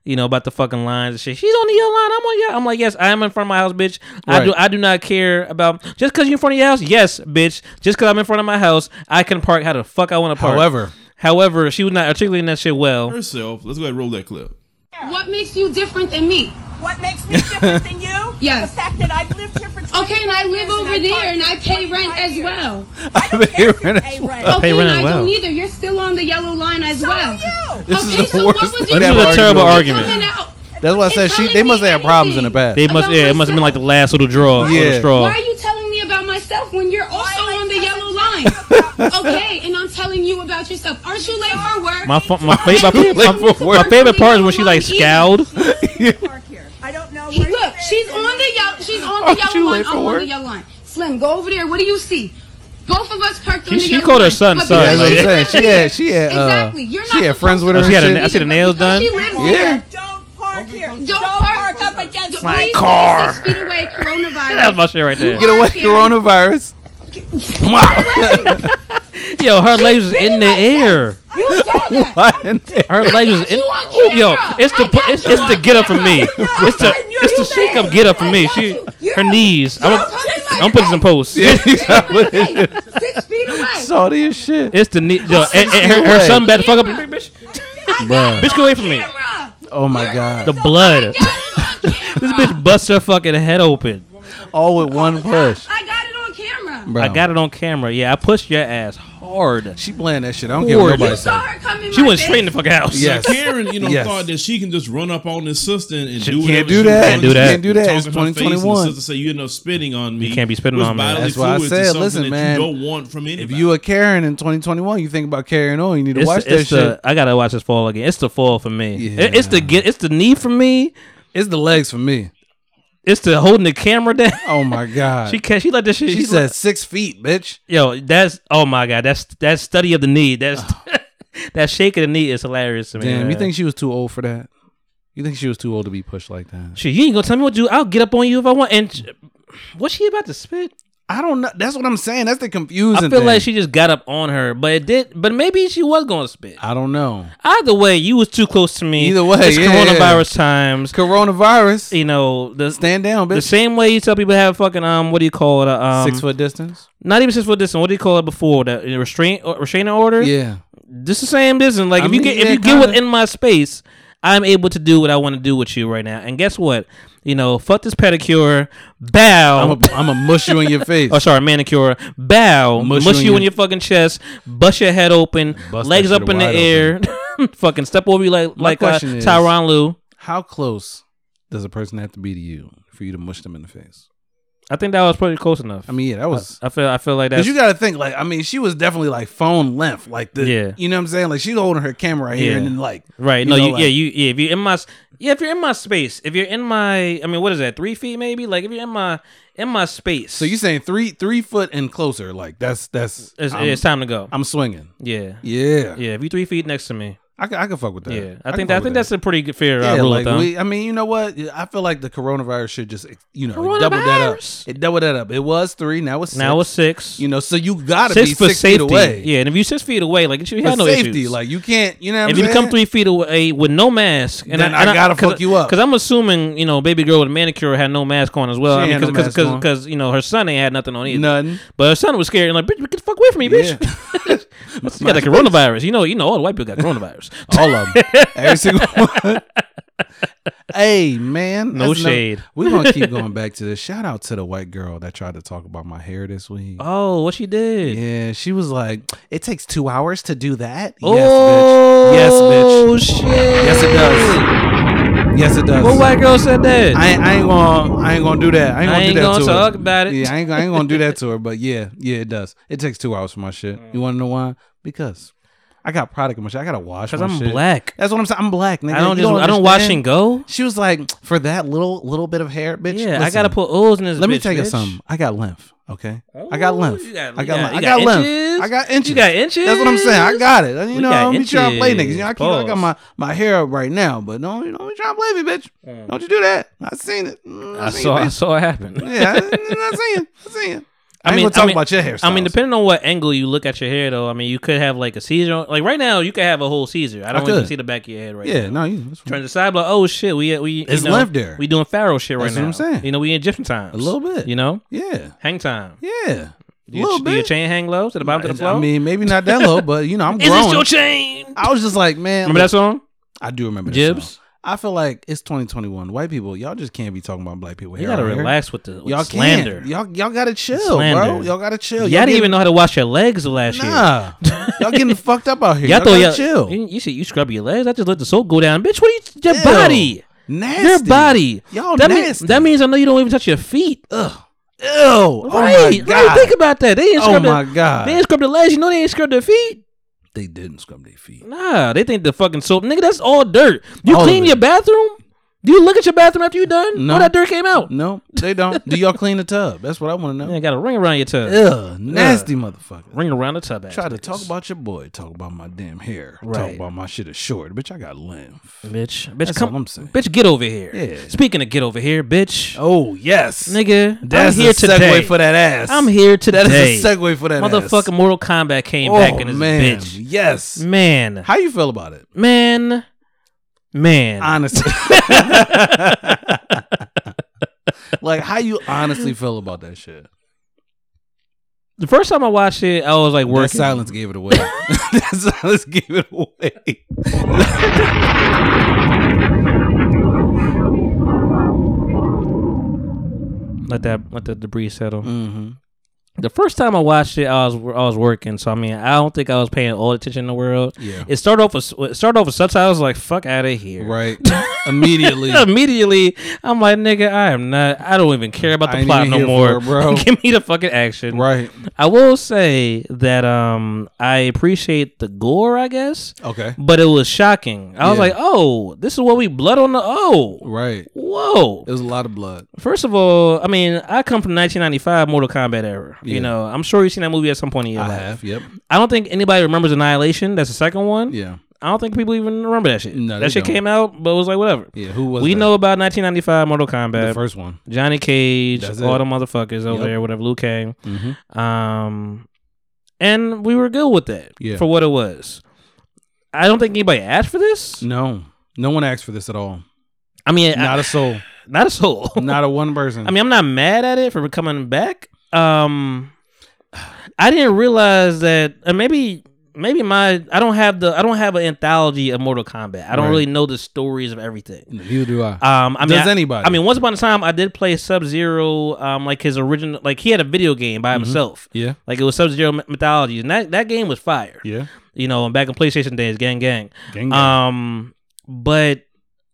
H: you know about the fucking lines and shit. She's on the yellow line. I'm on your. I'm like, yes, I am in front of my house, bitch. I
A: Right.
H: do. I do not care about just because you're in front of your house. Yes, bitch. Just because I'm in front of my house, I can park how the fuck I want to park.
A: However-
H: however, she was not articulating that shit well.
P: herself. Let's go ahead and roll that clip.
Q: What makes you different than me? What makes me different than you? Yes. The fact that I've lived here for Okay, and I live over there and I pay rent as well.
A: I
Q: okay,
A: pay
Q: and
A: rent
Q: I
A: as well.
Q: don't either. You're still on the yellow line as well.
A: This
Q: okay,
A: is the
Q: so
A: worst.
Q: what would
A: thing
Q: you
A: I've
H: This is a
A: heard.
H: terrible
Q: coming
H: argument.
Q: out?
A: That's why I said she. They must have had problems in the past.
H: They must. Yeah, it must have been like the last little draw. Yeah.
A: Yeah.
H: straw.
Q: Why are you telling me about myself when you're also on the yellow line? okay, and I'm telling you about yourself. Aren't you late for work?
H: My fa- my, fa- my, my, my favorite part is when she like scowled.
Q: He- look, she's on the yellow. She's on
H: Aren't
Q: the
H: you
Q: yellow line.
H: late for
Q: I'm on
H: work?
Q: the yellow line. Slim, go over there. What do you see? Both of us parked on
H: She-
Q: the
H: she
Q: yellow
H: called her
Q: line.
H: son,
Q: But
H: sorry.
Q: because
H: That's what I'm
Q: she
H: saying.
Q: lives
H: She
Q: here-
A: had- she had, uh,
Q: exactly. You're
A: she
Q: not
A: had friends with
H: Oh,
A: her.
H: she had
A: and
H: a- I
A: shit.
H: see the nails done.
Q: She lives
A: Yeah.
Q: here.
A: my
Q: Please
A: car.
Q: Stay six feet away, coronavirus.
H: That's my shit right there.
A: Get away,
Q: Get
A: coronavirus.
H: Yo, her legs was in the air. Her legs was in. Yo, it's the it's, it's the get up for me. It's the it's the shake up get up for me. She her knees. I'm I'm putting some posts.
Q: Six feet away.
A: Salty as shit.
H: It's the knee. Yo, and,
A: feet
H: and her, her
A: away.
H: son better fuck up. Bitch, bitch, get away from me.
A: Oh my god.
H: The blood. this bitch busts her fucking head open.
A: All with one push.
Q: I got it on camera.
A: Bro.
H: I got it on camera. Yeah, I pushed your ass hard.
A: She playing that shit. I don't care what nobody say.
H: She went straight in the fucking house.
A: Yes.
P: Karen, you know,
A: Yes.
P: thought that she can just run up on this sister and
A: She
P: do
A: can't
P: whatever
A: do
P: she
A: that.
P: wants.
A: Can't do that.
P: She
A: do that.
P: talk
A: It's
P: in her face and the
A: 2021.
P: Sister say you end up spitting on me.
H: You can't be spitting
P: which
H: on me.
P: bodily
A: That's why I
P: fluids is
A: said,
P: something
A: listen,
P: that
A: man,
P: You don't want from anybody.
A: If you a Karen in 2021, you think about Karen on. You need to
H: It's,
A: watch
H: the- it's
A: that
H: the,
A: shit.
H: I gotta watch this fall again. It's the fall for me. It- it's the get. It's the knee for me.
A: It's the legs for me.
H: It's the holding the camera down.
A: Oh my god.
H: She can She let this shit.
A: She
H: she's
A: said
H: like-
A: six feet, bitch.
H: Yo, that's oh my god. That's that study of the knee. That's that shake of the knee is hilarious to me.
A: Damn, you
H: man.
A: think she was too old for that? You think she was too old to be pushed like that?
H: Shit, you ain't gonna tell me what to do. I'll get up on you if I want. And what's she about to spit?
A: I don't know. That's what I'm saying. That's the confusing.
H: I feel like she just got up on her, but it did. But maybe she was gonna spit.
A: I don't know.
H: Either way, you was too close to me.
A: Either way,
H: it's
A: yeah,
H: coronavirus times.
A: Coronavirus.
H: You know, the,
A: stand down, bitch.
H: The same way you tell people to have fucking um, what do you call it? Uh, um,
A: Six foot distance.
H: Not even six foot distance. What do you call it before that uh, restraint uh, restraining order?
A: Yeah.
H: this the same distance. Like
A: I
H: if
A: mean,
H: you get
A: yeah,
H: if you
A: kinda.
H: get within my space, I'm able to do what I want to do with you right now. And guess what? You know, fuck this pedicure. Bow.
A: I'm a, I'm a mush you in your face.
H: Oh, sorry, manicure. Bow,
A: Mush
H: mush,
A: you in
H: you,
A: your-
H: in your fucking chest, bust your head open,
A: Bust
H: legs
A: that shit
H: up in the
A: wide
H: air, fucking step over you like
A: My
H: like uh,
A: question is-
H: Tyron Lue.
A: How close does a person have to be to you for you to mush them in the face?
H: I think that was probably close enough.
A: I mean, yeah, that was.
H: I, I feel I feel like
A: Cause
H: that's
A: you got to think, like, I mean, she was definitely like phone length, like the,
H: Yeah.
A: you know what I'm saying? Like she's holding her camera right here, and then like,
H: right. no,
A: know,
H: you,
A: like-
H: yeah, you yeah. If you're in my s- yeah, if you're in my space, if you're in my, I mean, what is that? Three feet maybe? Like if you're in my in my space,
A: So you saying three three foot and closer? Like that's that's
H: it's,
A: I'm-
H: it's time to go.
A: I'm swinging.
H: Yeah.
A: Yeah.
H: Yeah. If you three feet next to me,
A: I can I can fuck with that.
H: yeah, I,
A: can
H: think
A: fuck
H: that, I
A: with
H: think that's a pretty good fair uh,
A: yeah,
H: rule
A: like
H: of thumb.
A: we, I mean, you know what? I feel like the coronavirus should just you know it doubled that up. It doubled that up. It was three. Now it's
H: Now
A: six.
H: it's six.
A: You know, so you gotta
H: six
A: be
H: for
A: six
H: safety.
A: feet away.
H: Yeah, and if you six feet away, like you
A: For
H: have no
A: safety,
H: issues.
A: like you can't. You know, what
H: if
A: I'm
H: you become
A: saying?
H: three feet away with no mask, and
A: Then I gotta fuck you up.
H: because I'm assuming you know, baby girl with a manicure had no mask on as well.
A: She
H: I mean,
A: had no
H: because
A: mask on.
H: because you know her son ain't had nothing on either.
A: Nothing.
H: But her son was scared and like, bitch, get the fuck away from me, bitch. you got the coronavirus. You know, you know, all the white people got coronavirus.
A: all of them, every single one. hey man,
H: No
A: that's another-
H: shade.
A: We're gonna keep going back to this. Shout out to the white girl that tried to talk about my hair this week.
H: Oh, what she did?
A: Yeah, she was like, "It takes two hours to do that."
H: Oh,
A: yes, bitch. Yes, bitch.
H: shit.
A: Yes, it does. Yes, it does.
H: Oh, What white girl said that?
A: I, ain't- I ain't gonna. I ain't gonna do that. I ain't
H: I
A: gonna,
H: ain't
A: do that
H: gonna
A: to her.
H: talk about it.
A: Yeah, I ain't, I ain't gonna do that to her. But yeah, yeah, it does. It takes two hours for my shit.
H: Mm.
A: You want to know why? Because I got product in my shit. I gotta wash.
H: 'Cause
A: my
H: I'm
A: shit.
H: black.
A: That's what I'm saying. I'm black. Nigga.
H: I don't
A: You
H: just- I don't wash
A: understand?
H: and go?
A: She was like, for that little little bit of hair, bitch.
H: Yeah, I
A: listen,
H: gotta put O's in this
A: Let me
H: bitch,
A: tell you
H: bitch.
A: something. I got lymph. Okay, I got lymph.
H: you got-
A: I got,
H: you
A: lymph.
H: got- you
A: I
H: got
A: got lymph.
H: inches?
A: I got inches.
H: You got
A: That's what I'm saying. I
H: inches?
A: got it. You
H: We
A: know,
H: got
A: I don't be trying to play niggas.
H: inches.
A: You know, I, keep, I got
H: Pause.
A: my my hair up right now, but don't don't be trying to play me, bitch. Don't you do that? I seen it. Mm,
H: Mm. I
A: seen
H: saw
A: it,
H: I
A: bitch.
H: saw it happen.
A: Yeah, I, I seen it. I seen it. I, ain't gonna talk about your hairstyle.
H: I mean, depending on what angle you look at your hair, though, I mean, you could have like a Caesar. Like right now, you could have a whole Caesar. I don't even
A: could.
H: see the back of your head right
A: yeah,
H: now.
A: no, you. That's
H: Turn to the side, like, oh shit, we we
A: It's
H: you know,
A: left there.
H: We doing Pharaoh shit right
A: That's what
H: now.
A: I'm saying.
H: You know, we in Egyptian times.
A: A little bit.
H: You know,
A: Yeah.
H: hang time.
A: Yeah,
H: Do your,
A: Little
H: do your
A: bit.
H: chain hang low to the bottom to the floor.
A: I mean, maybe not that low, but you know, I'm
H: Is this
A: growing.
H: your chain?
A: I was just like, man.
H: Remember that song?
A: I do remember that
H: Jibs?
A: song. I feel like it's 2021. White people, y'all just can't be talking about black people.
H: You
A: hair
H: gotta
A: on hair.
H: relax with the- with
A: y'all
H: slander.
A: Can't. Y'all y'all gotta chill, bro.
H: Slander.
A: Y'all gotta chill.
H: Y'all,
A: Y'all
H: didn't even know how to wash your legs last year.
A: Nah, y'all getting fucked up out here. Y'all,
H: thought
A: gotta
H: y'all-
A: chill.
H: You, you should you scrub your legs. I just let the soap go down, bitch. What are you? Your
A: Ew.
H: body,
A: Nasty.
H: your body.
A: Y'all
H: that mean-
A: nasty.
H: that means I know you don't even touch your feet.
A: Ugh. Ew. Oh my
H: Right.
A: god.
H: Like, think about that. They didn't
A: Oh
H: scrub
A: my
H: their,
A: God.
H: They didn't scrub their legs. You know they didn't scrub their feet.
A: they didn't scrub their feet.
H: Nah, they think the fucking soap, nigga. That's all dirt. You
A: All of
H: clean
A: it.
H: your bathroom.
B: Do you look at your bathroom after you done?
A: No.
B: No, that dirt came out.
A: No, they don't. Do y'all clean the tub? That's what I want to know.
B: Yeah, got a ring around your tub.
A: Ugh, nasty motherfucker.
B: Ring around the tub.
A: Try to
B: asterisk.
A: talk about your boy. Talk about my damn hair. Talk
B: Right.
A: about my shit is short. Bitch, I got lymph.
B: Bitch, bitch,
A: That's
B: come,
A: all I'm saying.
B: bitch, get over here.
A: Yeah.
B: Speaking of get over here, bitch.
A: Oh yes,
B: nigga.
A: That's
B: I'm here
A: a segue
B: today.
A: for that ass.
B: I'm here today.
A: That is a segue for that ass.
B: Motherfucking Mortal Kombat came
A: Oh,
B: back in this
A: man.
B: bitch.
A: Yes.
B: man.
A: How you feel about it?
B: Man, man.
A: Honestly. like how you honestly feel about that shit?
B: the first time I watched it, I was like,
A: That
B: working.
A: silence gave it away. that silence gave it away.
B: Let that let the debris settle. Mm-hmm. The first time I watched it, I was I was working, so I mean, I don't think I was paying all the attention in the world.
A: Yeah.
B: It started off with it started off with subtitles. Like fuck out of here,
A: right? Immediately.
B: Immediately, I'm like, nigga, I am not. I don't even care about
A: I
B: the
A: ain't
B: plot
A: even
B: no
A: here
B: more,
A: for it, bro.
B: Give me the fucking action,
A: Right.
B: I will say that um I appreciate the gore, I guess.
A: Okay.
B: But it was shocking. I was
A: Yeah.
B: like, oh, this is what we blood on the oh.
A: Right.
B: Whoa.
A: It was a lot of blood.
B: First of all, I mean, I come from 1995 Mortal Kombat era.
A: Yeah.
B: You know, I'm sure you've seen that movie at some point in your
A: I
B: life.
A: have, yep.
B: I don't think anybody remembers Annihilation. That's the second one.
A: Yeah.
B: I don't think people even remember that shit.
A: No, they
B: that shit
A: don't.
B: came out, but it was like whatever.
A: Yeah, who was
B: we
A: that?
B: know about 1995 Mortal Kombat,
A: The first one.
B: Johnny Cage,
A: That's
B: all
A: it.
B: the motherfuckers over
A: Yep.
B: there, whatever. Luke Kang,
A: Mhm.
B: um, and we were good with that
A: Yeah.
B: for what it was. I don't think anybody asked for this.
A: No. No one asked for this at all.
B: I mean,
A: Not
B: I-
A: a soul.
B: Not a soul.
A: Not a one person.
B: I mean, I'm not mad at it for coming back. Um, I didn't realize that, and maybe, maybe my I don't have the I don't have an anthology of Mortal Kombat. I don't
A: Right.
B: really know the stories of everything.
A: Neither do I.
B: Um, I mean,
A: Does
B: I-
A: anybody?
B: I, mean, once upon a time, I did play Sub Zero. Um, like his original, like he had a video game by himself.
A: Mm-hmm. Yeah.
B: like it was Sub Zero Mythologies, and that that game was fire.
A: Yeah.
B: you know, and back in PlayStation days, gang gang.
A: Gang, gang.
B: Um, but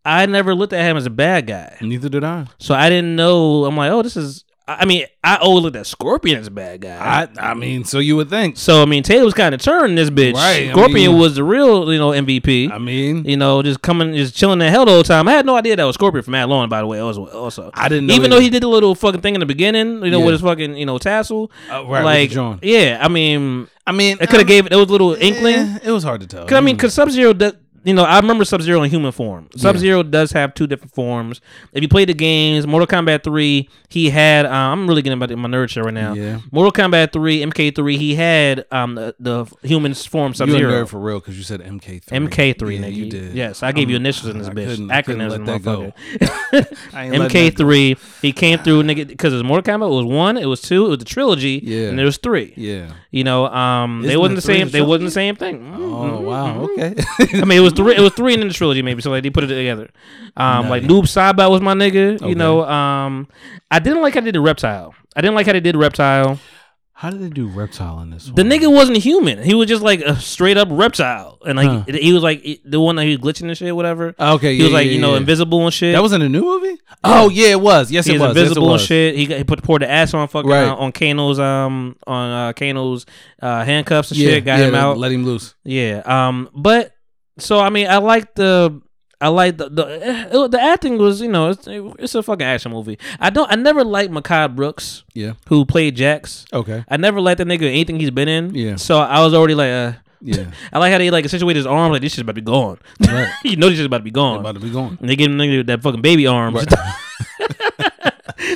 B: I never looked at him as a bad guy.
A: Neither did I.
B: So I didn't know. I'm like, oh, this is. I I mean, I always looked at Scorpion as a bad guy.
A: I I mean, so you would think.
B: So I mean, Taylor was kind of turning this bitch.
A: Right, I
B: Scorpion
A: mean-
B: was the real, you know, MVP. I
A: mean,
B: you know, just coming, just chilling the hell the whole time. I had no idea that was Scorpion from Matt Long, by the way. Also, also,
A: I didn't know
B: even
A: either.
B: though he did the little fucking thing in the beginning, you know,
A: Yeah.
B: with his fucking, you know, tassel.
A: Uh, right, with
B: like,
A: the joint.
B: yeah. I mean,
A: I mean,
B: it could have
A: um,
B: gave it those little inkling.
A: It was hard to tell.
B: Cause, I mean, because Sub Zero, you know, I remember Sub Zero in human form. Sub Zero does have two different forms. If you play the games, Mortal Kombat 3, he had, uh, I'm really getting about my nerd shit right now.
A: Yeah.
B: Mortal Kombat 3, MK3, he had um, the, the human form Sub
A: you a nerd
B: Zero.
A: for real because you said MK3.
B: MK3,
A: Yeah,
B: nigga.
A: You did.
B: Yes, I gave you
A: I'm-
B: initials in this
A: I
B: bitch.
A: couldn't- I couldn't
B: Acronyms,
A: let
B: in
A: that go.
B: motherfucker.
A: I ain't letting that go.
B: MK3, he came through, nigga, because it was Mortal Kombat. It was one, it was two, it was the trilogy,
A: Yeah.
B: and there was three.
A: Yeah.
B: You know, um, they
A: Isn't
B: wasn't
A: it
B: the
A: three in
B: same.
A: the
B: They wasn't
A: trilogy?
B: the same thing.
A: Oh, wow. Okay.
B: I mean, it was three. It was three in the trilogy, maybe. So like they put it together. Um, like Noob Saibot was my nigga. You
A: Okay.
B: know, um, I didn't like how they did Reptile. I didn't like how they did Reptile.
A: How did they do reptile in this one?
B: The nigga wasn't human. He was just like a straight up reptile, and like
A: Huh.
B: he was like the one that he was glitching and shit, whatever.
A: Okay,
B: he
A: yeah,
B: was like
A: yeah,
B: you know
A: yeah.
B: invisible and shit.
A: That was in a new movie? Oh, yeah, it was. Yes,
B: he
A: it was. Yes, it
B: invisible
A: was.
B: and shit. He, got, he put poured the ass on fucking
A: Right.
B: uh, on Kano's um on uh, Kano's uh, handcuffs and
A: Yeah,
B: shit. Got
A: yeah,
B: him out.
A: let him loose.
B: Yeah. Um. But so I mean, I like the. I like the the, eh, the acting was you know it's, it's a fucking action movie. I don't I never liked Makai Brooks.
A: Yeah.
B: Who played Jax?
A: Okay.
B: I never liked that nigga in anything he's been in.
A: Yeah.
B: So I was already like, uh,
A: Yeah.
B: I like how they like accentuate his arm. Like this shit's about to be gone. you know this shit's about to be gone.
A: About to be gone.
B: And they give him nigga that fucking baby arms.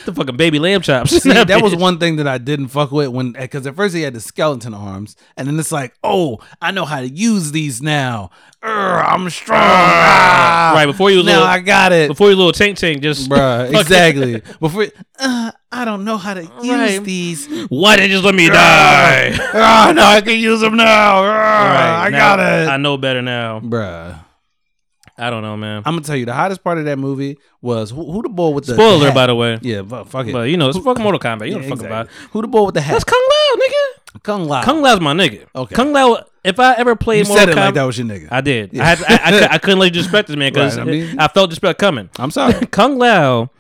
B: the fucking baby lamb chops.
A: See, that was
B: bitch.
A: one thing that I didn't fuck with when because at first he had the skeleton arms, and then it's like, oh, I know how to use these now. Urgh, I'm strong. Ah,
B: right before you was
A: now
B: little-
A: I got it,
B: Before your little tank tank just
A: Bruh,
B: fucking-
A: Exactly. Before uh, I don't know how to use
B: Right.
A: these.
B: Why didn't you just let me
A: Urgh.
B: die?
H: Ah,
A: Urgh, now I can use them now. Urgh, I
B: now-
A: got it.
B: Oh, I know better now,
A: bruh.
B: I don't know, man.
A: I'm gonna tell you the hottest part of that movie was who, who the boy with the
B: Spoiler,
A: the hat?
B: by the way.
A: Yeah, but fuck it.
B: But you know, it's
A: Who-
B: fucking Mortal Kombat. You know
A: Yeah,
B: what I'm fucking about.
A: exactly. Who the boy with the hat?
B: That's Kung Lao, nigga.
A: Kung Lao.
B: Kung Lao's my nigga.
A: Okay.
B: Kung Lao. If I ever played
A: You
B: Mortal
A: said it like
B: Kombat-
A: that was your nigga.
B: I did.
A: Yeah.
B: I, had, I, I, cou- I couldn't let you disrespect this man because
A: Right, I
B: I,
A: mean-
B: felt disrespect coming.
A: I'm sorry.
B: Kung Lao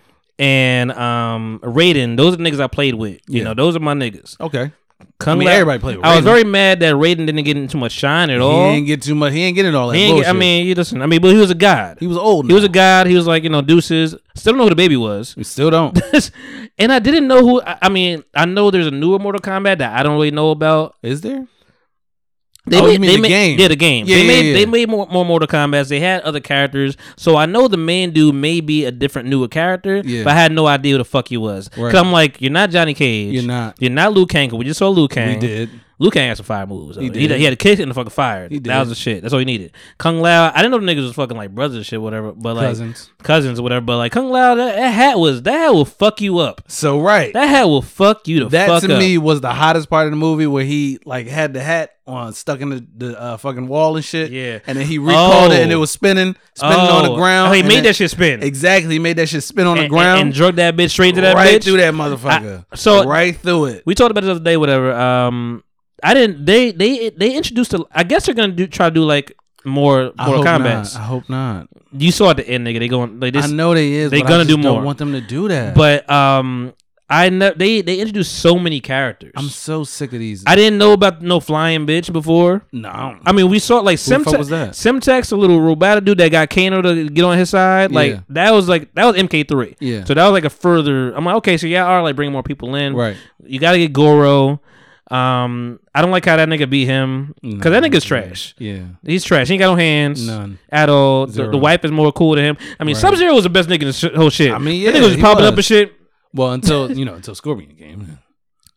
B: and um Raiden. Those are the niggas I played with. You know, those are my niggas.
A: Okay. I mean,
H: la-
A: everybody played with
H: I was
A: Raiden.
H: very mad that Raiden didn't get too much shine at all.
A: He ain't get too much. He ain't getting all that
H: He ain't get-
A: bullshit.
H: I mean, you listen. I mean, but he was a god. He
A: was old.
H: He was a god. He was like, you know, deuces. Still don't know who the baby was.
A: We still don't.
H: and I didn't know who. I, I mean, I know there's a newer Mortal Kombat that I don't really know about.
A: Is there?
H: They
A: Oh,
H: made,
A: you mean
H: they
A: the
H: made,
A: game.
H: Yeah, the game.
A: Yeah,
H: they
A: yeah,
H: made
A: yeah.
H: they made more, more Mortal Kombat. They had other characters, so I know the main dude may be a different newer character.
A: Yeah.
H: But I had no idea who the fuck he was. Cause
A: Right.
H: I'm like, you're not Johnny Cage.
A: You're not.
H: You're not Liu Kang. 'cause We just saw Liu Kang.
A: did.
H: Liu Kang had some fire moves. though.
A: He
H: He, he,
A: did.
H: had a kick and the fucking fire.
A: He
H: That was
A: did.
H: the shit. That's all he needed. Kung Lao. I didn't know the niggas was fucking like brothers and shit, whatever. But like
A: Cousins.
H: cousins or whatever. But like Kung Lao, that, that hat was that hat will fuck you up.
A: So right.
H: That hat will fuck you to
A: That
H: fuck
A: to
H: up.
A: me was the hottest part of the movie where he like had the hat on stuck in the, the uh, fucking wall and shit.
H: Yeah.
A: And then he recalled it and it
H: Oh.
A: was spinning, spinning on
H: Oh.
A: the ground.
H: Oh, he
A: and
H: made
A: then-
H: that shit spin.
A: Exactly. He made that shit spin on
H: and,
A: the ground.
H: and, and drug that bitch straight to that
A: right
H: bitch.
A: through that motherfucker.
H: I- so
A: right through it.
H: We talked about this other day, whatever. Um, I didn't. They they they introduced. A, I guess they're gonna do try to do like more
A: I
H: Mortal
A: hope
H: Kombat.
A: not. I hope not.
H: You saw at the end, nigga. They going. Like, this,
A: I know they is,
H: They
A: but I
H: gonna
A: just
H: do
A: don't
H: more.
A: want them to do that.
H: But um, I know they they introduced so many characters.
A: I'm so sick of these.
H: I didn't know about no flying bitch before.
A: No, I don't-
H: I mean we saw like
A: Who the fuck
H: Simtex.
A: was that?
H: Simtex, a little robotic dude that got Kano to get on his side. Like
A: Yeah.
H: that was like that was MK3.
A: Yeah.
H: So that was like a further. I'm like okay, so yeah, all right, like bring more people in.
A: Right.
H: You got to get Goro. Um, I don't like how that nigga beat him because that nigga's trash.
A: Yeah.
H: He's trash. He ain't got no hands.
A: None.
H: At all. The,
A: Zero.
H: the wife is more cool to him. I mean,
A: Right.
H: Sub Zero was the best nigga in the sh- whole shit.
A: I mean, yeah,
H: That nigga was
A: he
H: popping up
A: was.
H: and shit.
A: Well, until you know, until Scorpion came.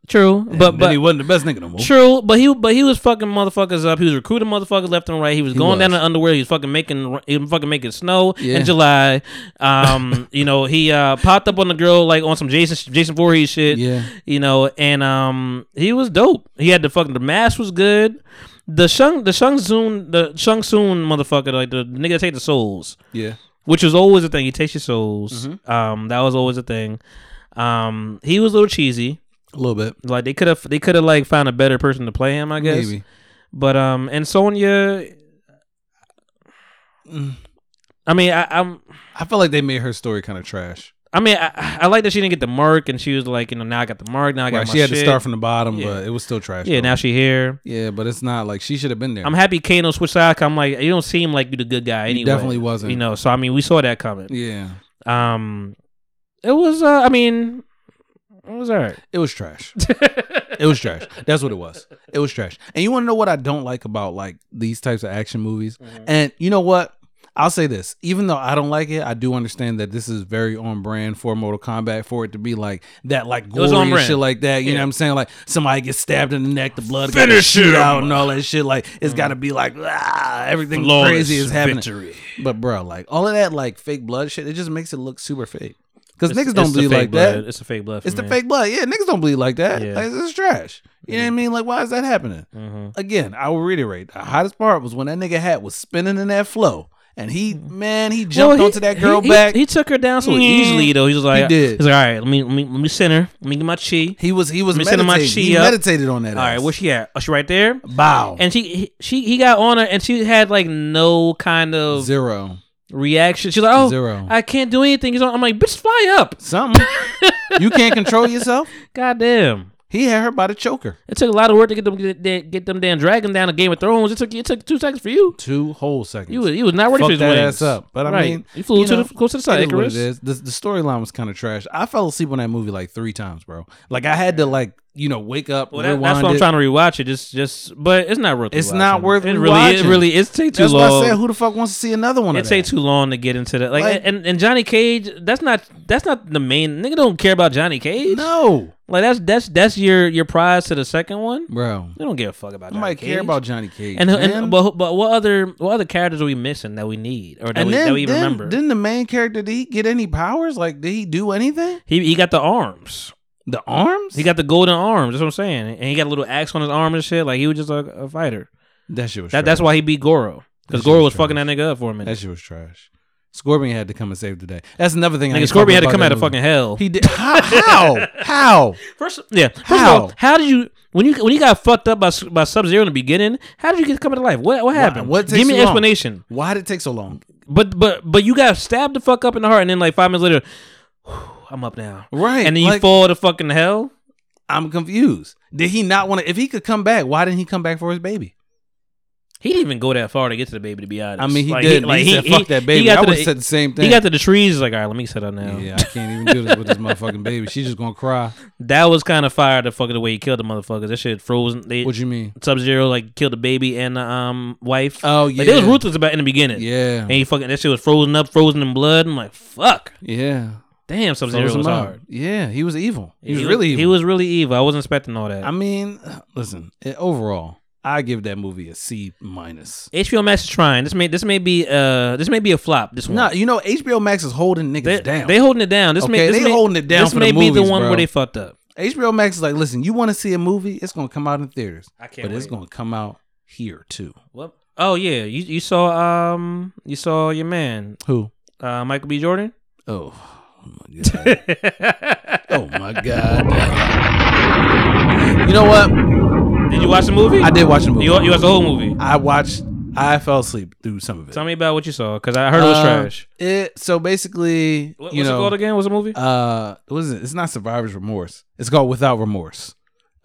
H: True,
A: And
H: but
A: then
H: but
A: he wasn't the best nigga no more.
H: True, but he but he was fucking motherfuckers up. He was recruiting motherfuckers left and right. He was
A: He
H: going down
A: was.
H: in underwear. He was fucking making he was fucking making snow
A: Yeah.
H: in July. Um, you know he uh popped up on the girl like on some Jason Jason Voorhees shit.
A: Yeah.
H: you know, and um he was dope. He had the fucking the mask was good. The Shung the Shung Soon the Shung Soon motherfucker like the nigga that take the souls.
A: Yeah.
H: which was always a thing. He takes your souls.
A: Mm-hmm.
H: Um, that was always a thing. Um, he was a little cheesy.
A: A little bit.
H: Like they could have they could have like found a better person to play him, I guess.
A: Maybe.
H: But um and Sonya I mean I, I'm
A: I felt like they made her story kind of trash.
H: I mean I, I like that she didn't get the mark and she was like, you know, now I got the mark, now I got
A: Right,
H: my
A: she had to
H: shit.
A: start from the bottom,
H: Yeah.
A: but it was still trash.
H: Yeah,
A: though.
H: now she here.
A: Yeah, but it's not like she should have been there.
H: I'm happy Kano switched sides. 'cause I'm like, you don't seem like you the good guy anyway.
A: definitely wasn't.
H: You know, so I mean we saw that coming.
A: Yeah.
H: Um it was uh, I mean it was alright.
A: It was trash. it was trash. That's what it was. It was trash. And you want to know what I don't like about like these types of action movies?
H: Mm-hmm.
A: And you know what? I'll say this. Even though I don't like it, I do understand that this is very on brand for Mortal Kombat for it to be like that, like
H: was
A: gory
H: on
A: and
H: brand.
A: shit like that. You know
H: Yeah.
A: what I'm saying? Like somebody gets stabbed in the neck, the blood gotta
H: Finish
A: shoot
H: him. Mm-hmm.
A: out and all that shit. Like it's got to be like ah, everything
H: Flawless
A: crazy is happening.
H: victory.
A: But bro, like all of that like fake blood shit, it just makes it look super fake. Because
H: It's-
A: niggas don't
H: it's the
A: bleed
H: fake
A: like
H: blood.
A: that.
H: It's the fake blood for
A: It's the
H: me.
A: fake blood. Yeah, niggas don't bleed like that.
H: Yeah.
A: Like, it's trash. You know what I mean? Like, why is that happening?
H: Mhm.
A: Again, I will reiterate. The hottest part was when that nigga hat was spinning in that flow, and he, man, he jumped
H: Mm-hmm. Well, he-
A: onto that girl
H: he- he-
A: back.
H: He, took her down so
A: Yeah.
H: easily though. He was like,
A: He did.
H: He's like, all right, let me let me let me send her. Let me get my chi.
A: He was he was
H: Let me send her my
A: meditating.
H: chi
A: He
H: up.
A: meditated on that
H: All right,
A: ass.
H: where she at? Oh, she right there.
A: Bow.
H: And she he, she he got on her and she had like no kind of
A: Zero.
H: reaction. She's like, oh,
A: Zero.
H: I can't do anything. He's on. I'm like, bitch, fly up.
A: Something. you can't control yourself.
H: Goddamn.
A: He had her by the choker.
H: It took a lot of work to get them get, that- get them damn dragon down to Game of Thrones. It took it took two seconds for you.
A: Two whole seconds.
H: You was- you was not ready
A: Fuck
H: for his
A: that
H: wings.
A: ass up. But I
H: Right.
A: mean,
H: You flew to the- close to the side,
A: it is what it
H: Icarus.
A: is. The, the storyline was kind of trash. I fell asleep on that movie like three times, bro. Like I had to like you know wake up.
H: Well, that,
A: rewind
H: that's why I'm
A: it.
H: trying to rewatch it. Just just but it's not worth.
A: It's
H: rewatching.
A: not worth
H: It really it
A: rewatching.
H: really is take too
A: That's
H: long.
A: why I said, who the fuck wants to see another one
H: It
A: of that?
H: take too long to get into that. Like,
A: Like-
H: and, and Johnny Cage, that's not that's not the main nigga don't care about Johnny Cage.
A: No.
H: Like that's that's that's your your prize to the second one.
A: Bro.
H: They don't give a fuck about Johnny
A: Nobody
H: Cage.
A: care about Johnny Cage,
H: And,
A: man.
H: and but but what other what other characters are we missing that we need or that,
A: and
H: we,
A: then,
H: that we even
A: then-
H: remember?
A: didn't the main character did he get any powers? Like, did he do anything?
H: he he got the arms.
A: The arms?
H: He got the golden arms. That's what I'm saying. And he got a little axe on his arm and shit. Like he was just a, a fighter.
A: That shit was.
H: That, that's
A: trash.
H: why he beat Goro
A: That
H: because
A: shit
H: Goro
A: was
H: was fucking that nigga up for a minute.
A: That shit was trash. Scorpion had to come and save the day. That's another thing. I
H: Nigga,
A: ain't
H: Scorpion had
A: talking
H: to come
A: about
H: out of
A: that movie.
H: fucking hell.
A: He did. How? How? how?
H: First, yeah. First
A: How?
H: of all, how did you when you when you got fucked up by by Sub Zero in the beginning? How did you get come to life? What what happened?
A: What takes
H: Give me
A: so
H: an
A: long?
H: explanation.
A: Why did it take so long?
H: But but but you got stabbed the fuck up in the heart, and then like five minutes later, I'm up now.
A: Right.
H: and then you
A: like-
H: fall to fucking hell.
A: I'm confused. Did he not want to? If he could come back, why didn't he come back for his baby?
H: He didn't even go that far to get to the baby. To be honest,
A: I mean, he did. He said, "Fuck that baby." I would've said the same
H: He
A: thing.
H: got to the trees. He's like, all right, let me sit down now.
A: Yeah, I can't even do this with this motherfucking baby. She's just gonna cry.
H: That was kind of fire. The fucking the way he killed the motherfuckers. That shit frozen. They,
A: What you mean?
H: Sub Zero like killed the baby and the um wife.
A: Oh
H: like, they was
A: yeah.
H: ruthless about in the beginning.
A: Yeah.
H: and he fucking that shit was frozen up, frozen in blood. I'm like, fuck.
A: Yeah.
H: Damn, Sub Zero
A: Frozen
H: was
A: up.
H: hard.
A: Yeah, he was evil. He was really evil.
H: He was really evil. I wasn't expecting all that.
A: I mean, listen. eh, Overall, I give that movie a C minus.
H: HBO Max is trying. This may this may be uh this may be a flop. This one.
A: No, you know HBO Max is holding niggas
H: they,
A: down.
H: They holding it down. This may
A: Okay,
H: this
A: they
H: may,
A: holding it down
H: This
A: for
H: may
A: the
H: be the
A: movies,
H: one
A: bro.
H: where they fucked up.
A: HBO Max is like, listen, you want to see a movie? It's gonna come out in theaters. I
H: can't
A: But it's
H: wait.
A: gonna come out here too.
H: What? Oh yeah, you you saw um you saw your man
A: Who?
H: uh Michael B Jordan.
A: Oh, my God. oh my god! You know what?
H: Did you watch the movie?
A: I did watch the movie.
H: You wa- you watched the whole movie?
A: I watched. I fell asleep through some of it.
H: Tell me about what you saw because I heard it was
A: Uh,
H: trash.
A: It so basically,
H: What-
A: you
H: what's it
A: know,
H: called again? What's the movie?
A: Uh, what is it? It's not Survivor's Remorse. It's called Without Remorse.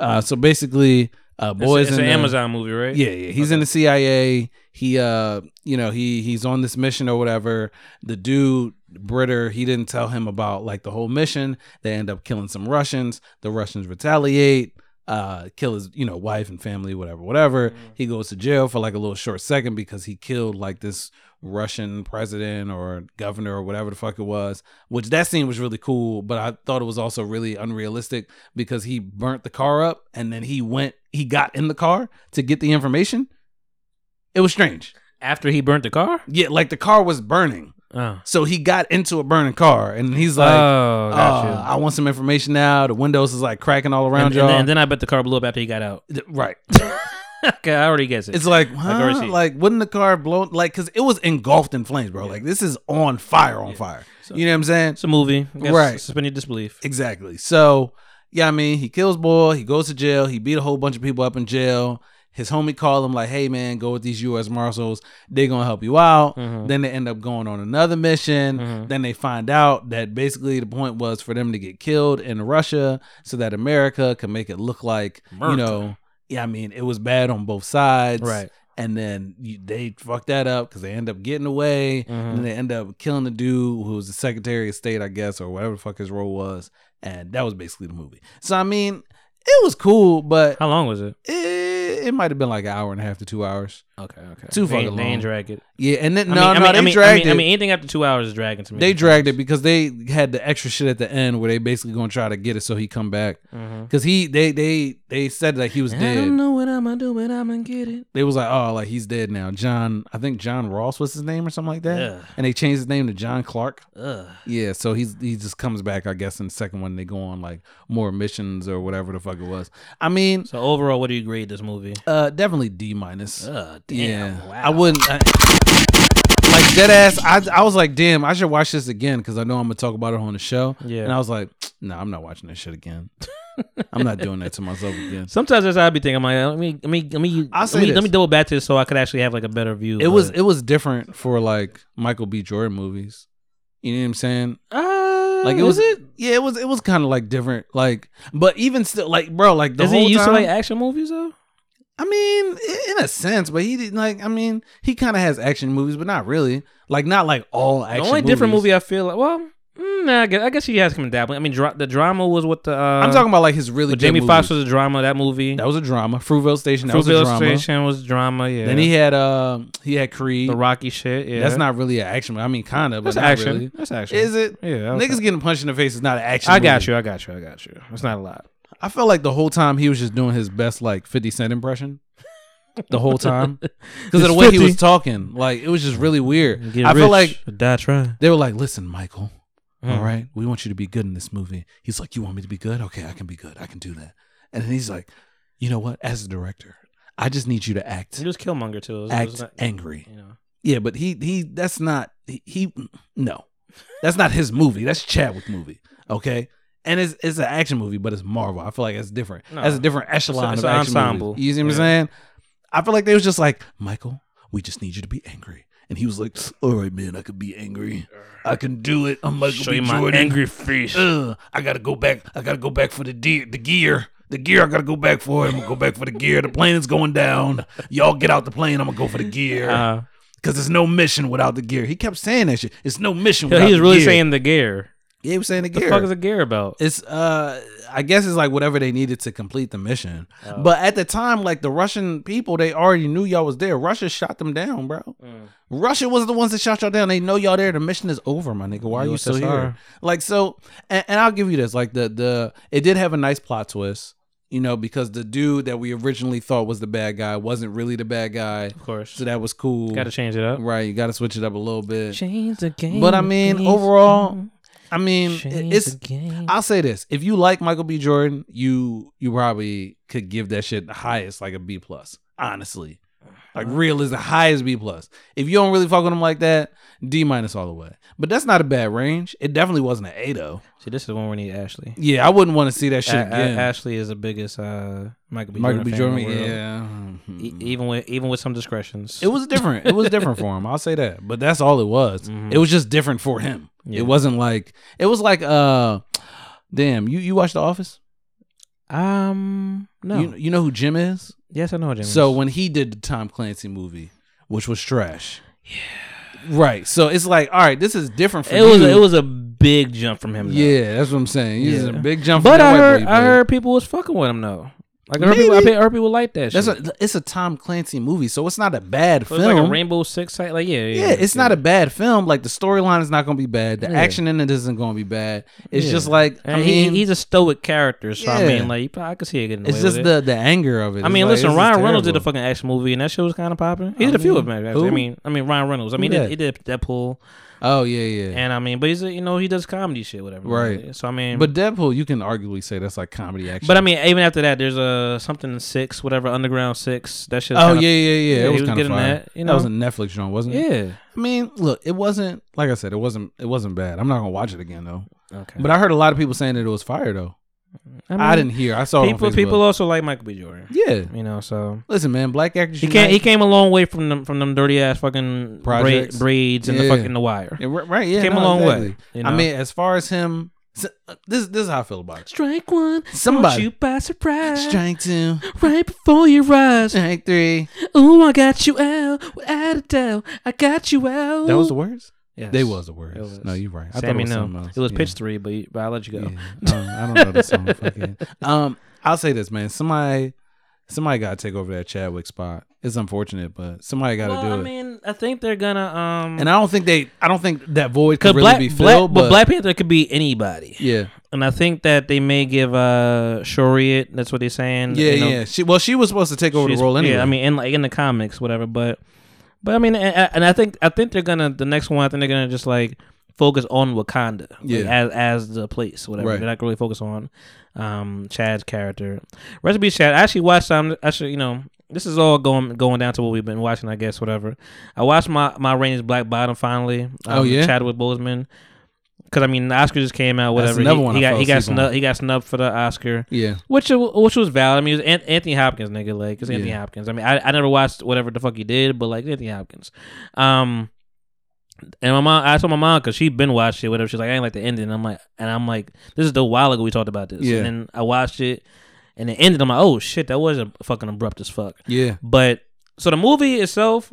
A: Uh, so basically, uh,
H: It's a-
A: boys
H: it's
A: in
H: an
A: the-
H: Amazon movie, right?
A: Yeah, yeah. He's in the CIA. He, uh, you know, he he's on this mission or whatever. The dude Britter, he didn't tell him about like the whole mission. They end up killing some Russians. The Russians retaliate. Uh, kill his, you know, wife and family, whatever, whatever. He goes to jail for like a little short second because he killed like this Russian president or governor or whatever the fuck it was, which that scene was really cool, but I thought it was also really unrealistic because he burnt the car up and then he went, he got in the car to get the information. It was strange.
H: After he burnt the car?
A: Yeah, like the car was burning.
H: Oh.
A: So he got into a burning car and he's like,
H: Oh, gotcha.
A: "Uh, I want some information now. The windows is like cracking all around
H: and,
A: y'all.
H: and, then, and then I bet the car blew up after he got out.
A: Right.
H: okay, I already guess it.
A: It's like,
H: I already
A: huh?
H: see it.
A: like wouldn't the car blow? Like, cause it was engulfed in flames, bro. Like this is on fire, on fire. you know what I'm saying? It's
H: a movie, I guess
A: right?
H: suspend your disbelief.
A: Exactly. So, yeah, I mean, he kills boy. He goes to jail. He beat a whole bunch of people up in jail. His homie called him like, "Hey man, go with these U.S. Marshals. They gonna help you out."
H: Mhm.
A: Then they end up going on another mission.
H: Mhm.
A: Then they find out that basically the point was for them to get killed in Russia so that America can make it look like you
H: America.
A: know, yeah, I mean, it was bad on both sides,
H: Right.
A: And then you, they fucked that up because they end up getting away, and then they end up killing the dude who was the Secretary of State, I guess, or whatever the fuck his role was, and that was basically the movie. So I mean, it was cool, but
H: how long was it?
A: It, it might have been like an hour and a half to two hours.
H: Okay, okay,
A: too
H: They-
A: fucking
H: They
A: long.
H: ain't drag it.
A: Yeah, and then
H: I
A: no, no,
H: mean, I mean,
A: they
H: I mean,
A: dragged
H: I mean, I
A: it.
H: mean, anything after two hours is dragging to me.
A: They dragged it because they had the extra shit at the end where they basically gonna try to get it so he come back
H: Mhm.
A: because he they they they said that he was
H: I
A: dead.
H: don't know what I'm gonna do, but I'm gonna get it.
A: they was like, oh, like he's dead now. John, I think John Ross was his name or something like that.
H: Ugh.
A: And they changed his name to John Clark.
H: Ugh.
A: Yeah, so he's he just comes back, I guess, in the second one. They go on like more missions or whatever the fuck it was. I mean,
H: so overall, what do you grade this movie?
A: Uh, definitely D minus.
H: Ugh, damn,
A: Yeah,
H: wow.
A: I wouldn't. I, like dead ass, I I was like, damn, I should watch this again because I know I'm gonna talk about it on the show.
H: Yeah.
A: and I was like, no, nah, I'm not watching this shit again. I'm not doing that to myself again.
H: Sometimes that's how I be thinking. I'm like, let me, let me, let me,
A: I'll
H: let
A: say
H: me, let
A: this.
H: me double back to this so I could actually have like a better view.
A: It was
H: but-
A: it was different for like Michael B. Jordan movies. You know what I'm saying? like it was,
H: uh, Oh, is it?
A: Yeah, it was it was kind of like different. Like, but even still, like bro, like the
H: Is
A: whole
H: he used
A: time,
H: to like action movies though?
A: I mean, i- in a sense, but he didn't like. I mean, he kind of has action movies, but not really. Like, not like all action.
H: the only different
A: movies.
H: movie I feel like, well, mm, nah, I guess, I guess he has come dabbling. I mean, dra- the drama was what the. Uh,
A: I'm talking about like his really.
H: with
A: good
H: Jamie Foxx
A: movies.
H: was a drama. That movie.
A: That was a drama. Fruitvale Station. That was a
H: Fruitvale
A: drama.
H: Station was drama, yeah.
A: Then he had uh he had Creed.
H: The Rocky shit. Yeah.
A: That's not really an action. movie. I mean, kind of, but
H: That's
A: not
H: action.
A: really.
H: That's action.
A: Is it?
H: Yeah, that was
A: Niggas getting punched in the face is not an action.
H: I got
A: movie.
H: you. I got you. I got you. It's not a lot.
A: I felt like the whole time he was just doing his best like 50 Cent impression. The whole time. Because of the
H: It's
A: way he
H: 50.
A: was talking. Like it was just really weird.
H: Get
A: I feel
H: rich
A: like
H: or die trying.
A: They were like, listen, Michael.
H: Mm.
A: All right, we want you to be good in this movie. He's like, You want me to be good? Okay, I can be good. I can do that. And then he's like, You know what? As a director, I just need you to act.
H: He was Killmonger too. It was- it
A: act
H: was not-
A: angry.
H: you know.
A: Yeah, but he he that's not he, he no. That's not his movie. That's Chadwick movie. Okay? And it's it's an action movie, but it's Marvel. I feel like it's different.
H: No.
A: That's a different
H: It's a-
A: echelon
H: it's
A: of
H: an
A: action
H: ensemble.
A: movies. You see what
H: Yeah.
A: I'm saying? I feel like they was just like, Michael, we just need you to be angry.
C: And he was like, "All right, man, I could be angry. I can do it. I'm Michael
H: Show
C: B.
H: you my
C: Jordan.
H: angry face.
C: Ugh, I gotta go back. I gotta go back for the deer, the gear, the gear. I gotta go back for. it. I'm gonna go back for the gear. The plane is going down. Y'all get out the plane. I'm gonna go for the gear."
H: Uh-huh.
C: Cause there's no mission without the gear. He kept saying that shit. It's no mission.
H: Yo,
C: without
H: he was
C: the
H: really
C: gear.
H: saying the gear.
C: Yeah, he was saying the gear.
H: The fuck is a gear about?
A: It's uh, I guess it's like whatever they needed to complete the mission.
H: Oh.
A: But at the time, like the Russian people, they already knew y'all was there. Russia shot them down, bro.
H: Mm.
A: Russia was the ones that shot y'all down. They know y'all there. The mission is over, my nigga. Why are you still
H: USSR.
A: here? Like so, and, and I'll give you this. Like the the it did have a nice plot twist. You know, because the dude that we originally thought was the bad guy wasn't really the bad guy. Of
H: course.
A: So that was cool.
H: Gotta change it up.
A: Right. You got to switch it up a little bit.
H: Change the game.
A: But I mean,
H: please.
A: overall, I mean,
H: Change
A: it's.
H: the game.
A: I'll say this: if you like Michael B. Jordan, you you probably could give that shit the highest, like a B plus. Honestly, like
H: Uh-huh.
A: real is the highest B plus. If you don't really fuck with him like that, D minus all the way. But that's not a bad range. It definitely wasn't an A though.
H: See, this is the one we need Ashley.
A: Yeah, I wouldn't want to see that shit
H: A- A-
A: again.
H: Ashley is the biggest uh, Michael B.
A: Michael B.
H: Jordan. fan in
A: Jordan, hmm.
H: the world. E- even with even with some discretions,
A: Mm-hmm. It was different. it was different for him. I'll say that. But that's all it was. It was just different for him.
H: Mm-hmm. Yeah.
A: It wasn't like it was like uh damn, you you watch The Office?
H: Um no.
A: You, you know who Jim is?
H: Yes, I know who Jim
A: So when he did the Tom Clancy movie, which was trash. Yeah. Right. So it's like, all right, this is different for
H: it was
A: you.
H: it was a big jump from him. Though.
A: Yeah, that's what I'm saying. This is a
H: Yeah.
A: big jump
H: But
A: from that
H: I
A: white
H: heard
A: boy,
H: I
A: babe.
H: heard people was fucking with him though. Like I heard people, I
A: Maybe.
H: pe- heard people like that.
A: That's
H: shit.
A: a, it's a Tom Clancy movie, so it's not a bad
H: So
A: film.
H: it's like a Rainbow Six site. Like yeah, yeah.
A: yeah, it's not a bad film. Like the storyline is not going to be bad. The
H: Yeah.
A: action in it isn't going to be bad. It's
H: Yeah.
A: just like I
H: And he-
A: mean,
H: he's a stoic character, so I
A: Yeah.
H: mean, like I could see it getting.
A: it's
H: away
A: just
H: with
A: the
H: it.
A: the anger of it.
H: I
A: It's
H: mean,
A: like,
H: listen,
A: this is
H: Ryan Reynolds dit a
A: terrible.
H: fucking action movie, and that shit was kind of popping. He
A: I
H: did a few of
A: mean,
H: them. Actually. I
A: who?
H: mean, I mean Ryan Reynolds. I
A: Who
H: mean, he did,
A: dat?
H: he did Deadpool,
A: Oh yeah, yeah,
H: and I mean, but he's a, you know he does comedy shit, whatever.
A: right.
H: So I mean,
A: but Deadpool, you can arguably say that's like comedy action.
H: But I mean, even after that, there's a something six, whatever, underground six. That shit.
A: oh yeah, yeah, yeah, It
H: he
A: was, kind of
H: getting
A: fire.
H: that. You
A: that
H: know,
A: was a Netflix show, wasn't it?
H: yeah.
A: I mean, look, it wasn't like I said, it wasn't it wasn't bad. I'm not gonna watch it again though.
H: Okay.
A: But I heard a lot of people saying that it was fire though. I,
H: mean,
A: didn't hear. I saw it on
H: people.
A: Facebook.
H: People also like Michael B. Jordan.
A: Yeah.
H: you know. So
A: Listen, man, black actors.
H: he can't. He
A: Unite.
H: came a long way from them from them dirty ass fucking braid,
A: Projects.
H: braids and the
A: Yeah.
H: fucking the wire.
A: Yeah, ri- right? Yeah,
H: came
A: no,
H: a long way.
A: exactly.
H: You
A: I
H: know?
A: mean, as far as him, s- uh, this this is how I feel about it.
H: strike one,
A: Somebody-
H: caught you by surprise.
A: Strike two,
H: right before your eyes.
A: strike three.
H: Ooh, I got you out without a doubt. I got you out.
A: That was the words.
H: Yes.
A: They was the words.
H: It was.
A: No, you're right. I
H: Sammy,
A: thought it was
H: no.
A: something else.
H: It was
A: Yeah.
H: pitch three, but, you- but I let you go.
A: Um, I don't know the song. Fuck it. Um, I'll say this, man. Somebody, somebody got to take over that Chadwick spot. It's unfortunate, but somebody got to
H: well,
A: do
H: I
A: it.
H: mean, I think they're gonna um
A: and I don't think they. I don't think that void
H: because
A: could really
H: Black,
A: be
H: Black,
A: filled.
H: but Black Panther could be anybody.
A: Yeah.
H: and I think that they may give uh Shuri it. That's what they're saying.
A: yeah,
H: you know,
A: yeah. She well, she was supposed to take over the
H: she's-
A: role anyway.
H: Yeah, I mean, in like in the comics, whatever. But but I mean, and, and I think I think they're gonna the next one. I think they're gonna just like focus on Wakanda, like,
A: Yeah.
H: as as the place, whatever.
A: Right.
H: They're not gonna really focus on um Chad's character. Recipe Chad. I actually watched. Um, I should you know. This is all going going down to what we've been watching, I guess. Whatever. I watched my my Rangers Black Bottom finally. Um,
A: Oh, yeah?
H: Chadwick Boseman. Because I mean, the Oscar just came out. Whatever.
A: another
H: he,
A: one
H: he
A: I
H: got
A: fell
H: he got
A: asleep on.
H: snubbed. He got snubbed for the Oscar.
A: Yeah.
H: Which uh, which was valid. I mean, it was An- Anthony Hopkins, nigga. Like it's Anthony
A: Yeah.
H: Hopkins. I mean, I, I never watched whatever the fuck he did, but like Anthony Hopkins. Um, and my mom, I told my mom because she'd been watching it, whatever. She's like, I ain't like the ending. And I'm like, and I'm like, this is the while ago we talked about this.
A: Yeah.
H: And then I watched it, and it ended. I'm like, oh shit, that was a fucking abrupt as fuck.
A: Yeah.
H: But so the movie itself,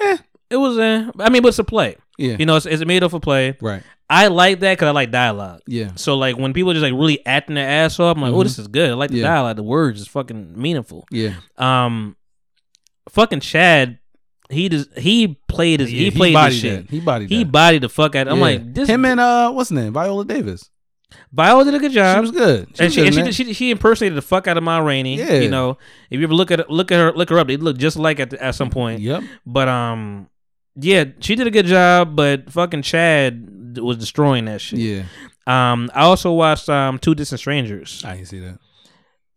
H: eh, it was. Eh, I mean, but it's a play.
A: Yeah.
H: You know, it's, it's made up for play.
A: Right.
H: I like that because I like dialogue.
A: Yeah.
H: So like when people just like really acting their ass off, I'm like, oh,
A: Mhm.
H: this is good. I like the
A: Yeah.
H: dialogue. The words is fucking meaningful.
A: Yeah.
H: Um, fucking Chad, he does. He played his.
A: Yeah,
H: he played his
A: bodied
H: shit.
A: that. He bodied.
H: He
A: that.
H: bodied the fuck out. I'm
A: Yeah.
H: like, this
A: him and uh, what's the name? Viola Davis.
H: Viola did a good job.
A: She was good. She
H: and
A: was
H: she,
A: good
H: and
A: in
H: she,
A: that.
H: did- she she impersonated the fuck out of Ma Rainey.
A: Yeah.
H: You know, if you ever look at look at her look her up, they look just like at the, at some point.
A: Yep.
H: But um, yeah, she did a good job, but fucking Chad was destroying that shit.
A: Yeah.
H: Um, I also watched um Two Distant Strangers.
A: I didn't see that.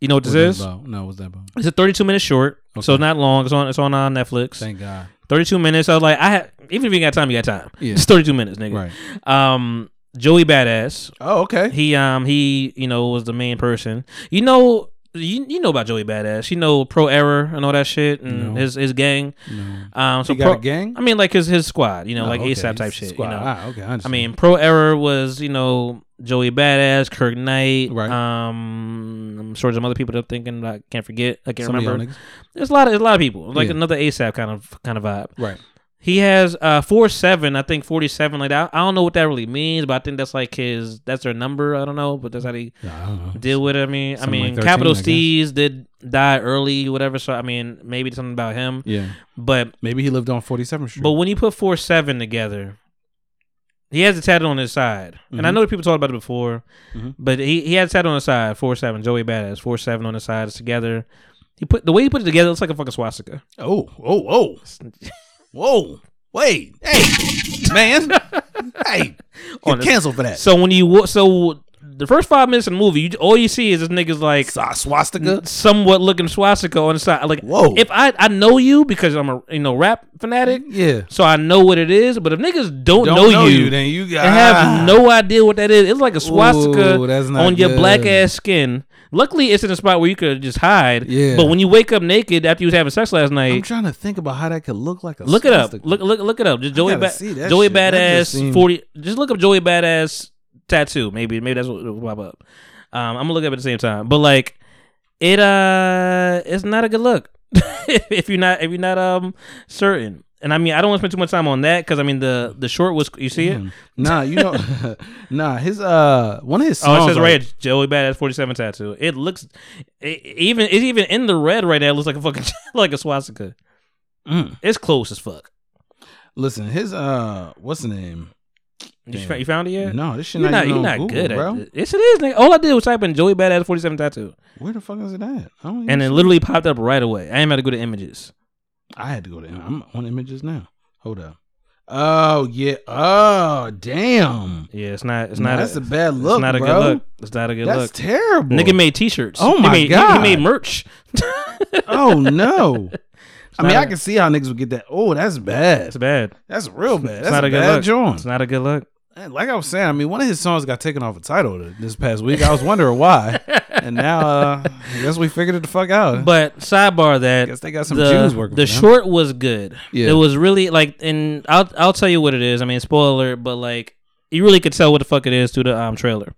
H: You know what this
A: What's that
H: is?
A: about? No, what's that about?
H: It's a 32 minute short, so it's not long. It's on it's on uh, Netflix.
A: Thank God.
H: 32 minutes. I was like, I had, even if you got time, you got time.
A: Yeah.
H: It's 32 minutes, nigga. Right. Um, Joey Badass.
A: Oh, okay.
H: He um he you know was the main person. You know you, you know about Joey Badass. You know Pro Error and all that shit and
A: No.
H: his his gang. Um, so
A: He got
H: Pro,
A: a gang?
H: I mean, like his his squad. You know,
A: Oh,
H: like
A: okay.
H: ASAP type shit.
A: Squad.
H: You know.
A: Ah, okay, I understand.
H: mean, Pro Error was you know Joey Badass, Kirk Knight. Right. Um, I'm sure there's some other people that I'm thinking that I can't forget. I can't
A: Some of y'all
H: remember.
A: niggas.
H: There's a lot of there's a lot of people. Like
A: Yeah.
H: another ASAP kind of kind of vibe.
A: Right.
H: He has uh four seven, I think forty seven. Like I, I don't know what that really means, but I think that's like his that's their number. I don't know, but that's how they deal with it. I mean,
A: Something
H: I
A: like
H: mean,
A: 13, I
H: Capital
A: guess.
H: Steez did die early, whatever. So I mean, maybe it's something about him.
A: Yeah.
H: but
A: maybe he lived on 47th Street.
H: But when you put four seven together, he has a tattoo on his side, and I
A: Mhm.
H: know that people talked about it before,
A: Mhm.
H: but he he has a tattoo on his side four seven. Joey Badass four seven on his side. It's together. He put the way he put it together. It's like a fucking swastika.
A: Oh, oh, oh. Whoa. Wait. Hey, man. hey. Get
H: this-
A: canceled for that.
H: So when you wa- so the first five minutes of the movie, you, all you see is this niggas like
A: swastika,
H: somewhat looking swastika on the side. Like, whoa! If I I know you because I'm a you know rap fanatic,
A: yeah.
H: So I know what it is. But if niggas don't,
A: Don't
H: know,
A: know
H: you,
A: you, then you got-
H: and have no idea what that is. It's like a swastika
A: Ooh, that's not
H: on your
A: good.
H: black ass skin. Luckily, it's in a spot where you could just hide.
A: Yeah.
H: But when you wake up naked after you was having sex last
A: I'm
H: night,
A: trying to think about how that could look like a
H: look it up.
A: swastika.
H: Look look look it up. Just
A: I
H: Joey
A: gotta
H: ba-
A: see that
H: Joey
A: shit. That just
H: Badass
A: seemed-
H: forty. Just look up Joey Badass tattoo. Maybe maybe that's what will pop up. Um, I'm gonna look up at the same time. But like it uh, it's not a good look if you're not if you're not um certain. And I mean I don't want to spend too much time on that because I mean the the short was you see
A: Mm-hmm.
H: it.
A: Mm. Nah, you know, nah. His uh, one of his songs.
H: Oh, it says
A: like-
H: right here, Joey Badass 47 tattoo. It looks, it, even it's even in the red right now. It looks like a fucking like a swastika. It's close as fuck.
A: Mm. Listen, his uh, what's the name?
H: You,
A: Damn.
H: fa- you found it yet?
A: No, this shit
H: You're
A: not even
H: you're
A: on
H: not
A: Google,
H: good
A: bro.
H: at it. Yes, it is. Nigga. All I did was type in Joey Badass 47 tattoo,
A: Where the fuck is it at? I don't even
H: and it
A: see
H: literally popped up right away. I ain't had to go to images.
A: I had to go to. I'm on images now. Hold up. Oh yeah. Oh damn.
H: Yeah, it's not. It's
A: Nah,
H: not.
A: that's a bad
H: it's
A: look,
H: not a
A: bro.
H: good look. It's not a good
A: That's
H: look.
A: terrible.
H: Nigga made T-shirts.
A: Oh
H: He
A: my
H: made- he-
A: god.
H: He made merch.
A: oh no. I mean,
H: not
A: I can see how niggas would get that. Oh, that's bad.
H: It's bad.
A: That's real bad.
H: It's
A: That's
H: not a good
A: bad
H: look.
A: joint.
H: It's not a good look.
A: And Like I was saying, I mean, one of his songs got taken off a title this past week. I was wondering why, and now uh, I guess we figured it the fuck out.
H: But sidebar that
A: guess they got some
H: the,
A: Jews working
H: The
A: for them.
H: short was good.
A: Yeah.
H: It was really like, and I'll I'll tell you what it is. I mean, spoiler, but like you really could tell what the fuck it is through the um trailer.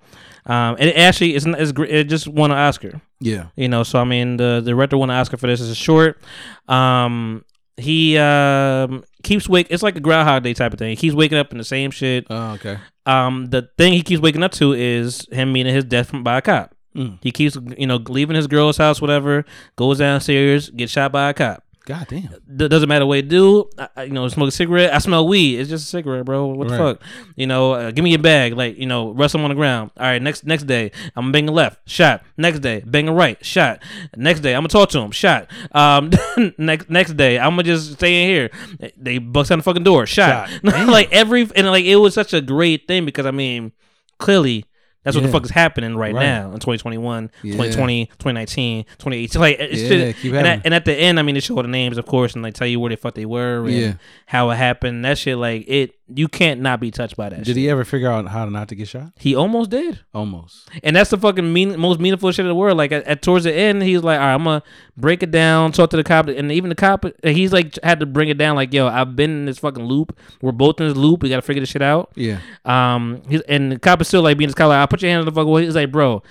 H: Um, and it actually it's not, it's gr- it just won an Oscar.
A: Yeah.
H: you know. So I mean, the the director won an Oscar for this. It's a short. Um, he um keeps wake. It's like a Groundhog Day type of thing. He keeps waking up in the same shit.
A: Oh, okay.
H: Um, the thing he keeps waking up to is him meeting his death from, by a cop.
A: Mm.
H: He keeps, you know, leaving his girl's house, whatever. Goes downstairs, gets shot by a cop.
A: God damn.
H: D- doesn't matter what you do. I, I- you know, smoke a cigarette. I smell weed. It's just a cigarette, bro. What the
A: Right.
H: fuck? You know, uh, give me your bag. Like, you know, wrestle him on the ground. All right, next next day, I'm banging left, shot. Next day, banging right, shot. Next day, I'm gonna talk to him, shot. Um, next next day, I'm gonna just stay in here. They bust down the fucking door, shot.
A: Shot.
H: like every and like it was such a great thing because I mean, clearly. That's what
A: Yeah.
H: the fuck is happening right,
A: Right.
H: now in 2021,
A: Yeah.
H: 2020, 2019, 2018. Like, it's
A: Yeah,
H: just-
A: keep
H: and, I-
A: having it.
H: and at the end, I mean, they show the names, of course, and they tell you where the fuck they were and
A: Yeah.
H: how it happened. That shit, like it, you can't not be touched by that.
A: Did
H: shit.
A: he ever figure out how not to get shot?
H: He almost did,
A: Almost.
H: and that's the fucking mean, most meaningful shit in the world. Like at, at towards the end, he's like, "All right, I'm gonna break it down, talk to the cop," and even the cop, he's like, had to bring it down. Like, yo, I've been in this fucking loop. We're both in this loop. We gotta figure this shit out.
A: Yeah.
H: Um, he's, and the cop is still like being this cop, like, I put your hand on the fuck away. He's like, bro,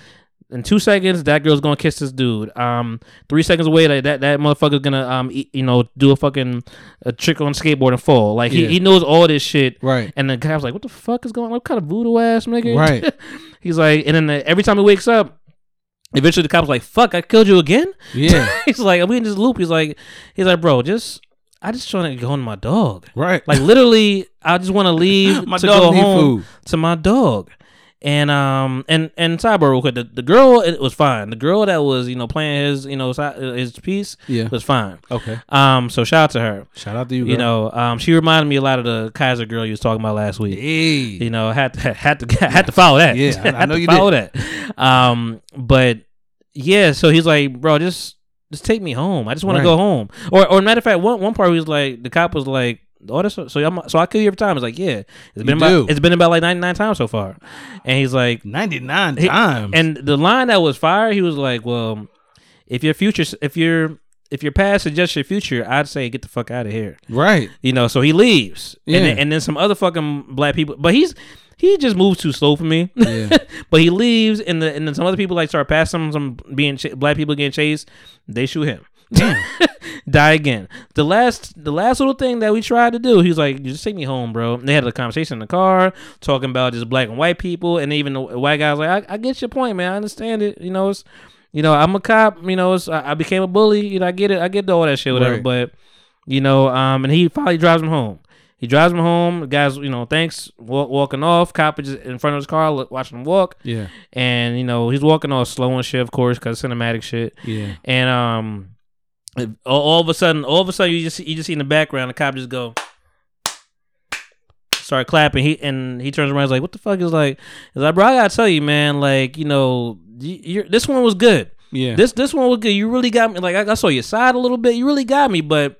H: in two seconds, that girl's gonna kiss this dude. Um, three seconds away, like that that motherfucker's gonna um, eat, you know, do a fucking a trick on skateboard and fall. Like
A: Yeah.
H: he, he knows all this shit,
A: Right.
H: And the cop's like, what the fuck is going? on? What kind of voodoo ass nigga?
A: Right.
H: he's like, and then the, every time he wakes up. Eventually, the cop's like, "Fuck, I killed you again."
A: Yeah.
H: he's like, "We in this loop." He's like, "He's like, bro, just I just trying to go on my dog,
A: Right.
H: Like literally, I just want to leave
A: My
H: to
A: dog
H: go
A: need
H: home
A: food.
H: to my dog. And um and and sidebar real quick, the, the girl it was fine. The girl that was you know playing his you know si- his piece
A: Yeah.
H: was fine.
A: Okay.
H: Um, so shout out to her.
A: Shout out to you,
H: You
A: girl.
H: know, um, she reminded me a lot of the Kaiser girl you was talking about last week.
A: Hey.
H: You know, had to had to had to follow that.
A: Yeah, I- I
H: Had
A: know
H: to
A: you
H: follow
A: did.
H: that. Um, but yeah, so he's like, bro, just just take me home. I just want
A: Right.
H: to go home. Or or matter of fact, one one part he was like, the cop was like. Oh, that's so. I'm, so I kill you every time. It's like, yeah, it's been about
A: do.
H: it's been about like 99 times so far, and he's like
A: 99
H: he-
A: times.
H: And the line that was fired, he was like, "Well, if your future, if your if your past suggests your future, I'd say get the fuck out of here.
A: Right.
H: You know, so he leaves.
A: Yeah.
H: And, then, and then some other fucking black people, but he's he just moves too slow for me. but he leaves, and the, and then some other people like start passing him, some being ch- black people getting chased. They shoot him. Die again. The last, the last little thing that we tried to do, he was like, "Just take me home, bro." And they had a conversation in the car, talking about just black and white people, and even the white guy was like, I, "I get your point, man. I understand it. You know, it's, you know, I'm a cop. You know, it's, I, I became a bully. You know, I get it. I get all that shit, whatever."
B: Right.
H: But you know, um, and he finally drives him home. He drives him home. The guys, you know, thanks walk, walking off. Cop is in front of his car, look, watching him walk.
A: Yeah.
H: and you know he's walking all slow and shit, of course, because cinematic shit.
A: Yeah.
H: and um, all, all of a sudden, all of a sudden, you just you just see in the background the cop just go. Start clapping. He and he turns around. He's like, "What the fuck is like?" He's like, "Bro, I gotta tell you, man. Like, you know, y- you're, this one was good.
A: Yeah.
H: This this one was good. You really got me. Like, I, I saw your side a little bit. You really got me, but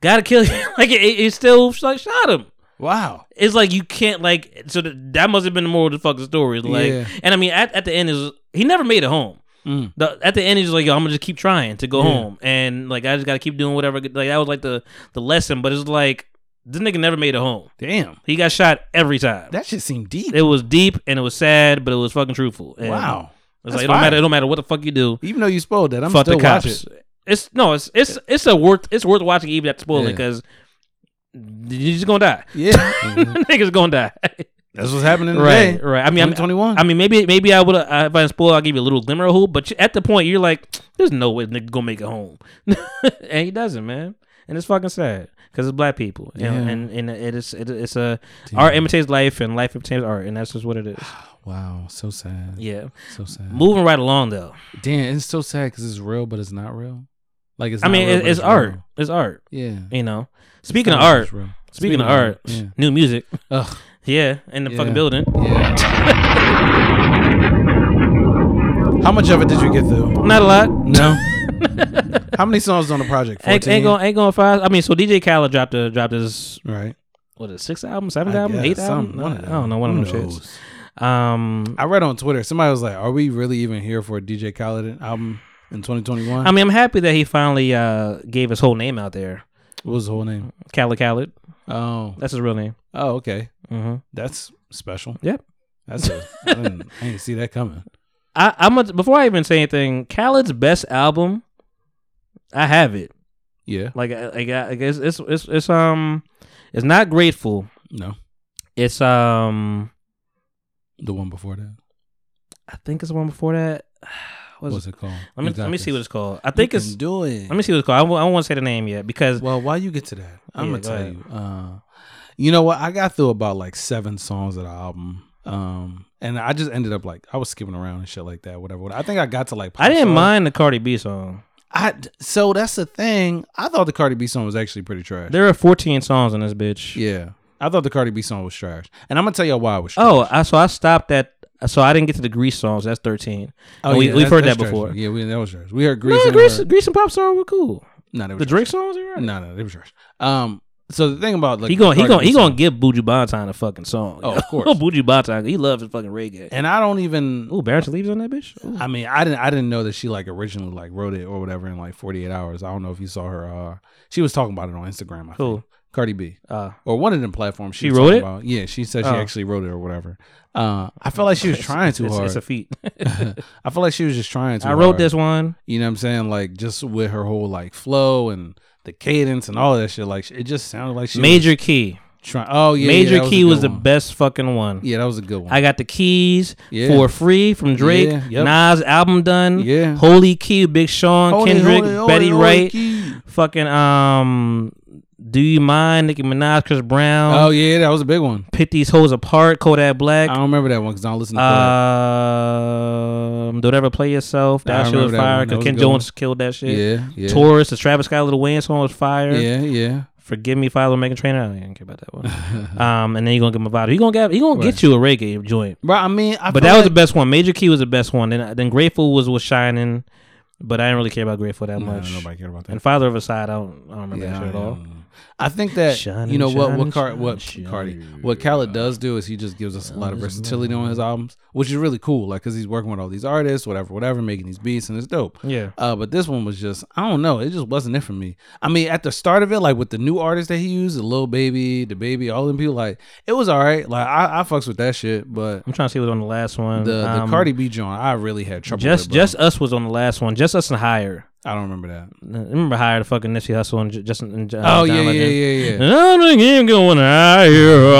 H: gotta kill you. like, it, it still like shot him.
A: Wow.
H: It's like you can't like. So that, that must have been the moral of the fucking story. Like,
A: Yeah.
H: and I mean, at, at the end is he never made it home.
A: Mm.
H: The, at the end, he's like, "Yo, I'm gonna just keep trying to go
A: Yeah.
H: home, and like I just gotta keep doing whatever." Like that was like the the lesson, but it's like this nigga never made it home.
A: Damn,
H: he got shot every time.
A: That shit seemed deep.
H: It was deep and it was sad, but it was fucking truthful. And
A: Wow. That's
H: it's like it don't
A: fire.
H: matter. It don't matter what the fuck you do.
A: Even though you spoiled that, I'm
H: fuck
A: still
H: the cops.
A: watching.
H: It's no, it's it's it's a worth it's worth watching even at spoiling
A: Yeah.
H: because you're just gonna die.
A: Yeah,
H: niggas gonna die.
A: That's what's happening
H: Mm-hmm. right,
A: today.
H: right. I mean, I'm
A: 2021.
H: I mean, maybe maybe I would uh, if I didn't spoil, I'll give you a little glimmer of hope. But at the point, you're like, there's no way nigga gonna make it home, and he doesn't, man. And it's fucking sad because it's black people, and,
A: Yeah.
H: and and it is it, it's a art imitates life, and life imitates art, and that's just what it is.
A: Wow, so sad.
H: Yeah,
A: so sad.
H: Moving right along though.
A: Damn, it's so sad because it's real, but it's not real. Like it's.
H: I
A: not
H: mean,
A: real,
H: it,
A: but
H: it's art.
A: real.
H: It's art.
A: Yeah.
H: You know. Speaking
A: not
H: of
A: real,
H: art,
A: it's real.
H: speaking, of art,
A: yeah.
H: new music.
A: Ugh.
H: Yeah, in the
A: Yeah.
H: fucking building.
A: How much of it did you get through?
H: Not a lot.
A: No. How many songs on the project?
H: Ain't,
A: Fourteen.
H: ain't going ain't going fast. I mean, so DJ Khaled dropped a dropped his
A: right.
H: What is it, sixth album, seventh
A: I
H: album,
A: guess,
H: eighth
A: some-
H: album?
A: one of
H: I
A: them.
H: don't know. One
A: Who
H: of them shits.
A: knows?
H: Um,
A: I read on Twitter somebody was like, "Are we really even here for a DJ Khaled album in 2021?"
H: I mean, I'm happy that he finally uh, gave his whole name out there.
A: What was his whole name?
H: Khaled Khaled.
A: Oh,
H: that's his real name.
A: Oh, okay.
H: Mm-hmm.
A: That's special.
H: Yep.
A: That's a, I, didn't, I didn't see that coming.
H: I, I'm a, before I even say anything. Khaled's best album, I have it.
A: Yeah.
H: Like I, I, got- I guess it's, it's it's um it's not grateful.
A: No.
H: It's um
A: The one before that.
H: I think it's the one before that. What is
A: What's it called?
H: Let me
A: You got
H: let me see
A: this.
H: what it's called. I
A: You
H: think
A: can
H: it's
A: do it.
H: Let me see what it's called. I w- I don't want to say the name yet because
A: well, why you get to that? I'm
H: Yeah,
A: gonna
H: go
A: tell
H: ahead.
A: you. Uh, you know what? I got through about like seven songs of the album. Um, and I just ended up like I was skipping around and shit like that. Whatever. whatever. I think I got to like.
H: I didn't
A: Pop Star.
H: mind the Cardi B song.
A: I so that's the thing. I thought the Cardi B song was actually pretty trash.
H: There are 14 songs in this bitch.
A: Yeah. I thought the Cardi B song was trash, and I'm gonna tell y'all why it was. trash.
H: Oh, I, so I stopped at. So I didn't get to the Grease songs. That's 13.
A: Oh,
H: And we,
A: yeah, that's-
H: we've heard
A: that's
H: that
A: trash.
H: before.
A: Yeah, we that was trash. We heard Grease.
H: No,
A: and
H: Grease,
A: heard-
H: Grease and Pop Star were cool.
A: No, they were
H: the
A: trash.
H: Drake songs are right.
A: No, no, they were trash. Um, so the thing about like
H: he going he
A: Mm. Cardi
H: going
A: B
H: he
A: song-
H: going to give Buju Banton a fucking song.
A: Oh, of course.
H: Buju Banton. He loves his fucking reggae.
A: and I don't even.
H: Ooh, Barrett leaves on that bitch.
A: I mean, I didn't. I didn't know that she like originally like wrote it or whatever in like 48 hours. I don't know if you saw her. Uh, she was talking about it on Instagram. I
H: Who?
A: think. Cardi B.
H: Uh,
A: or one of them platforms.
H: she
A: was
H: wrote
A: talking
H: it?
A: About. Yeah, she said she
H: Oh.
A: actually wrote it or whatever. Uh, I felt like she was trying too
H: it's-
A: hard.
H: it's a feat.
A: I felt like she was just trying too.
H: I wrote
A: hard.
H: this one.
A: You know what I'm saying? Like just with her whole like flow and the cadence and all that shit. Like it just sounded like she was
H: Major Key.
A: Try- oh yeah, yeah,
H: Major
A: that was a
H: Key
A: good
H: was the
A: one.
H: best fucking one.
A: Yeah, that was a good one.
H: I got the keys
A: Yeah.
H: for free from Drake.
A: Yeah, yep.
H: Nas album done.
A: Yeah.
H: Holy Key, Big Sean,
A: Holy,
H: Kendrick,
A: holy, holy,
H: Betty
A: holy
H: Wright,
A: key.
H: fucking um, Do You Mind, Nicki Minaj, Chris Brown.
A: Oh yeah, that was a big one.
H: Pit these hoes apart, Kodak Black.
A: I don't remember that one because I don't listen to
H: Uh,
A: Kodak.
H: Um, don't ever play yourself.
A: Nah, I
H: That shit was
A: remember that
H: fire.
A: one. That
H: Cause
A: was
H: Ken
A: a good one.
H: Jones killed that shit.
A: Yeah, yeah.
H: Taurus, the Travis Scott Little Wayne song was fire.
A: Yeah, yeah.
H: Forgive me, Father Megan Trainer. I didn't care about that one. um, and then you gonna get my vibe. He gonna get he gonna get
A: Right.
H: you a reggae joint.
A: Bro, I mean, I
H: but
A: feel
H: that was
A: like-
H: the best one. Major Key was the best one. Then then Grateful was was shining, but I didn't really care about Grateful that
A: Nah,
H: much.
A: nobody cared about that.
H: And Father of a Side, I don't I don't remember
A: Yeah,
H: that
A: I
H: shit at all.
A: don't- I think that
H: Shining,
A: you know what
H: shining,
A: what Car-
H: shining,
A: what Cardi what Khaled does do is he just gives us a lot of versatility on his albums, which is really cool. Like because he's working with all these artists, whatever, whatever, making these beats and it's dope.
H: Yeah.
A: Uh, but this one was just I don't know, it just wasn't it for me. I mean, at the start of it, like with the new artists that he used, the Lil Baby, the Baby, all them people, like it was all right. Like I, I fucks with that shit, but
H: I'm trying to see what's on the last one.
A: the the
H: Mm, Um,
A: Cardi B joint, I really had trouble.
H: Just
A: with, bro.
H: just us was on the last one. Just us and higher.
A: I don't remember that.
H: Remember higher the fucking Nipsey Hustle and Ju- Justin. And, uh,
A: Oh,
H: John
A: yeah, yeah,
H: Legend?
A: yeah, yeah.
H: And I'm the king going oh,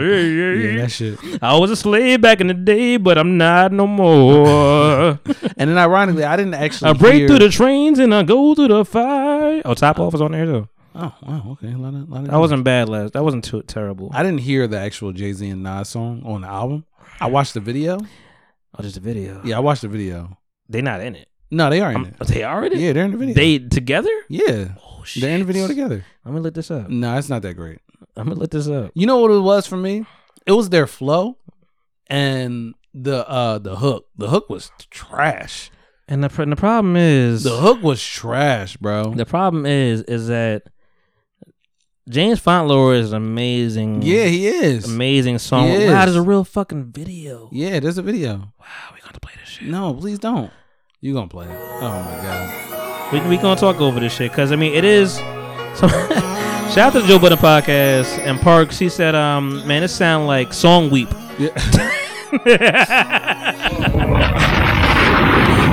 H: higher.
A: Yeah, that shit.
H: I was a slave back in the day, but I'm not no more.
A: and then ironically, I didn't actually.
H: I break
A: hear-
H: through the trains and I go through the fire. Oh, top off is on there too.
A: Oh wow, okay, a lot of, lot of
H: That wasn't bad last. That wasn't too terrible.
A: I didn't hear the actual Jay Z and Nas song on the album. I watched the video.
H: Oh, just the video.
A: Yeah, I watched the video.
H: They not in it.
A: No, they are in
H: I'm-
A: it.
H: They are in it.
A: Yeah, they're in the video.
H: They together.
A: yeah,
H: Oh,
A: they're in the video together.
H: I'm gonna look this up.
A: No, it's not that great.
H: I'm gonna look this up.
A: You know what it was for me? It was their flow and the uh the hook. The hook was trash.
H: And the pr- and the problem is
A: The hook was trash, bro.
H: The problem is is that James Fontlore is an amazing.
A: Yeah, he is.
H: amazing song.
A: He
H: Wow,
A: is.
H: there's a real fucking video.
A: Yeah, there's a video. Wow, we gonna play this shit. No, please don't. You gonna play it? Oh my god.
H: We we gonna talk over this shit because I mean it is. So, shout out to the Joe Budden podcast and Parks. He said, "Um, man, it sound like song weep."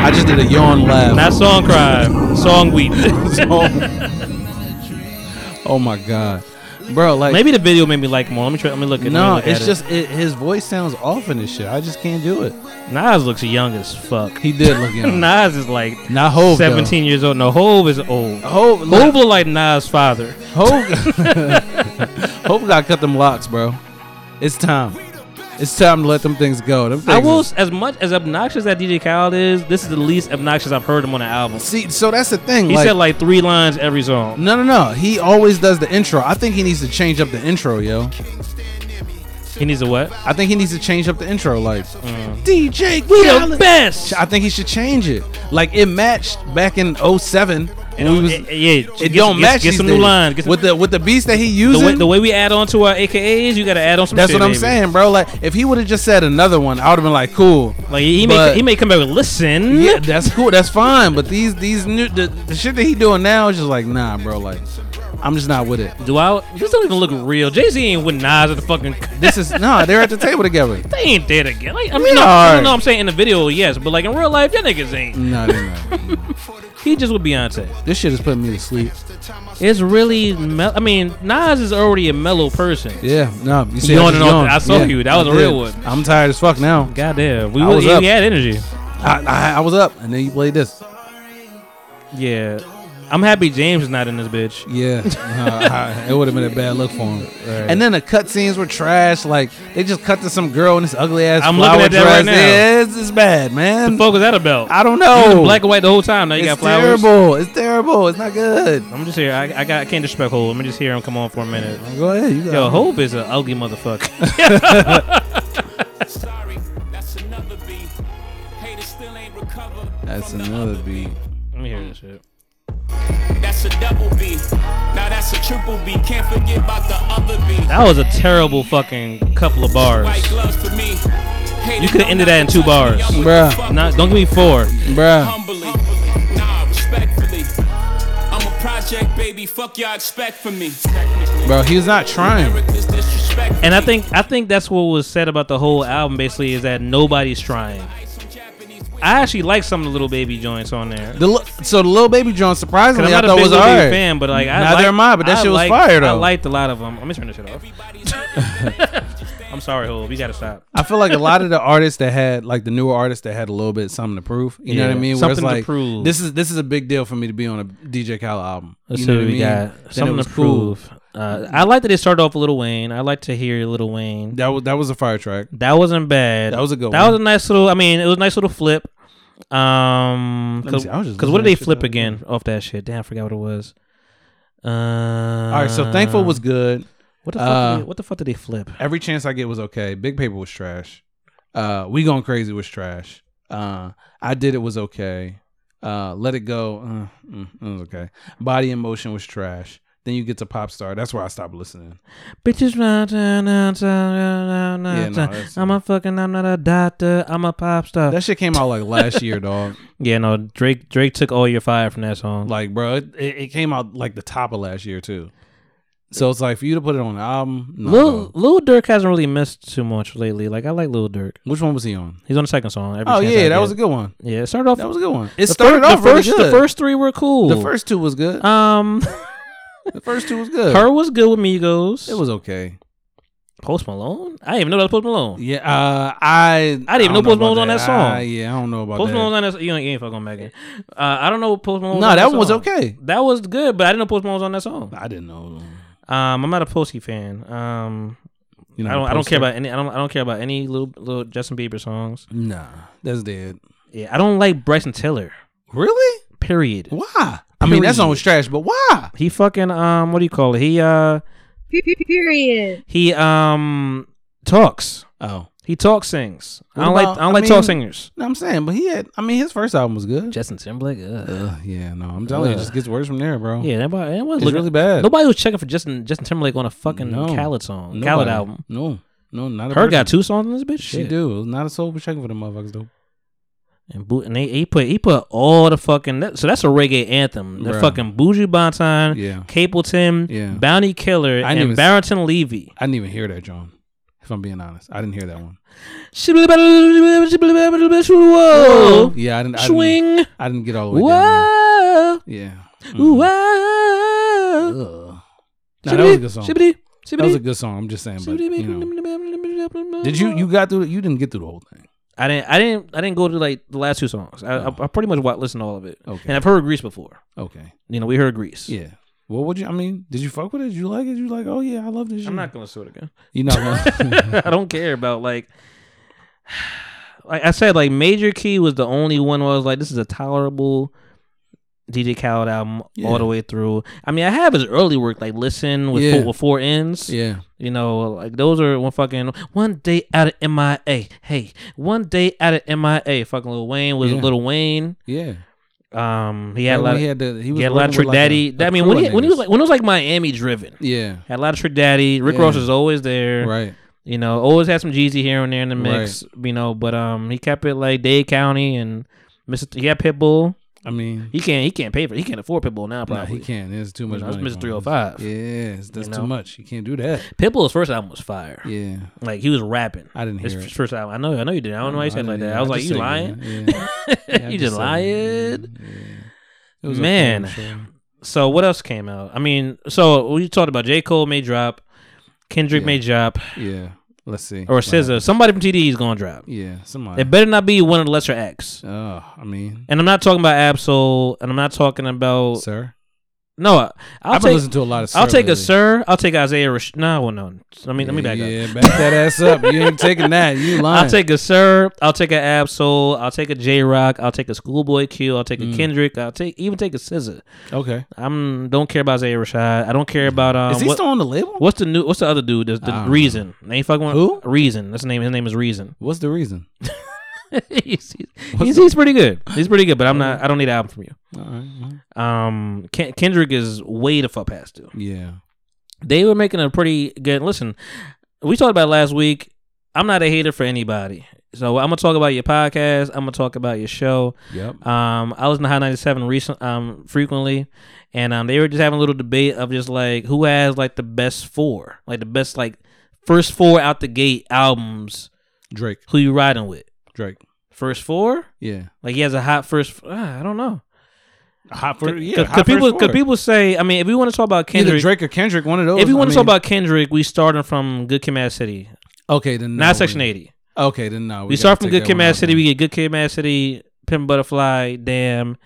A: I just did a yawn laugh.
H: Not song cry, song weep.
A: Oh my god, bro! Like
H: Maybe the video made me like him more. Let me try. Let me look. at- let me
A: no,
H: look
A: it's
H: at it.
A: just it, his voice sounds off in this shit. I just can't do it.
H: Nas looks young as fuck.
A: He did look young.
H: Nas is like
A: Not Hove, though. Oh,
H: seventeen years old. No, Hove is old.
A: Hove,
H: Hove look like Nas' father.
A: Hope, hope God cut them locks, bro. It's time. It's time to let them things go. Them things
H: I will, s- as much as obnoxious that DJ Khaled is, this is the least obnoxious I've heard him on the album.
A: See, so that's the thing.
H: He
A: like,
H: said like three lines every song.
A: no, no, no. He always does the intro. I think he needs to change up the intro, yo.
H: He needs a what?
A: I think he needs to change up the intro, like
H: DJ, Mm. we the best.
A: I think he should change it. Like it matched back in 07. when we was-
H: it- yeah,
A: it
H: get-
A: don't
H: get-
A: match.
H: get
A: these
H: some new
A: days.
H: lines, get some-
A: with the with the beats that he
H: The
A: using.
H: way, the way we add on to our AKAs, you got to add on some.
A: that's
H: shit,
A: what I'm
H: baby.
A: saying, bro. Like if he would have just said another one, I would have been like, cool.
H: Like he may
A: But-
H: he may come back with listen.
A: Yeah, that's cool. That's fine. But these these new the, the shit that he doing now is just like nah, bro. Like I'm just not with it.
H: Do I? This don't even look real. Jay Z ain't with Nas at the fucking.
A: This is nah. They're at the table together.
H: They ain't there together. Like,
A: Yeah,
H: I mean, no,
A: all
H: no,
A: right.
H: no, I'm saying in the video, yes, but like in real life, y'all niggas ain't.
A: Nah, they not.
H: He just with Beyonce.
A: This shit is putting me to sleep.
H: It's really. Mel- I mean, Nas is already a mellow person.
A: Yeah, no. You see,
H: Yawn
A: I just
H: and all-
A: yawned.
H: I saw
A: Yeah,
H: you. That was
A: I
H: a real
A: did.
H: one.
A: I'm tired as fuck now.
H: Goddamn, we
A: I
H: was,
A: was
H: we
A: up.
H: had energy.
A: I, I, I was up, and then you played this.
H: Yeah, I'm happy James is not in this bitch.
A: Yeah, nah, I- it would have been a bad look for him.
H: Right.
A: And then the cutscenes were trash. Like they just cut to some girl in this ugly ass.
H: I'm looking at that right now.
A: Yeah, it's, it's bad, man.
H: The fuck was that about?
A: I don't
H: You was
A: know.
H: black and white the whole time. Now you
A: it's
H: got flowers.
A: terrible. It's terrible. It's not good.
H: I'm just here. I, I got. I can't disrespect Hove. Let me just hear him come on for a minute.
A: Go ahead. You got
H: Yo,
A: it.
H: Hope is an ugly motherfucker.
A: That's another beat.
H: Let me hear this shit.
R: That's a double B. Now that's a triple B. Can't forget about the other B.
H: That was a terrible fucking couple of bars.
R: White gloves for me.
H: You could have ended that in two bars,
A: Bruh.
H: Not, don't give me four.
A: Bruh.
R: Humbly. Nah, respectfully. I'm a project baby. Fuck y'all expect from me.
A: Bro, he was not trying.
R: This disrespect.
H: And I think I think that's what was said about the whole album. Basically, is that nobody's trying. I actually like some of the little baby joints on there.
A: The li- so the little baby John
H: Cause
A: surprisingly I
H: I'm not a
A: thought
H: big
A: was
H: Lil Baby
A: alright.
H: fan, but like I
A: neither
H: liked-
A: am I. But that
H: I
A: shit was
H: liked-
A: fire
H: I
A: though.
H: liked a lot of them. Let me turn this shit off. I'm sorry, Hove. You gotta stop.
A: I feel like a lot of the artists that had like the newer artists that had a little bit something to prove. You know what I
H: Yeah,
A: mean?
H: something to
A: like,
H: prove.
A: This is this is a big deal for me to be on a DJ Khaled album.
H: Let's
A: you
H: see
A: know
H: what
A: I
H: we
A: mean?
H: got.
A: Then it
H: Something
A: was
H: to prove. Uh, I like that they started off with Little Wayne. I like to hear Little Wayne.
A: That was that was a fire track.
H: That wasn't bad.
A: That was a good
H: That
A: one.
H: was a nice little. I mean, it was a nice little flip. Um,
A: Let me see, I was just
H: because
A: listening
H: what did
A: to
H: they
A: that shit the
H: flip
A: other
H: again off that shit? Damn, I forgot what it was. Uh, All
A: All right, so thankful
H: Ah.
A: was good.
H: Um, What the fuck?
A: Uh,
H: did they, what the fuck did they flip?
A: Every chance I get was okay. Big paper was trash. Uh, we going crazy was trash. Uh, I did it was mm, okay. Uh, let it go. Uh, mm, it was okay. Body in motion was trash. Then you get to pop star. That's where I stopped listening.
H: Bitches run down, down, down, down,
A: Yeah,
H: down,
A: no,
H: down.
A: that's-
H: Ah, I'm a fucking, I'm not a doctor. I'm a pop star.
A: That shit came out like last year, dog.
H: Yeah, no, Drake Drake took all your fire from that song.
A: Like, bro, it, it it came out like the top of last year too. So it's like for you to put it on an album. No, dog.
H: Lil Lil Durk hasn't really missed too much lately. Like I like Lil Durk.
A: Which one was he on?
H: He's on the second song. Every
A: oh
H: Chance
A: yeah,
H: I
A: that
H: Get.
A: was a good one.
H: Yeah, it started off.
A: That was a good one. It
H: the
A: started
H: fir-
A: off
H: the
A: really
H: first,
A: good.
H: The first three were cool.
A: The first two was good.
H: Um,
A: the first two was good.
H: Her was good with Migos.
A: It was okay.
H: Post Malone. I didn't even know that was Post Malone.
A: Yeah, uh, I
H: I didn't even know
A: don't
H: Post
A: about
H: Malone was on that song.
A: I- yeah, I don't know about
H: Post
A: that.
H: Malone on that. You, ain't- you ain't fucking on Megan. Uh, I don't know what Post Malone.
A: No,
H: on
A: that one was
H: song.
A: okay.
H: That was good, but I didn't know Post Malone was on that song.
A: I didn't know.
H: Um, I'm not a Posty fan. Um,
A: You're not
H: I don't.
A: a
H: I don't
A: Posty?
H: care about any. I don't. I don't care about any little little Justin Bieber songs.
A: Nah, that's dead.
H: Yeah, I don't like Bryson Tiller.
A: Really?
H: Period.
A: Why? I mean, that's on trash, but why?
H: He fucking um, what do you call it? He uh,
F: Period.
H: he um, talks.
A: Oh,
H: he talk sings. I
A: What
H: don't like.
A: about-
H: I don't
A: I
H: like talk
A: mean-
H: singers.
A: No, I'm saying, but he had. I mean, his first album was good.
H: Justin Timberlake. Ugh.
A: yeah, no, I'm telling you, it
H: Ugh.
A: just gets worse from there, bro.
H: Yeah, nobody. It was
A: It's really bad.
H: Nobody was checking for Justin Justin Timberlake on a fucking
A: No.
H: Khaled song, Khaled
A: Nobody.
H: album.
A: No, no, not a
H: Her got
A: person.
H: two songs in this bitch.
A: She
H: Shit.
A: do. It was not a soul was checking for the motherfuckers though.
H: And, boot, and they, he put he put all the fucking that, so that's a reggae anthem. The
A: Bruh.
H: fucking Bougie Bonton,
A: Yeah.
H: Capleton,
A: Yeah.
H: Bounty Killer,
A: I didn't
H: and
A: even-
H: Barrington Levy.
A: I didn't even hear that, John. If I'm being honest, I didn't hear that one.
H: Whoa,
A: Yeah, I didn't. I
H: swing.
A: Didn't, I didn't get all the way down.
H: Whoa,
A: There. Yeah.
H: whoa.
A: Ugh. Nah, that was a good song. That was
H: Shibbity, shibbity.
A: a good song. I'm just saying. But, you know. Did you you got through? it? You didn't get through the whole thing.
H: I didn't. I didn't. I didn't go to like the last two songs. I, I, I pretty much wa- listened to all of it.
A: Oh. Okay.
H: And I've heard Grease before.
A: Okay.
H: You know, we heard Grease.
A: Yeah. Well, would you? I mean, did you fuck with it? Did you like it? You like? Oh yeah, I love this.
H: I'm
A: shit.
H: not gonna sue it again.
A: You're not gonna-
H: I don't care about like. Like I said, like Major Key was the only one where I was like, this is a tolerable DJ Khaled album all the way through. I mean, I have his early work like Listen with
A: Yeah.
H: four, with four ends.
A: Yeah.
H: You know, like those are one fucking one day out of MIA. Hey, one day out of MIA. Fucking Lil Wayne was
A: Yeah.
H: Lil Wayne.
A: Yeah.
H: Um, he had a
A: Like,
H: lot.
A: when he had
H: Of, he had,
A: the- he was
H: a lot of
A: working
H: Trick
A: with, like,
H: Daddy.
A: a- a
H: I mean,
A: crew
H: when he
A: of
H: when he was
A: niggas.
H: like when it was like Miami driven.
A: Yeah.
H: had a lot of Trick Daddy. Rick
A: Yeah.
H: Ross was always there.
A: Right.
H: You know, always had some Jeezy here and there in the mix. You know, but um, he kept it like Dade County and Mr. He had Pitbull.
A: I mean,
H: He can't. He can't pay for. He can't afford Pitbull now.
A: nah,
H: Probably
A: he can't. There's too
H: You
A: much.
H: know, it's
A: money
H: Mr.
A: going on.
H: 305.
A: Yeah, it's- that's
H: You
A: too
H: know?
A: much. You can't do that.
H: Pitbull's first album was fire.
A: Yeah.
H: Like he was rapping.
A: I didn't
H: his
A: hear
H: f-
A: it.
H: first album. I know. I know you did. I don't know why you
A: I
H: said it like
A: didn't
H: that.
A: hear
H: I
A: it.
H: was
A: I
H: like,
A: just
H: you
A: said,
H: lying?
A: yeah, yeah. Yeah, I
H: you
A: just
H: just
A: said,
H: lying?
A: It was okay,
H: Man.
A: I'm sure.
H: So what else came out? I mean, so we talked about J Cole may drop, Kendrick may drop.
A: Yeah. Let's see.
H: Or
A: What
H: SZA. Somebody from TDE is gonna drop.
A: Yeah, somebody.
H: It better not be one of the lesser acts.
A: Oh, I mean,
H: And I'm not talking about Absol, and I'm not talking about
A: Sir.
H: No, I- I'll
A: I've been
H: take-
A: listening to a lot of
H: I'll
A: Sir
H: take a
A: lately.
H: Sir. I'll take Isaiah. Rash- no, well, no. Let me let me back up.
A: Yeah, back that ass up. You ain't taking that. You lying.
H: I'll take a Sir. I'll take a Absol. I'll take a J Rock. I'll take a Schoolboy Q. I'll take a
A: Mm.
H: Kendrick. I'll take even take a SZA.
A: Okay.
H: I'm don't care about Isaiah Rashad. I don't care about um.
A: Is he still on the label?
H: What's the new? What's the other dude? The,
A: I
H: the
A: don't
H: Reason. They ain't fucking with-
A: Who?
H: Reason. That's the name. His name is Reason.
A: What's the reason?
H: he's, he's, he's pretty good. He's pretty good, but I'm not. I don't need an album from you.
A: All right.
H: Um, Ken- Kendrick is way the fuck past due.
A: Yeah.
H: They were making a pretty good. Listen, we talked about it last week. I'm not a hater for anybody. So I'm gonna talk about your podcast. I'm gonna talk about your show.
A: Yep.
H: Um, I listen to High 97 recent um frequently, and um they were just having a little debate of just like who has like the best four, like the best like first four out the gate albums.
A: Drake.
H: Who you riding with?
A: Drake.
H: First four?
A: Yeah.
H: Like he has a hot first. ah, I don't know.
A: Hot for yeah.
H: Cause,
A: hot first
H: people, cause
A: four.
H: people say, I mean, if we want to talk about Kendrick,
A: Either Drake or Kendrick, one of those.
H: if you
A: I
H: want to
A: mean-
H: talk about Kendrick, we starting from Good Kid, Mad City.
A: Okay, then no,
H: not
A: we-
H: Section Eighty.
A: Okay, then no.
H: We,
A: gotta
H: start from
A: take
H: Good
A: that
H: Kid,
A: one
H: Mad
A: out
H: City. We get Good Kid, Mad City, Pimp Butterfly, Damn,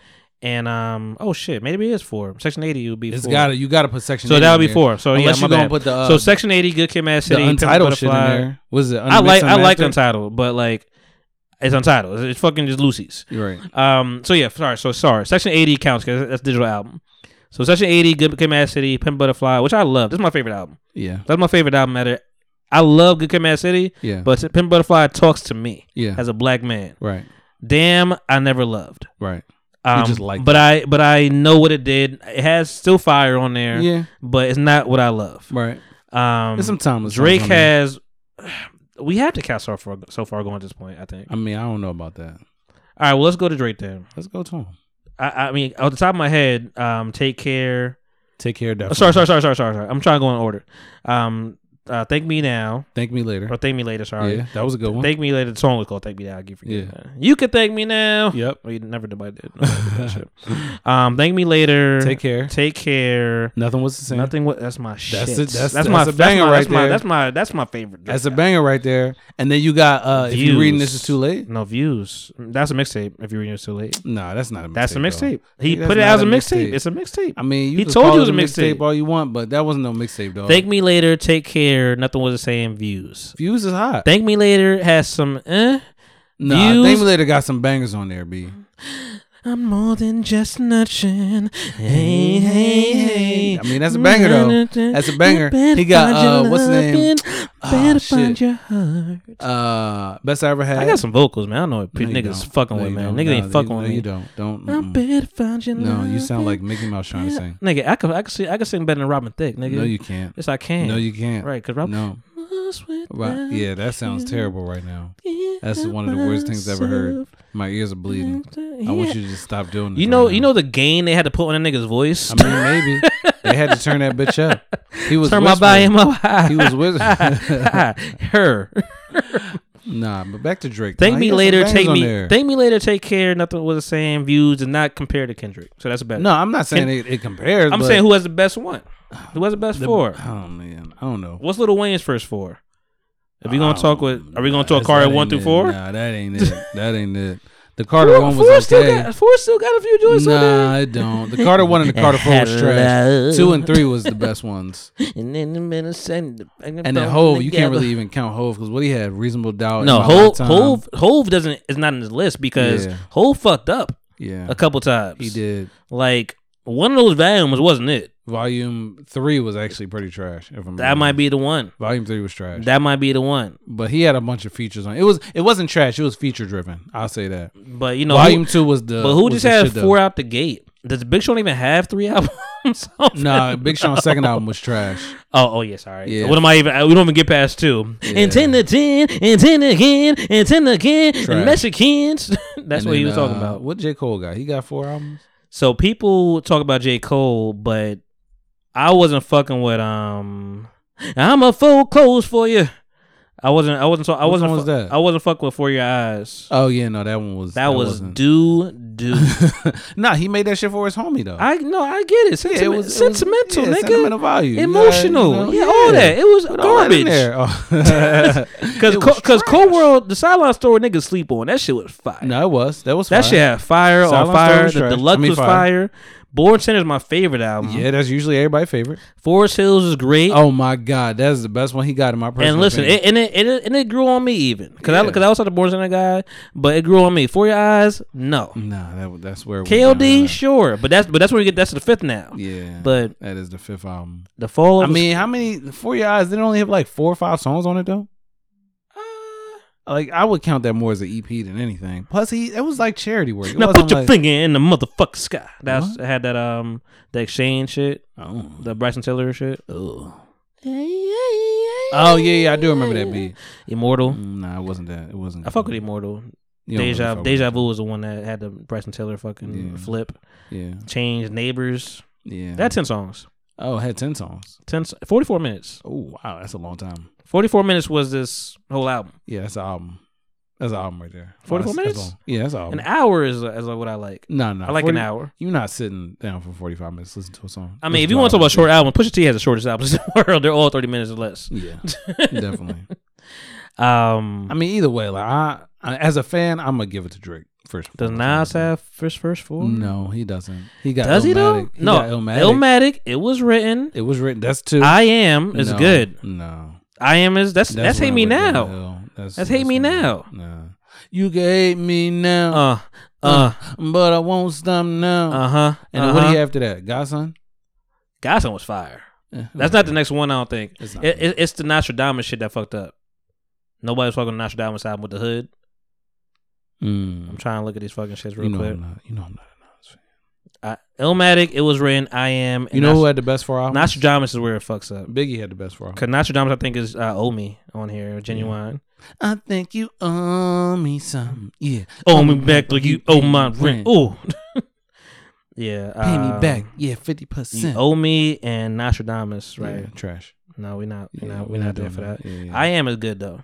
H: and um. Oh shit, maybe it is four. Section Eighty would be.
A: It's
H: four.
A: gotta- you gotta put Section
H: So
A: 80
H: that would
A: in there.
H: be four. So
A: Unless
H: yeah, my
A: you gonna
H: bad.
A: put the, uh,
H: so Section Eighty, Good Kid, Mad City, Pimp
A: Untitled shit in
H: Butterfly.
A: there. Was it
H: I like
A: Unmixed
H: I like
A: Unmastered?
H: Untitled, but like. It's untitled. It's, it's fucking just Lucy's.
A: Right.
H: Um. So yeah. Sorry. So sorry. Section eighty counts because that's digital album. So section eighty, Good Kid, Mad City, Pimp Butterfly, which I love. This is my favorite album.
A: Yeah.
H: That's my favorite album. Matter. I love Good Kid, Mad City.
A: Yeah.
H: But Pimp Butterfly talks to me.
A: Yeah.
H: As a black man.
A: Right.
H: Damn, I never loved.
A: Right.
H: Um,
A: just like
H: but I but I know what it did. It has still fire on there.
A: Yeah.
H: But it's not what I love.
A: Right.
H: Um
A: There's some timeless songs
H: Drake
A: on there.
H: has we have to count so far so far going at this point, I think.
A: I mean, I don't know about that.
H: All right, well let's go to Drake then.
A: Let's go to him.
H: I, I mean, off the top of my head, um, take care.
A: Take care.
H: Oh, sorry, sorry, sorry, sorry, sorry, sorry. I'm trying to go in order. Um, uh, thank me now.
A: Thank me later.
H: Or thank me later. Sorry,
A: Yeah, that was a good one.
H: Thank me later. The song was called "Thank Me Now." I keep forgetting.
A: Yeah.
H: that. you can thank me now.
A: Yep.
H: We never did. nobody did- nobody did that shit. um, thank me later.
A: Take care.
H: Take care.
A: Nothing was the same.
H: Nothing. Wa- that's my shit.
A: That's it. That's, that's
H: my
A: a banger
H: that's my,
A: right there.
H: that's My, that's my that's my favorite.
A: That's a banger right there. And then you got uh if you're reading this is too late.
H: No views. That's a mixtape. If you're reading this too late.
A: No, that's not a mixtape.
H: That's a mixtape.
A: though.
H: He
A: That's
H: put it
A: not
H: out as a mixtape. It's a mixtape.
A: I mean, you
H: He
A: can
H: told
A: call
H: you it was a mixtape.
A: all you want, but that wasn't no mixtape, dog.
H: Thank me later. Take care. Nothing was the same. Views.
A: Views is hot.
H: Thank me later has some. Eh,
A: Nah,
H: views.
A: Thank Me Later got some bangers on there, B.
H: I'm more than just nudging. Hey, hey, hey.
A: I mean, that's a banger, though. That's a banger. He got, uh, what's his name? Ah,
H: Better
A: shit.
H: find your heart.
A: Uh, best I ever had.
H: I got some vocals, man. I don't know what pe-
A: you
H: niggas
A: don't.
H: fucking
A: No,
H: with,
A: you
H: man.
A: don't.
H: Niggas
A: No,
H: ain't fucking
A: you-
H: with
A: no,
H: me.
A: You don't. Don't.
H: I
A: mm-mm.
H: better find your
A: No, you
H: love
A: sound like
H: and-
A: Mickey Mouse trying to sing.
H: Nigga, I could, I could, sing, I could sing better than Robin Thicke, nigga.
A: No, you can't.
H: Yes, I can.
A: No, you can't.
H: Right, because Robin.
A: No. Right. Yeah, that sounds terrible right now. That's
H: Yeah,
A: one of the worst things I've ever heard.
H: myself.
A: My ears are bleeding. I want you to just stop doing this.
H: You know, you know the gain they had to put on a nigga's voice.
A: I mean, maybe they had to turn that bitch up. He was
H: Turn my body
A: whispering.
H: up.
A: He was whispering.
H: her.
A: nah, but back to Drake.
H: Thank
A: Nah, he
H: me
A: got some
H: later,
A: bangers
H: take
A: on
H: me.
A: there.
H: Thank me later, take care. Nothing was the same. Views and not compare to Kendrick. So that's better.
A: No, I'm not saying it- it compares,
H: I'm
A: but-
H: saying who has the best one. Who has the best
A: The-
H: four?
A: Oh man, I don't know.
H: What's Little Wayne's first four? If we gonna
A: Oh,
H: talk with, are we gonna talk
A: That's-
H: Carter
A: that
H: one through
A: ain't it.
H: four?
A: Nah, that ain't it. That ain't it. The Carter
H: Four-
A: one
H: four
A: was
H: still
A: okay.
H: got- four still got a few joints on there.
A: Nah, I don't. The Carter one and the Carter four was trash.
H: Hello.
A: Two and three was the best ones.
B: And then the minute send
A: And then Hove, you can't really even count Hove because what he had reasonable doubt.
H: No,
A: in my
H: Hove,
A: lifetime.
H: Hove, Hove doesn't is not in his list because
A: Yeah.
H: Hove fucked up.
A: Yeah.
H: a couple times
A: He did.
H: Like one of those volumes wasn't it?
A: Volume three was actually pretty trash. If I'm
H: That might be the one.
A: Volume three was trash.
H: That might be the one.
A: But he had a bunch of features on it. was it wasn't trash. It was feature driven. I'll say that.
H: But you know,
A: volume
H: who-
A: two was the.
H: But who
A: was
H: just
A: the
H: had
A: shit, though.
H: four out the gate? Does Big Sean even have three albums? Oh, No,
A: Nah, Big Sean's second album was trash.
H: Oh, oh yeah, sorry.
A: Yeah.
H: What am I even? uh, We don't even get past two.
A: Yeah.
H: And ten to ten, and ten again, and ten again,
A: Trash.
H: and Mexicans. That's
A: And
H: what he
A: then,
H: was talking
A: uh,
H: about.
A: What J Cole got? He got four albums.
H: So people talk about J Cole, but I wasn't fucking with um. I'm a full close for you. I wasn't. I wasn't. So, I
A: Which
H: wasn't.
A: one was
H: fu-
A: that?
H: I wasn't fucking with For Your Eyes.
A: Oh yeah, no, that one was
H: that, was
A: wasn't-
H: do do.
A: nah, he made that shit for his homie though.
H: I no, I get it.
A: Yeah,
H: Sentiment,
A: it was- it was-
H: sentimental,
A: yeah,
H: nigga.
A: sentimental value. You gotta,
H: Emotional.
A: you know,
H: yeah, all
A: yeah.
H: that. It was
A: Put all that in
H: garbage.
A: there. Oh.
H: Because because Cold World, the sideline story niggas sleep on. That shit was fire.
A: no, it was that was
H: That
A: fire.
H: shit had fire
A: Silent
H: on
A: Storm
H: fire.
A: was
H: The
A: trash. I
H: deluxe
A: mean,
H: was fire. Born Center is my favorite album.
A: Yeah, that's usually everybody's favorite.
H: Forest Hills is great.
A: Oh my god, that's the best one he got in my personal.
H: and listen,
A: opinion.
H: it, and it, and it and it grew on me even because I
A: Yeah.
H: because I was not the Born Center guy, but it grew on me. For your eyes, no.
A: nah, that, that's where it went down.
H: KLD, sure, but that's but that's where we get that's the fifth now.
A: Yeah,
H: but
A: that is the fifth album.
H: The fall.
A: I
H: of the-
A: mean, how many for your eyes? They only have like four or five songs on it though.
H: Uh,
A: Like I would count that more as an EP than anything. Plus, he it was like charity work. It
H: Now
A: wasn't
H: put your
A: like-
H: finger in the motherfucking sky. That's I had that um the exchange shit.
A: Oh.
H: The Bryson Tiller shit.
A: Oh. Oh yeah, yeah, I do remember that beat. Mm,
H: Immortal.
A: Nah, it wasn't that. It wasn't.
H: I fuck with Immortal.
A: You don't really
H: Deja
A: fuck with
H: Deja Vu was the one that had the Bryson Tiller fucking flip.
A: Yeah.
H: Change neighbors.
A: Yeah.
H: That ten songs.
A: Oh, it had ten songs.
H: 10, 44 minutes.
A: Oh wow, that's a long time.
H: Forty four minutes was this whole album.
A: Yeah, that's an album. That's an album right there.
H: Forty four
A: Wow, that's-
H: minutes.
A: that's long. yeah, that's an album.
H: An hour is is what I like.
A: No, no,
H: I like
A: 40
H: an hour.
A: You're not sitting down for 45 minutes listening to a song.
H: I mean,
A: Listen
H: if you want to talk
A: an
H: about short albums, Pusha T has the shortest albums in the world. They're all thirty minutes or less.
A: Yeah, definitely.
H: Um,
A: I mean, either way, like I, I as a fan, I'm gonna give it to Drake first.
H: Does Nas have first first four?
A: No, he doesn't. He got
H: Does he though?
A: Illmatic. He
H: No,
A: got
H: Illmatic.
A: Illmatic.
H: It was written.
A: It was written. That's two.
H: I am is
A: No,
H: good.
A: No,
H: I am is that's that's,
A: That's
H: hate
A: when
H: me
A: it went
H: now.
A: downhill.
H: That's,
A: That's-
H: hate me now.
A: you can hate me now,
H: uh, uh,
A: Uh-huh. but I won't stop now.
H: Uh huh.
A: And then what do you have after that? Godson.
H: Godson was fire.
A: Yeah,
H: that's not the next one. I don't think.
A: It's
H: It's,
A: not.
H: it, it, it's the Nostradamus shit that fucked up. Nobody's fucking Nostradamus album with the hood.
A: Mm.
H: I'm trying to look at these fucking shits real
A: You know
H: quick.
A: I'm not. You know I'm not.
H: I, Illmatic, it was written. I am. and
A: You know who
H: Nostra-
A: had the best four albums?
H: Nostradamus is where it fucks up.
A: Biggie had the best four albums.
H: Cause Nostradamus, I think, is uh, Owe Me on here, genuine.
A: I think you owe me some. Yeah.
H: Owe me back like you owe my rent. Ooh. yeah.
A: Pay me
H: um,
A: back. Yeah, 50%.
H: You owe me and Nostradamus, right?
A: Yeah, trash.
H: No, we're not. We're
A: Yeah,
H: not,
A: we're
H: we're not
A: not
H: there
A: doing
H: for that.
A: that. Yeah, yeah.
H: I am is good though.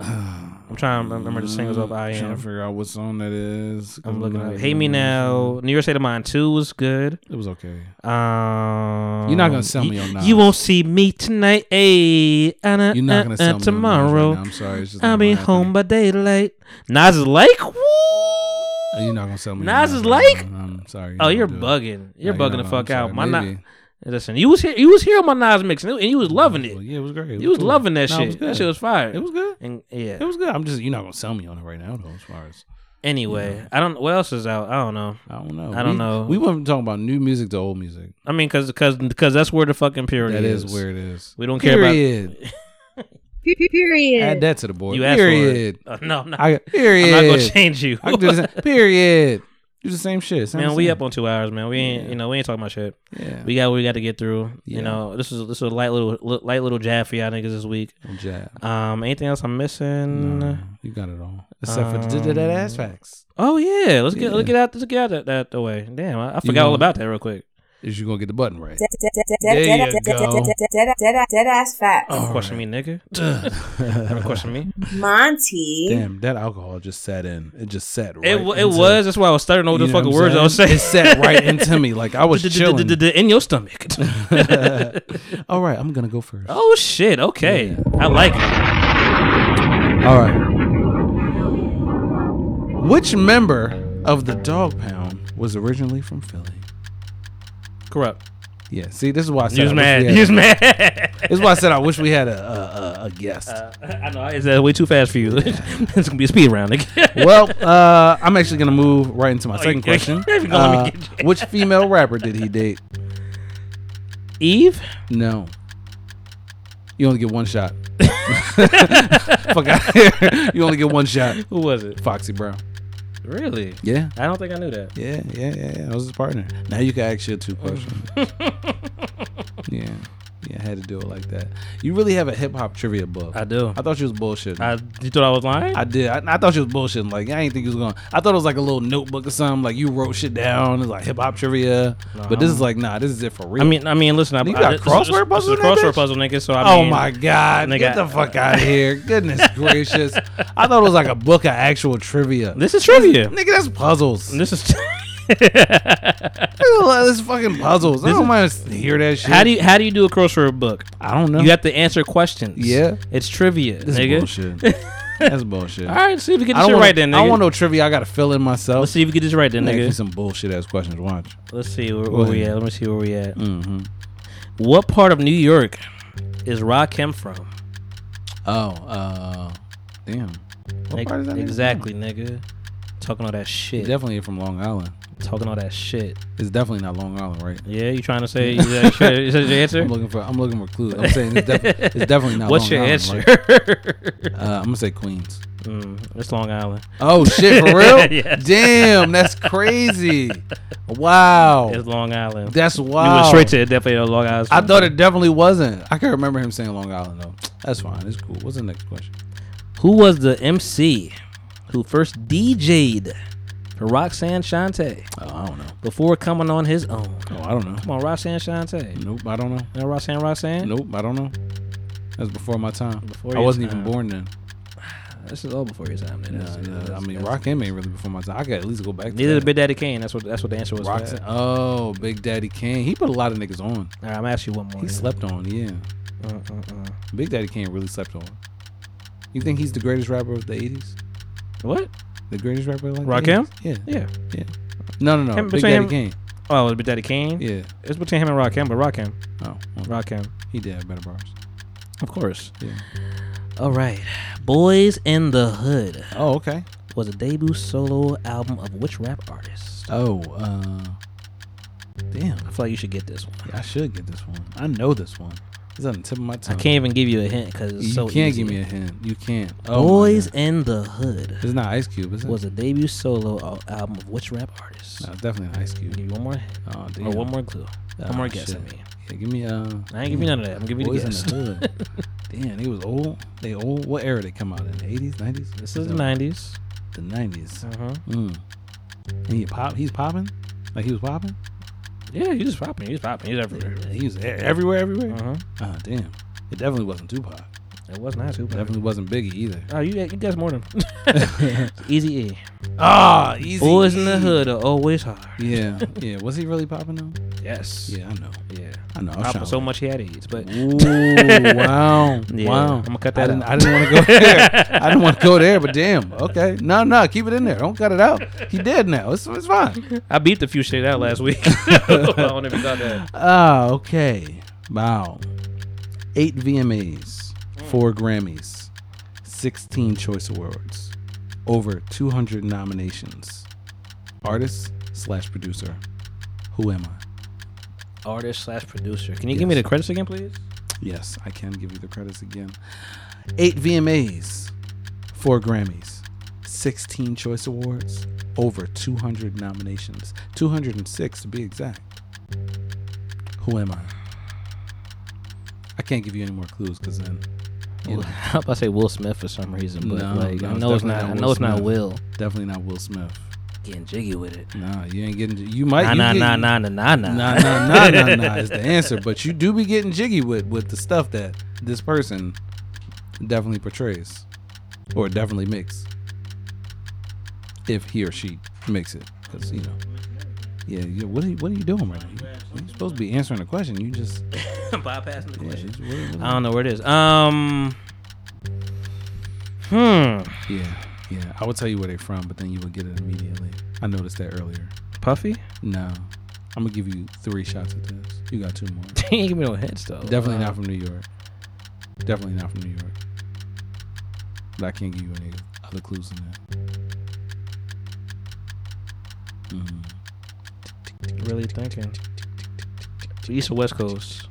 H: I'm trying to remember the singles off I
A: Trying to
H: am.
A: figure out what song that is.
H: I'm looking
A: not
H: at
A: even
H: Hate Me Now. New York State of Mind 2 was good.
A: It was okay.
H: Um,
A: You're not gonna sell me
H: y-
A: on Nas.
H: You won't see me tonight. Ay, uh,
A: You're not gonna sell me on Nas right
H: tomorrow.
A: now. I'm sorry, it's just
H: I'll
A: not
H: be
A: gonna
H: home by daylight. Nas is like
A: Oh, You're not gonna sell me. on
H: Nas
A: that
H: is
A: one.
H: like.
A: I'm sorry.
H: Oh, you're
A: gonna do it.
H: bugging. You're
A: No,
H: bugging
A: not.
H: the
A: I'm
H: fuck
A: sorry.
H: out. My not.
A: Maybe.
H: Listen, you was here. You was here on my Nas mix, and you- and you was loving it.
A: Yeah, it was great. It
H: you was
A: cool.
H: loving that
A: No, it
H: shit.
A: was
H: that
A: good.
H: shit was fire.
A: It was good.
H: And yeah.
A: It was good. I'm just you're not gonna sell me on it right now though. As far as
H: Anyway,
A: Yeah.
H: I don't. What else is out? I don't know.
A: I don't know.
H: I don't
A: We-
H: know.
A: We went from talking about new music to old music.
H: I mean, because because because that's where the fucking purity
A: That
H: is.
A: is where it is.
H: We don't
A: Period.
H: care about.
F: Period.
A: Add that to the board.
H: You asked for it.
A: period.
H: Uh, no, I'm not-
A: I, period.
H: I'm not gonna change you.
A: I can do the same- period. Do the same shit. Sound
H: Man,
A: the
H: we
A: same.
H: up on two hours, man. We ain't, you know, we ain't talking about shit.
A: Yeah.
H: we got what we got to get through.
A: Yeah.
H: You know, this is this is a light little li- light little jab for y'all niggas this week.
A: Little jab.
H: Um, anything else I'm missing?
A: No, Uh, you got it all except for the- the- that
H: Um,
A: ass facts.
H: Oh yeah, let's get let's
A: Yeah.
H: get out let's get out that, that away. Damn, I, I forgot all
A: gonna-
H: about that real quick.
A: Is you gonna get the button right?
H: There you go.
S: Dead ass facts.
H: Don't question me, nigga. Don't question me.
S: Monty.
A: Damn, that alcohol just sat in. It just sat. Right
H: It wa- it
A: into-
H: was. That's why I was starting all the
A: You know
H: fucking
A: what I'm
H: words I was saying.
A: It sat right into me, like I was chilling.
H: in your stomach.
A: All right, I'm gonna go first.
H: oh shit. Okay, I like it.
A: All right. Which member of the Dog Pound was originally from Philly?
H: Corrupt.
A: Yeah. See, this is why I said
H: You was
A: I wish
H: mad.
A: we had
H: You was
A: a-
H: mad.
A: this is why I said I wish we had a a, a, a guest.
H: I know it's uh, way too fast for you. it's gonna be a speed round. nigga.
A: well, uh, I'm actually gonna move right into my
H: Oh,
A: second
H: you- you-
A: question.
H: you gonna let me
A: Uh, which female rapper did he date?
H: Eve?
A: No. You only get one shot. Fuck out here. You only get one shot.
H: Who was it?
A: Foxy Brown.
H: Really?
A: Yeah.
H: I don't think I knew that.
A: Yeah, yeah, yeah, yeah. I was his partner. Now you can ask your two questions. yeah. Yeah, I had to do it like that. You really have a hip hop trivia book. I
H: do.
A: I thought you was bullshitting.
H: I, you thought I was lying?
A: I did. I, I thought you was bullshitting. Like I didn't think you was going. to I thought it was like a little notebook or something. Like you wrote shit down. It's like hip hop trivia.
H: No,
A: but this
H: I'm-
A: is like nah. This is it for real.
H: Uh-huh. I mean, I mean, listen. I,
A: You
H: I,
A: got
H: this is-
A: crossword
H: this is
A: puzzle
H: a
A: in that
H: crossword
A: bitch?
H: puzzle, nigga. So I
A: oh
H: mean,
A: my god!
H: nigga, uh,
A: Get the fuck out of here! Goodness gracious! I thought it was like a book of actual trivia.
H: This is trivia.
A: nigga. That's puzzles.
H: This is.
A: this is fucking puzzles. I
H: This
A: don't
H: is-
A: mind s- hear that shit.
H: How do you how do you do a crossword book?
A: I don't know.
H: You have to answer questions.
A: Yeah.
H: it's trivia,
A: This is
H: nigga.
A: bullshit. That's bullshit.
H: All right, see if you get
A: I
H: this
A: don't
H: shit
A: wanna-
H: right then, nigga.
A: I don't want no trivia. I gotta fill in myself.
H: Let's see if you get this right then,
A: Ask
H: nigga. Oh,
A: you some bullshit ass questions. Watch.
H: Let's see where,
A: Go
H: where we
A: ahead.
H: at. Let me see where we at.
A: Mm-hmm.
H: What part of New York is Rakim from?
A: Oh, uh, damn. What
H: Nigga,
A: part is that nigga
H: exactly, nigga. Talking all that
A: He
H: shit.
A: definitely ain't from Long Island.
H: Talking all that shit.
A: It's definitely not Long Island, right?
H: Yeah, you trying to say is that, your- is that your answer?
A: I'm looking for. I'm looking for clues. I'm saying it's, defi- it's definitely not.
H: What's
A: Long
H: your
A: Island,
H: answer?
A: right? uh, I'm gonna say Queens.
H: Mm, it's Long Island.
A: Oh shit, for real?
H: Yeah.
A: Damn, that's crazy. Wow.
H: It's Long Island.
A: That's
H: You
A: wild.
H: went straight to it, definitely a Long Island.
A: Oh. I thought it definitely wasn't. I can remember him saying Long Island though. That's fine. It's cool. What's the next question?
H: Who was the MC who first DJ'd for Roxanne Shante?
A: Oh, I don't know.
H: Before coming on his own.
A: Oh, I don't know.
H: Come on, Roxanne Shante.
A: Nope, I don't know.
H: You know Roxanne Roxanne?
A: Nope, I don't know. That's before my time.
H: Before
A: I
H: your
A: wasn't even
H: time.
A: born then.
H: This is all before your time. man.
A: Nah,
H: That's-
A: nah, I
H: that's-
A: mean,
H: that's-
A: Rakim ain't really before my time. I could at least go back. to
H: Neither
A: that.
H: did Big Daddy Kane. That's what that's what the answer was. for
A: Roxanne.
H: that.
A: Oh, Big Daddy Kane. He put a lot of niggas on.
H: All right, I'm gonna ask you one more.
A: He slept on, yeah.
H: Uh, uh, uh.
A: Big Daddy Kane really slept on. You think he's the greatest rapper of the eighties?
H: What?
A: The greatest rapper of like the
H: Rakim?
A: 80s? Yeah.
H: Yeah.
A: Yeah. No, no, no.
H: Him-
A: Big
H: between
A: Daddy
H: him-
A: Kane.
H: Oh, it was Big Daddy Kane.
A: Yeah.
H: It's between him and Rakim, but Rakim,
A: Oh, well,
H: Rakim,
A: he did have better bars.
H: of course.
A: Yeah.
H: All right, Boys in the Hood
A: Oh, okay.
H: was a debut solo album of which rap artist?
A: Oh, uh, damn.
H: I feel like you should get this one.
A: I should get this one. I know this one. It's on the tip of my tongue.
H: I can't even give you a hint because it's
A: you
H: so
A: can't
H: easy.
A: give me a hint. You can't. Oh
H: Boys in the Hood.
A: It's not Ice Cube, is it?
H: Was a debut solo al- album of which rap artist?
A: No, definitely Ice Cube.
H: Give you one more. hint.
A: Oh, damn.
H: Or one more clue.
A: Oh,
H: one more guess. I
A: shit.
H: mean.
A: Yeah, give me. Uh,
H: I ain't give you none of that. I'm giving you
A: Boys
H: the guess.
A: In the hood. damn, they was old. They old. What era they come out in? The 80s, 90s.
H: This is the 90s.
A: The 90s.
H: Uh-huh.
A: Mm. And he pop. He's popping. Like he was popping.
H: Yeah, he was popping. He was popping. He was everywhere.
A: He was e- everywhere, everywhere.
H: Uh-huh.
A: Ah, damn. It definitely wasn't Tupac.
H: It was not
A: It
H: Tupac.
A: definitely wasn't Biggie either.
H: Oh, you you guessed more than Easy E.
A: Ah, Eazy-E.
H: Boys in the Hood are always hard.
A: Yeah, yeah. Was he really popping though?
H: Yes.
A: Yeah, I know.
H: Yeah.
A: I know. I was
H: Papa
A: trying
H: so
A: to-
H: much he had AIDS, but
A: Ooh, wow,
H: Yeah,
A: wow.
H: I'm gonna cut
A: I
H: that.
A: didn't,
H: out.
A: I didn't want to go there. I didn't want to go there, but damn. Okay, no, no, keep it in there. Don't cut it out. He dead now. It's, it's fine.
H: I beat a few shit out last week. I don't even thought that.
A: Ah, okay. Wow. Eight VMAs, four Grammys, sixteen Choice Awards, over two hundred nominations. Artist slash producer. Who am I?
H: Artist slash producer. Can you give me the credits again, please?
A: Yes, I can give you the credits again. Eight VMAs, four Grammys, 16 Choice Awards, over 200 nominations, 206 to be exact. Who am I? I can't give you any more clues because then. you know.
H: I was about to say Will Smith for some reason, but
A: No,
H: like
A: no,
H: I know it's
A: definitely
H: not. I
A: Will
H: know it's not
A: Smith.
H: Will.
A: Definitely not Will Smith.
H: Getting jiggy with it.
A: Nah, you ain't getting. You might.
H: Nah,
A: you
H: nah,
A: get-
H: nah, nah, nah, nah, nah.
A: Nah, nah, nah, nah, nah is the answer. But you do be getting jiggy with with the stuff that this person definitely portrays, or definitely makes, if he or she makes it. Because you know, yeah, yeah. What are you, what are you doing right now? You're supposed to be answering the question. You just
H: Bypassing the
A: yeah,
H: question.
A: it's- what- what-
H: I don't know where it is. Um. Hmm.
A: yeah, yeah. I would tell you where they're from, but then you would get it immediately. I noticed that earlier.
H: Puffy?
A: No, I'm gonna give you three shots at this. You got two more.
H: He ain't give me no hints though.
A: Definitely
H: Uh,
A: not from New York. Definitely not from New York. But I can't give you any other clues than that. Mhm.
H: Really thinking. East or West Coast?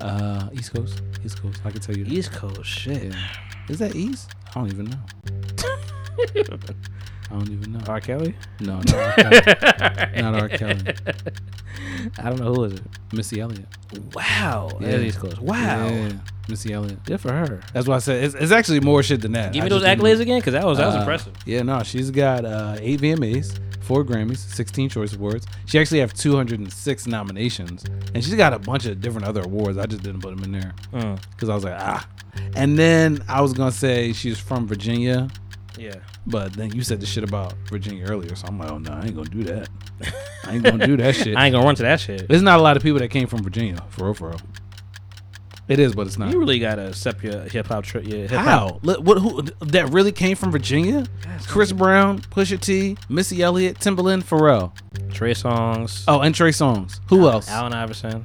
A: Uh, East Coast. East Coast. I can tell you. That.
H: East Coast. Shit.
A: Yeah. Is that East? I don't even know. I don't even know.
H: R. Kelly?
A: No, not R. Kelly. not R. Kelly.
H: I don't know who is it.
A: Missy Elliott.
H: Wow. That is East Coast. Wow.
A: Yeah. Missy Elliott.
H: Good for her.
A: That's why I said it's, it's actually more shit than that.
H: Give
A: I
H: me those
A: just didn't-
H: accolades again, because that was that was
A: Uh,
H: impressive.
A: Yeah, no, she's got uh, eight VMAs, four Grammys, sixteen Choice Awards. She actually have two hundred and six nominations, and she's got a bunch of different other awards. I just didn't put them in there
H: Mm.
A: because I was like, ah. And then I was gonna say she's from Virginia,
H: Yeah.
A: but then you said the shit about Virginia earlier, so I'm like, oh no, I ain't gonna do that. I ain't gonna do that shit.
H: I ain't gonna run to that shit.
A: There's not a lot of people that came from Virginia, for real, for real. It is, but it's not.
H: You really gotta accept your hip hop trip. Your hip hop.
A: How? Li- What? Who? That really came from Virginia? Chris Brown, Pusha T, Missy Elliott, Timbaland, Pharrell.
H: Trey songs.
A: Oh, and Trey Songz. Who else? Mm,
H: Allen Iverson.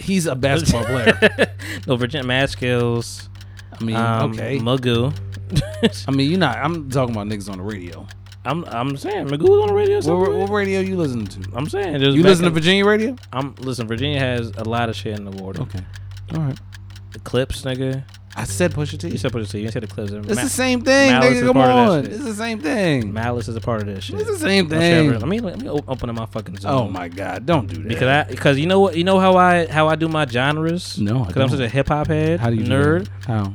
A: He's a basketball player.
H: no Virginia Mad Skills.
A: I mean,
H: um,
A: Mm, okay.
H: Magoo.
A: I mean, you're not. I'm talking about niggas on the radio.
H: I'm I'm saying Magoo's on the radio.
A: What,
H: somewhere.
A: what radio you listening to?
H: I'm saying
A: You listen to Virginia radio?
H: I'm listen. Virginia has a lot of shit in the water.
A: Okay. All right.
H: The clips, nigga.
A: I said Pusha
H: You
A: T.
H: said put it to you. You said the clips.
A: It's the same thing, nigga. Come on. It's the same thing.
H: Malice is a part of that shit.
A: It's the same
H: Don't you ever-
A: thing.
H: Let me let me o- open up my fucking. Zoom.
A: Oh my God! Don't do that.
H: Because I because you know what you know how I how I do my genres.
A: No, I
H: because I'm
A: don't.
H: such a hip hop head.
A: How do you do
H: nerd?
A: that? How?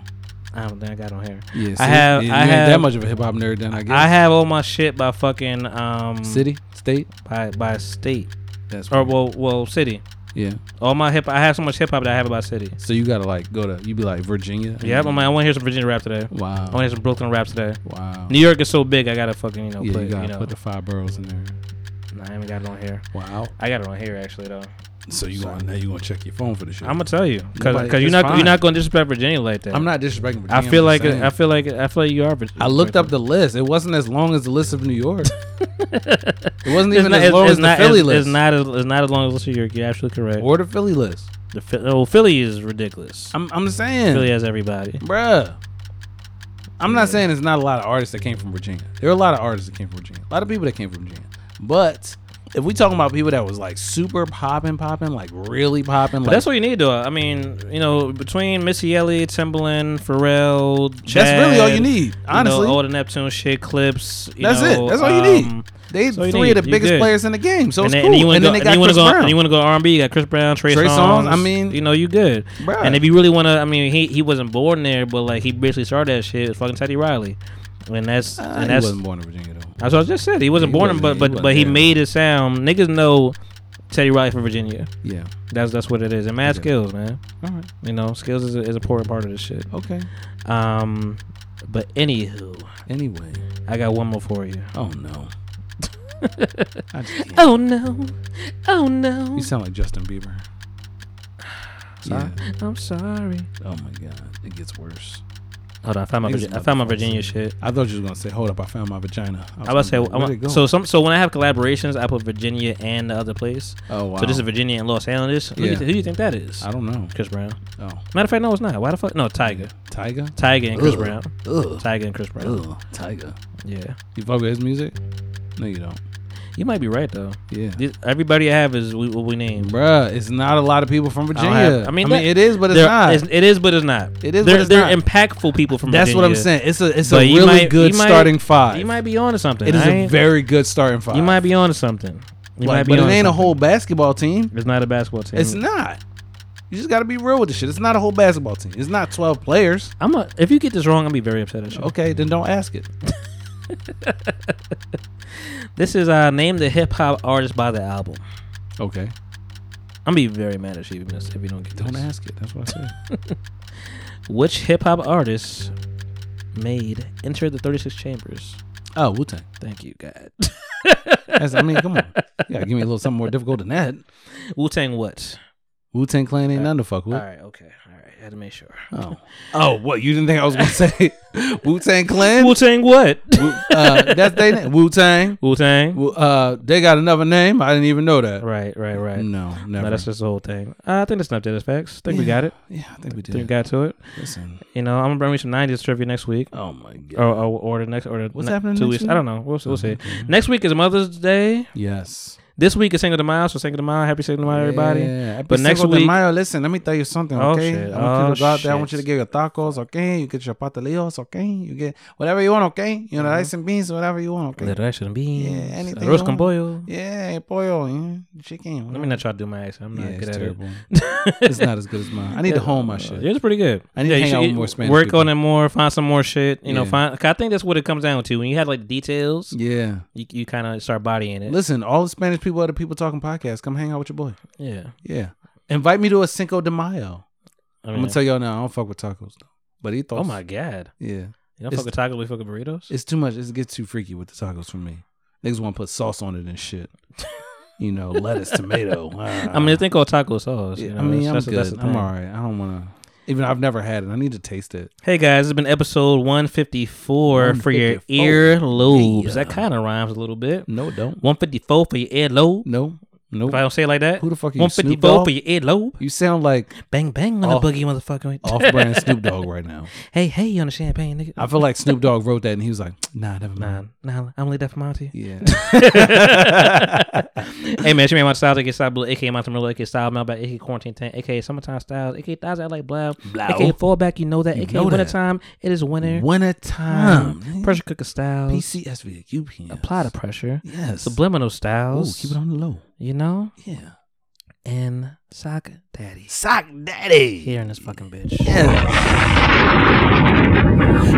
H: I don't think I got on here.
A: Yeah, see?
H: I have
A: You
H: I
A: ain't
H: have
A: that much of a hip hop nerd. Then I guess.
H: I have all my shit by fucking um
A: city, state.
H: by by state
A: That's
H: or
A: right.
H: well well city.
A: yeah.
H: All my hip I have so much hip hop that I have it by city.
A: So you gotta like go to you be like Virginia.
H: Yeah, I'm like, I want to hear some Virginia rap today. I want to
A: Wow.
H: hear some Brooklyn raps today.
A: Wow.
H: New York is so big, I gotta fucking you know
A: Yeah,
H: put
A: you gotta
H: you know.
A: put the five boroughs in there.
H: nah, I haven't got it on here.
A: Wow.
H: I got it on here actually though.
A: So you going now you gonna check your phone for the shit.
H: I'm gonna tell you because
A: Nobody-
H: you're
A: it's
H: not
A: fine.
H: you're not gonna disrespect Virginia like that.
A: I'm not disrespecting Virginia.
H: I feel
A: I'm
H: like
A: just
H: I feel like I feel like you are.
A: saying. I looked up the list. It wasn't as long as the list of New York. it wasn't
H: It's
A: even
H: not-
A: as
H: it's-
A: long
H: it's
A: as the
H: not-
A: Philly
H: it's-
A: list.
H: It's not as it's not as long as listen. You're, you're absolutely correct.
A: or the Philly list.
H: The Phil- oh, Philly is ridiculous.
A: I'm I'm saying
H: Philly has everybody.
A: Bruh. I'm not saying there's not a lot of artists that came from Virginia. There are a lot of artists that came from Virginia. A lot of people that came from Virginia. But if we talking about people that was like super popping, popping, like really popping,
H: But
A: like
H: that's what you need, though. I mean, you know, between Missy Elliott, Timbaland, Pharrell, Chad,
A: really all you need,
H: know,
A: honestly.
H: all the Neptune shit clips. you
A: That's it.
H: know,
A: That's all you need.
H: um,
A: They
H: that's all you
A: three of
H: need.
A: the
H: You
A: biggest
H: good.
A: players in the game, so
H: and
A: it's
H: then,
A: cool.
H: And, you wanna
A: And
H: go,
A: then they
H: and
A: got
H: you wanna
A: Chris
H: go,
A: Brown.
H: And you want to go R&B. You got Chris Brown, Trey,
A: Trey Songz,
H: Songz.
A: I mean-
H: you know, you good.
A: Bruh.
H: And if you really want to, I mean, he he wasn't born there, but like he basically started that shit. It's fucking Teddy Riley. And that's
A: Ah,
H: and
A: he
H: that's
A: wasn't born in Virginia, though.
H: That's what I just said. He wasn't
A: He
H: born,
A: wasn't-
H: in, but
A: he
H: but
A: wasn't
H: but he
A: there.
H: made it sound. Niggas know Teddy Riley from Virginia.
A: Yeah.
H: that's that's what it is. And mad skills, man.
A: All right.
H: You know, skills is, a, is an important part of this shit.
A: Okay.
H: Um, but anywho,
A: anyway,
H: I got one more for you.
A: Oh no.
G: Oh no. Oh no.
A: You sound like Justin Bieber.
H: Sorry? I'm sorry.
A: Oh my god, it gets worse.
H: Hold on, I found my
A: Niggas
H: Virgi- I
A: about
H: found my
A: to fall
H: Virginia
A: asleep.
H: shit.
A: I thought you was gonna say, "Hold up, I found my vagina." was
H: I would say
A: gonna be like,
H: I
A: "Where'd it
H: want,
A: go?"
H: so. Some so when I have collaborations, I put Virginia and the other place.
A: Oh, wow.
H: So this is Virginia and Los Angeles. Who,
A: Yeah.
H: do you, who you think that is?
A: I don't know.
H: Chris Brown.
A: Oh.
H: Matter of fact, no, it's not. Why the fuck? No, Tiger.
A: Tiger.
H: Tiger and Chris
A: Ugh.
H: Brown.
A: Ugh.
H: Tiger and Chris Brown.
A: Ugh, Oh, Tiger.
H: Yeah.
A: You fuck with his music? No, you don't.
H: You might be right though.
A: Yeah.
H: These- everybody I have is we, what we name.
A: Bruh, it's not a lot of people from
H: I don't
A: Virginia.
H: have-
A: I mean,
H: that-
A: it is, but it's
H: they're-
A: not.
H: it is, but it's not.
A: It is, but
H: They're,
A: it's
H: they're
A: not.
H: impactful people from.
A: That's what I'm
H: Virginia.
A: saying. It's a it's a
H: But you
A: really
H: might-
A: good
H: you might-
A: starting five.
H: You might be onto something.
A: It is
H: I
A: a
H: ain't-
A: very good starting five.
H: You might be onto something. You
A: Like,
H: might be
A: but it
H: onto
A: ain't a
H: something. Mm.
A: whole basketball team.
H: It's not a basketball team.
A: It's not. You just got to be real with the shit. It's not a whole basketball team. It's not 12 players.
H: I'm a, if you get this wrong, I'm gonna be very upset at you.
A: Okay, then don't ask it.
H: This is uh name the hip hop artist by the album.
A: Okay.
H: I'm gonna be very mad at you if you miss- if you don't get
A: Don't
H: this.
A: ask it. That's what I said.
H: Which hip hop artist made Enter the 36 Chambers?
A: Oh, Wu Tang.
H: Thank you, God.
A: That's- I mean, come on. Yeah, give me a little something more difficult than that.
H: Wu Tang what?
A: Wu Tang Clan ain't nothing to fuck with.
H: All right, okay. All right. I had to make sure.
A: Oh. Oh, what? You didn't think I was going to say Wu Tang Clan?
H: Wu Tang what?
A: uh, that's they name. Wu Tang.
H: Wu Tang.
A: Uh, they got another name. I didn't even know that.
H: Right, right, right.
A: No, never.
H: No, that's just the whole thing. Uh, I think that's not as facts. think we
A: Yeah.
H: got it.
A: Yeah, I think we did.
H: Think we got to it.
A: Listen.
H: You know, I'm gonna bring me some '90s trivia next week.
A: Oh my god.
H: Or, or, or the next or the
A: What's
H: ne-
A: happening
H: two
A: next
H: weeks.
A: week? Mm-hmm.
H: I don't know. We'll, we'll see. Next week is Mother's Day.
A: Yes.
H: This week is Cinco de Mayo, so Cinco de Mayo. Happy Cinco de Mayo, everybody.
A: Yeah,
H: but next week,
A: Mayo, listen, let me tell you something,
H: Oh,
A: okay? I
H: shit.
A: want you to
H: Oh,
A: go out there. I want you
H: shit.
A: to get your tacos, okay? You get your patelillos, okay? You get whatever you want, okay?
H: Mm-hmm.
A: You know, rice and beans, whatever you want, okay?
H: the rice and beans, uh,
A: Yeah, anything.
H: arroz
A: you
H: con
A: want.
H: pollo.
A: Yeah, pollo, eh? yeah. chicken.
H: Let me not try to do my accent. I'm not
A: Yeah, it's
H: good at
A: terrible.
H: it.
A: It's not as good as mine. I need to hone my shit.
H: It's pretty good.
A: I need to
H: you
A: hang
H: should
A: out with
H: get-
A: more Spanish
H: Work
A: people.
H: on it more. Find some more shit. You know,
A: Yeah.
H: find. 'cause I think that's what it comes down to. When you have like details,
A: Yeah.
H: you, you kind of start bodying it.
A: Listen, all the Spanish people are the people talking podcasts. Come hang out with your boy.
H: Yeah.
A: Yeah. Invite me to a Cinco de Mayo.
H: I
A: I'm
H: mean-
A: gonna tell y'all now. I don't fuck with tacos though. But he
H: Oh my god.
A: Yeah.
H: You don't
A: It's-
H: fuck with tacos, we fuck with burritos.
A: It's too much. It gets too freaky with the tacos for me. Niggas want to put sauce on it and shit. You know, lettuce, tomato.
H: I mean, this thing called taco sauce. you
A: Yeah,
H: know,
A: I mean,
H: that's-
A: I'm
H: that's-
A: good.
H: that's the
A: I'm
H: thing.
A: all right. I don't want to. Even though I've never had it. I need to taste it.
H: Hey guys, it's been episode 154 for your
A: 154.
H: ear lobes. That kind of rhymes a little bit.
A: No, it don't.
H: 154 for your ear lobe.
A: No, no.
H: If I don't say it like that,
A: Who the fuck are you, Snoop
H: 154
A: Dogg?
H: for your ear lobe.
A: You sound like
H: bang bang on
A: off-
H: the boogie motherfucker.
A: off-brand Snoop Dogg right now.
H: Hey hey, you on the champagne nigga?
A: I feel like Snoop Dogg wrote that and he was like, Nah, never mind.
H: Nah, I'm gonna leave that for Monty.
A: Yeah.
H: hey man, she made my styles, aka Style Blue, aka Monty Miller, aka Style Mel, aka Quarantine Tank, aka Summertime Styles, aka Thighs I Like Blah,
A: Blow.
H: aka Fallback, you know that,
A: You
H: aka
A: know that.
H: Wintertime, it is winter.
A: Wintertime.
H: Mm. Pressure Cooker Styles.
A: PCSV, UPN.
H: Apply the pressure.
A: Yes.
H: Subliminal
A: Ooh,
H: Styles.
A: keep it on the low.
H: You know?
A: Yeah.
H: And Sock Daddy.
A: Sock Daddy.
H: Here in this fucking bitch.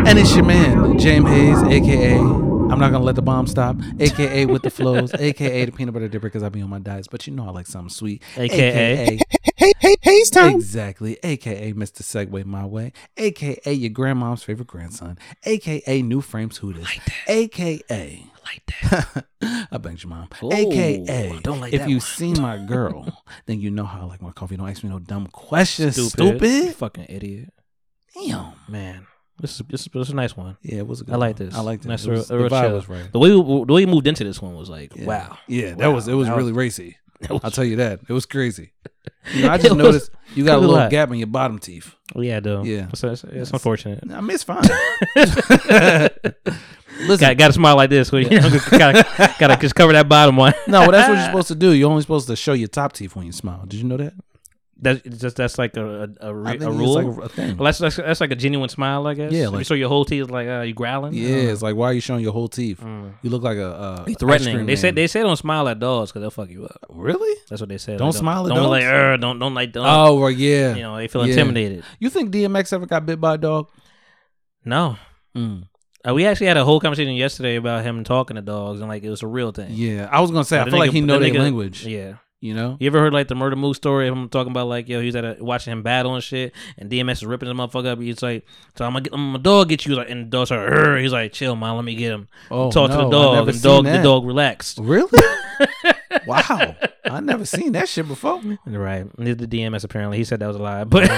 A: And it's your man, James Hayes, aka I'm not gonna let the bomb stop, aka with the flows, aka the peanut butter dipper because I be on my diets, but you know I like something sweet,
H: AKA.
A: hey hey Hayes time, exactly, aka Mr. Segway my way, aka your grandmom's favorite grandson, aka new frames who this, aka I banged your mom.
H: Ooh,
A: AKA,
H: don't like
A: if
H: that
A: you
H: one.
A: see my girl, then you know how I like my coffee. Don't ask me no dumb questions,
H: Stupid.
A: stupid.
H: You fucking idiot.
A: Damn.
H: Man. This is, this, is, this is a nice one.
A: Yeah, it was a good
H: I like
A: one.
H: this.
A: I liked it.
H: Nice,
A: It
H: real-
A: was-
H: real
A: the vibe
H: chill.
A: was right.
H: The way, the way you moved into this one was like,
A: Yeah.
H: wow.
A: Yeah, that was it was
H: That
A: really racy. I'll tell you that. It was crazy. You know, I
H: It
A: just
H: was-
A: noticed you got
H: it
A: a
H: was
A: little
H: lot.
A: gap in your bottom teeth.
H: Yeah, I do.
A: Yeah.
H: So it's, it's unfortunate.
A: I mean, it's fine.
H: got, got to smile like this. So, you know, gotta, gotta just cover that bottom one.
A: No, well, that's what you're supposed to do. You're only supposed to show your top teeth when you smile. Did you know that?
H: That's it's just that's like a a, a, re-
A: I think
H: a
A: it's
H: rule.
A: like a- a thing.
H: Well, that's, that's that's like a genuine smile, I guess.
A: Yeah,
H: If you
A: like-
H: show your whole teeth like uh, you growling.
A: Yeah, it's like why are you showing your whole teeth? You look like a uh,
H: Be
A: ice
H: threatening.
A: cream
H: They said
A: man.
H: they say don't smile at dogs because they'll fuck you up.
A: Really?
H: That's what they said.
A: Don't
H: Like,
A: smile at
H: don't
A: dogs?
H: Like, "Arr, don't don't like don't.
A: Oh, well, yeah.
H: You know they feel
A: Yeah.
H: intimidated.
A: You think DMX ever got bit by a dog?
H: No. Uh, we actually had a whole conversation yesterday about him talking to dogs and like it was a real thing.
A: Yeah, I was gonna say, I
H: the
A: feel like he know
H: the
A: their language,
H: Yeah.
A: you know?
H: You ever heard like the murder moose story of him talking about like yo, he was at a, watching him battle and shit and DMS is ripping the motherfucker up. He's like, So I'm gonna get I'm gonna dog get you He's like and the dog's like "Arr." he's like, Chill man, let me get him.
A: Oh,
H: Talk to
A: no,
H: the
A: I
H: dog
A: never
H: and dog
A: seen
H: the
A: that.
H: dog relaxed.
A: Really? wow. I never seen that shit before.
H: Right. Neither the DMS apparently. He said that was a lie. But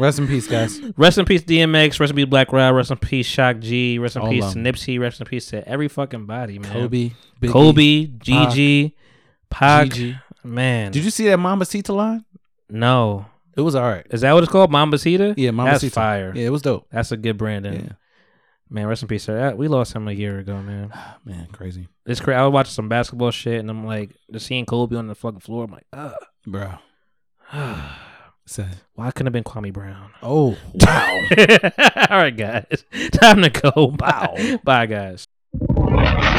A: Rest in peace, guys.
H: Rest in peace, DMX. Rest in peace, Black Rod. Rest in peace, Shock G. Rest in
A: All
H: peace,
A: of
H: to
A: 'em.
H: Nipsey. Rest in peace to every fucking body, man.
A: Kobe, E. Biggie,
H: Kobe,
A: Pac,
H: Gigi, Pac,
A: Gigi.
H: man.
A: Did you see that Mamba Tita line?
H: No,
A: it was all right.
H: Is that what it's called, Mambasita?
A: Yeah,
H: That's
A: Mambasita.
H: fire.
A: Yeah, it was dope.
H: That's a good brand name. Man, rest in peace, sir. Uh, We lost him a year ago, man.
A: Man, crazy.
H: It's crazy. I was watching some basketball shit, and I'm like, just seeing Kobe on the fucking floor. I'm like, ugh.
A: Bro. Sad.
H: Why couldn't have been Kwame Brown?
A: Oh, wow.
H: All right, guys. Time to go. Bye. Bye, guys.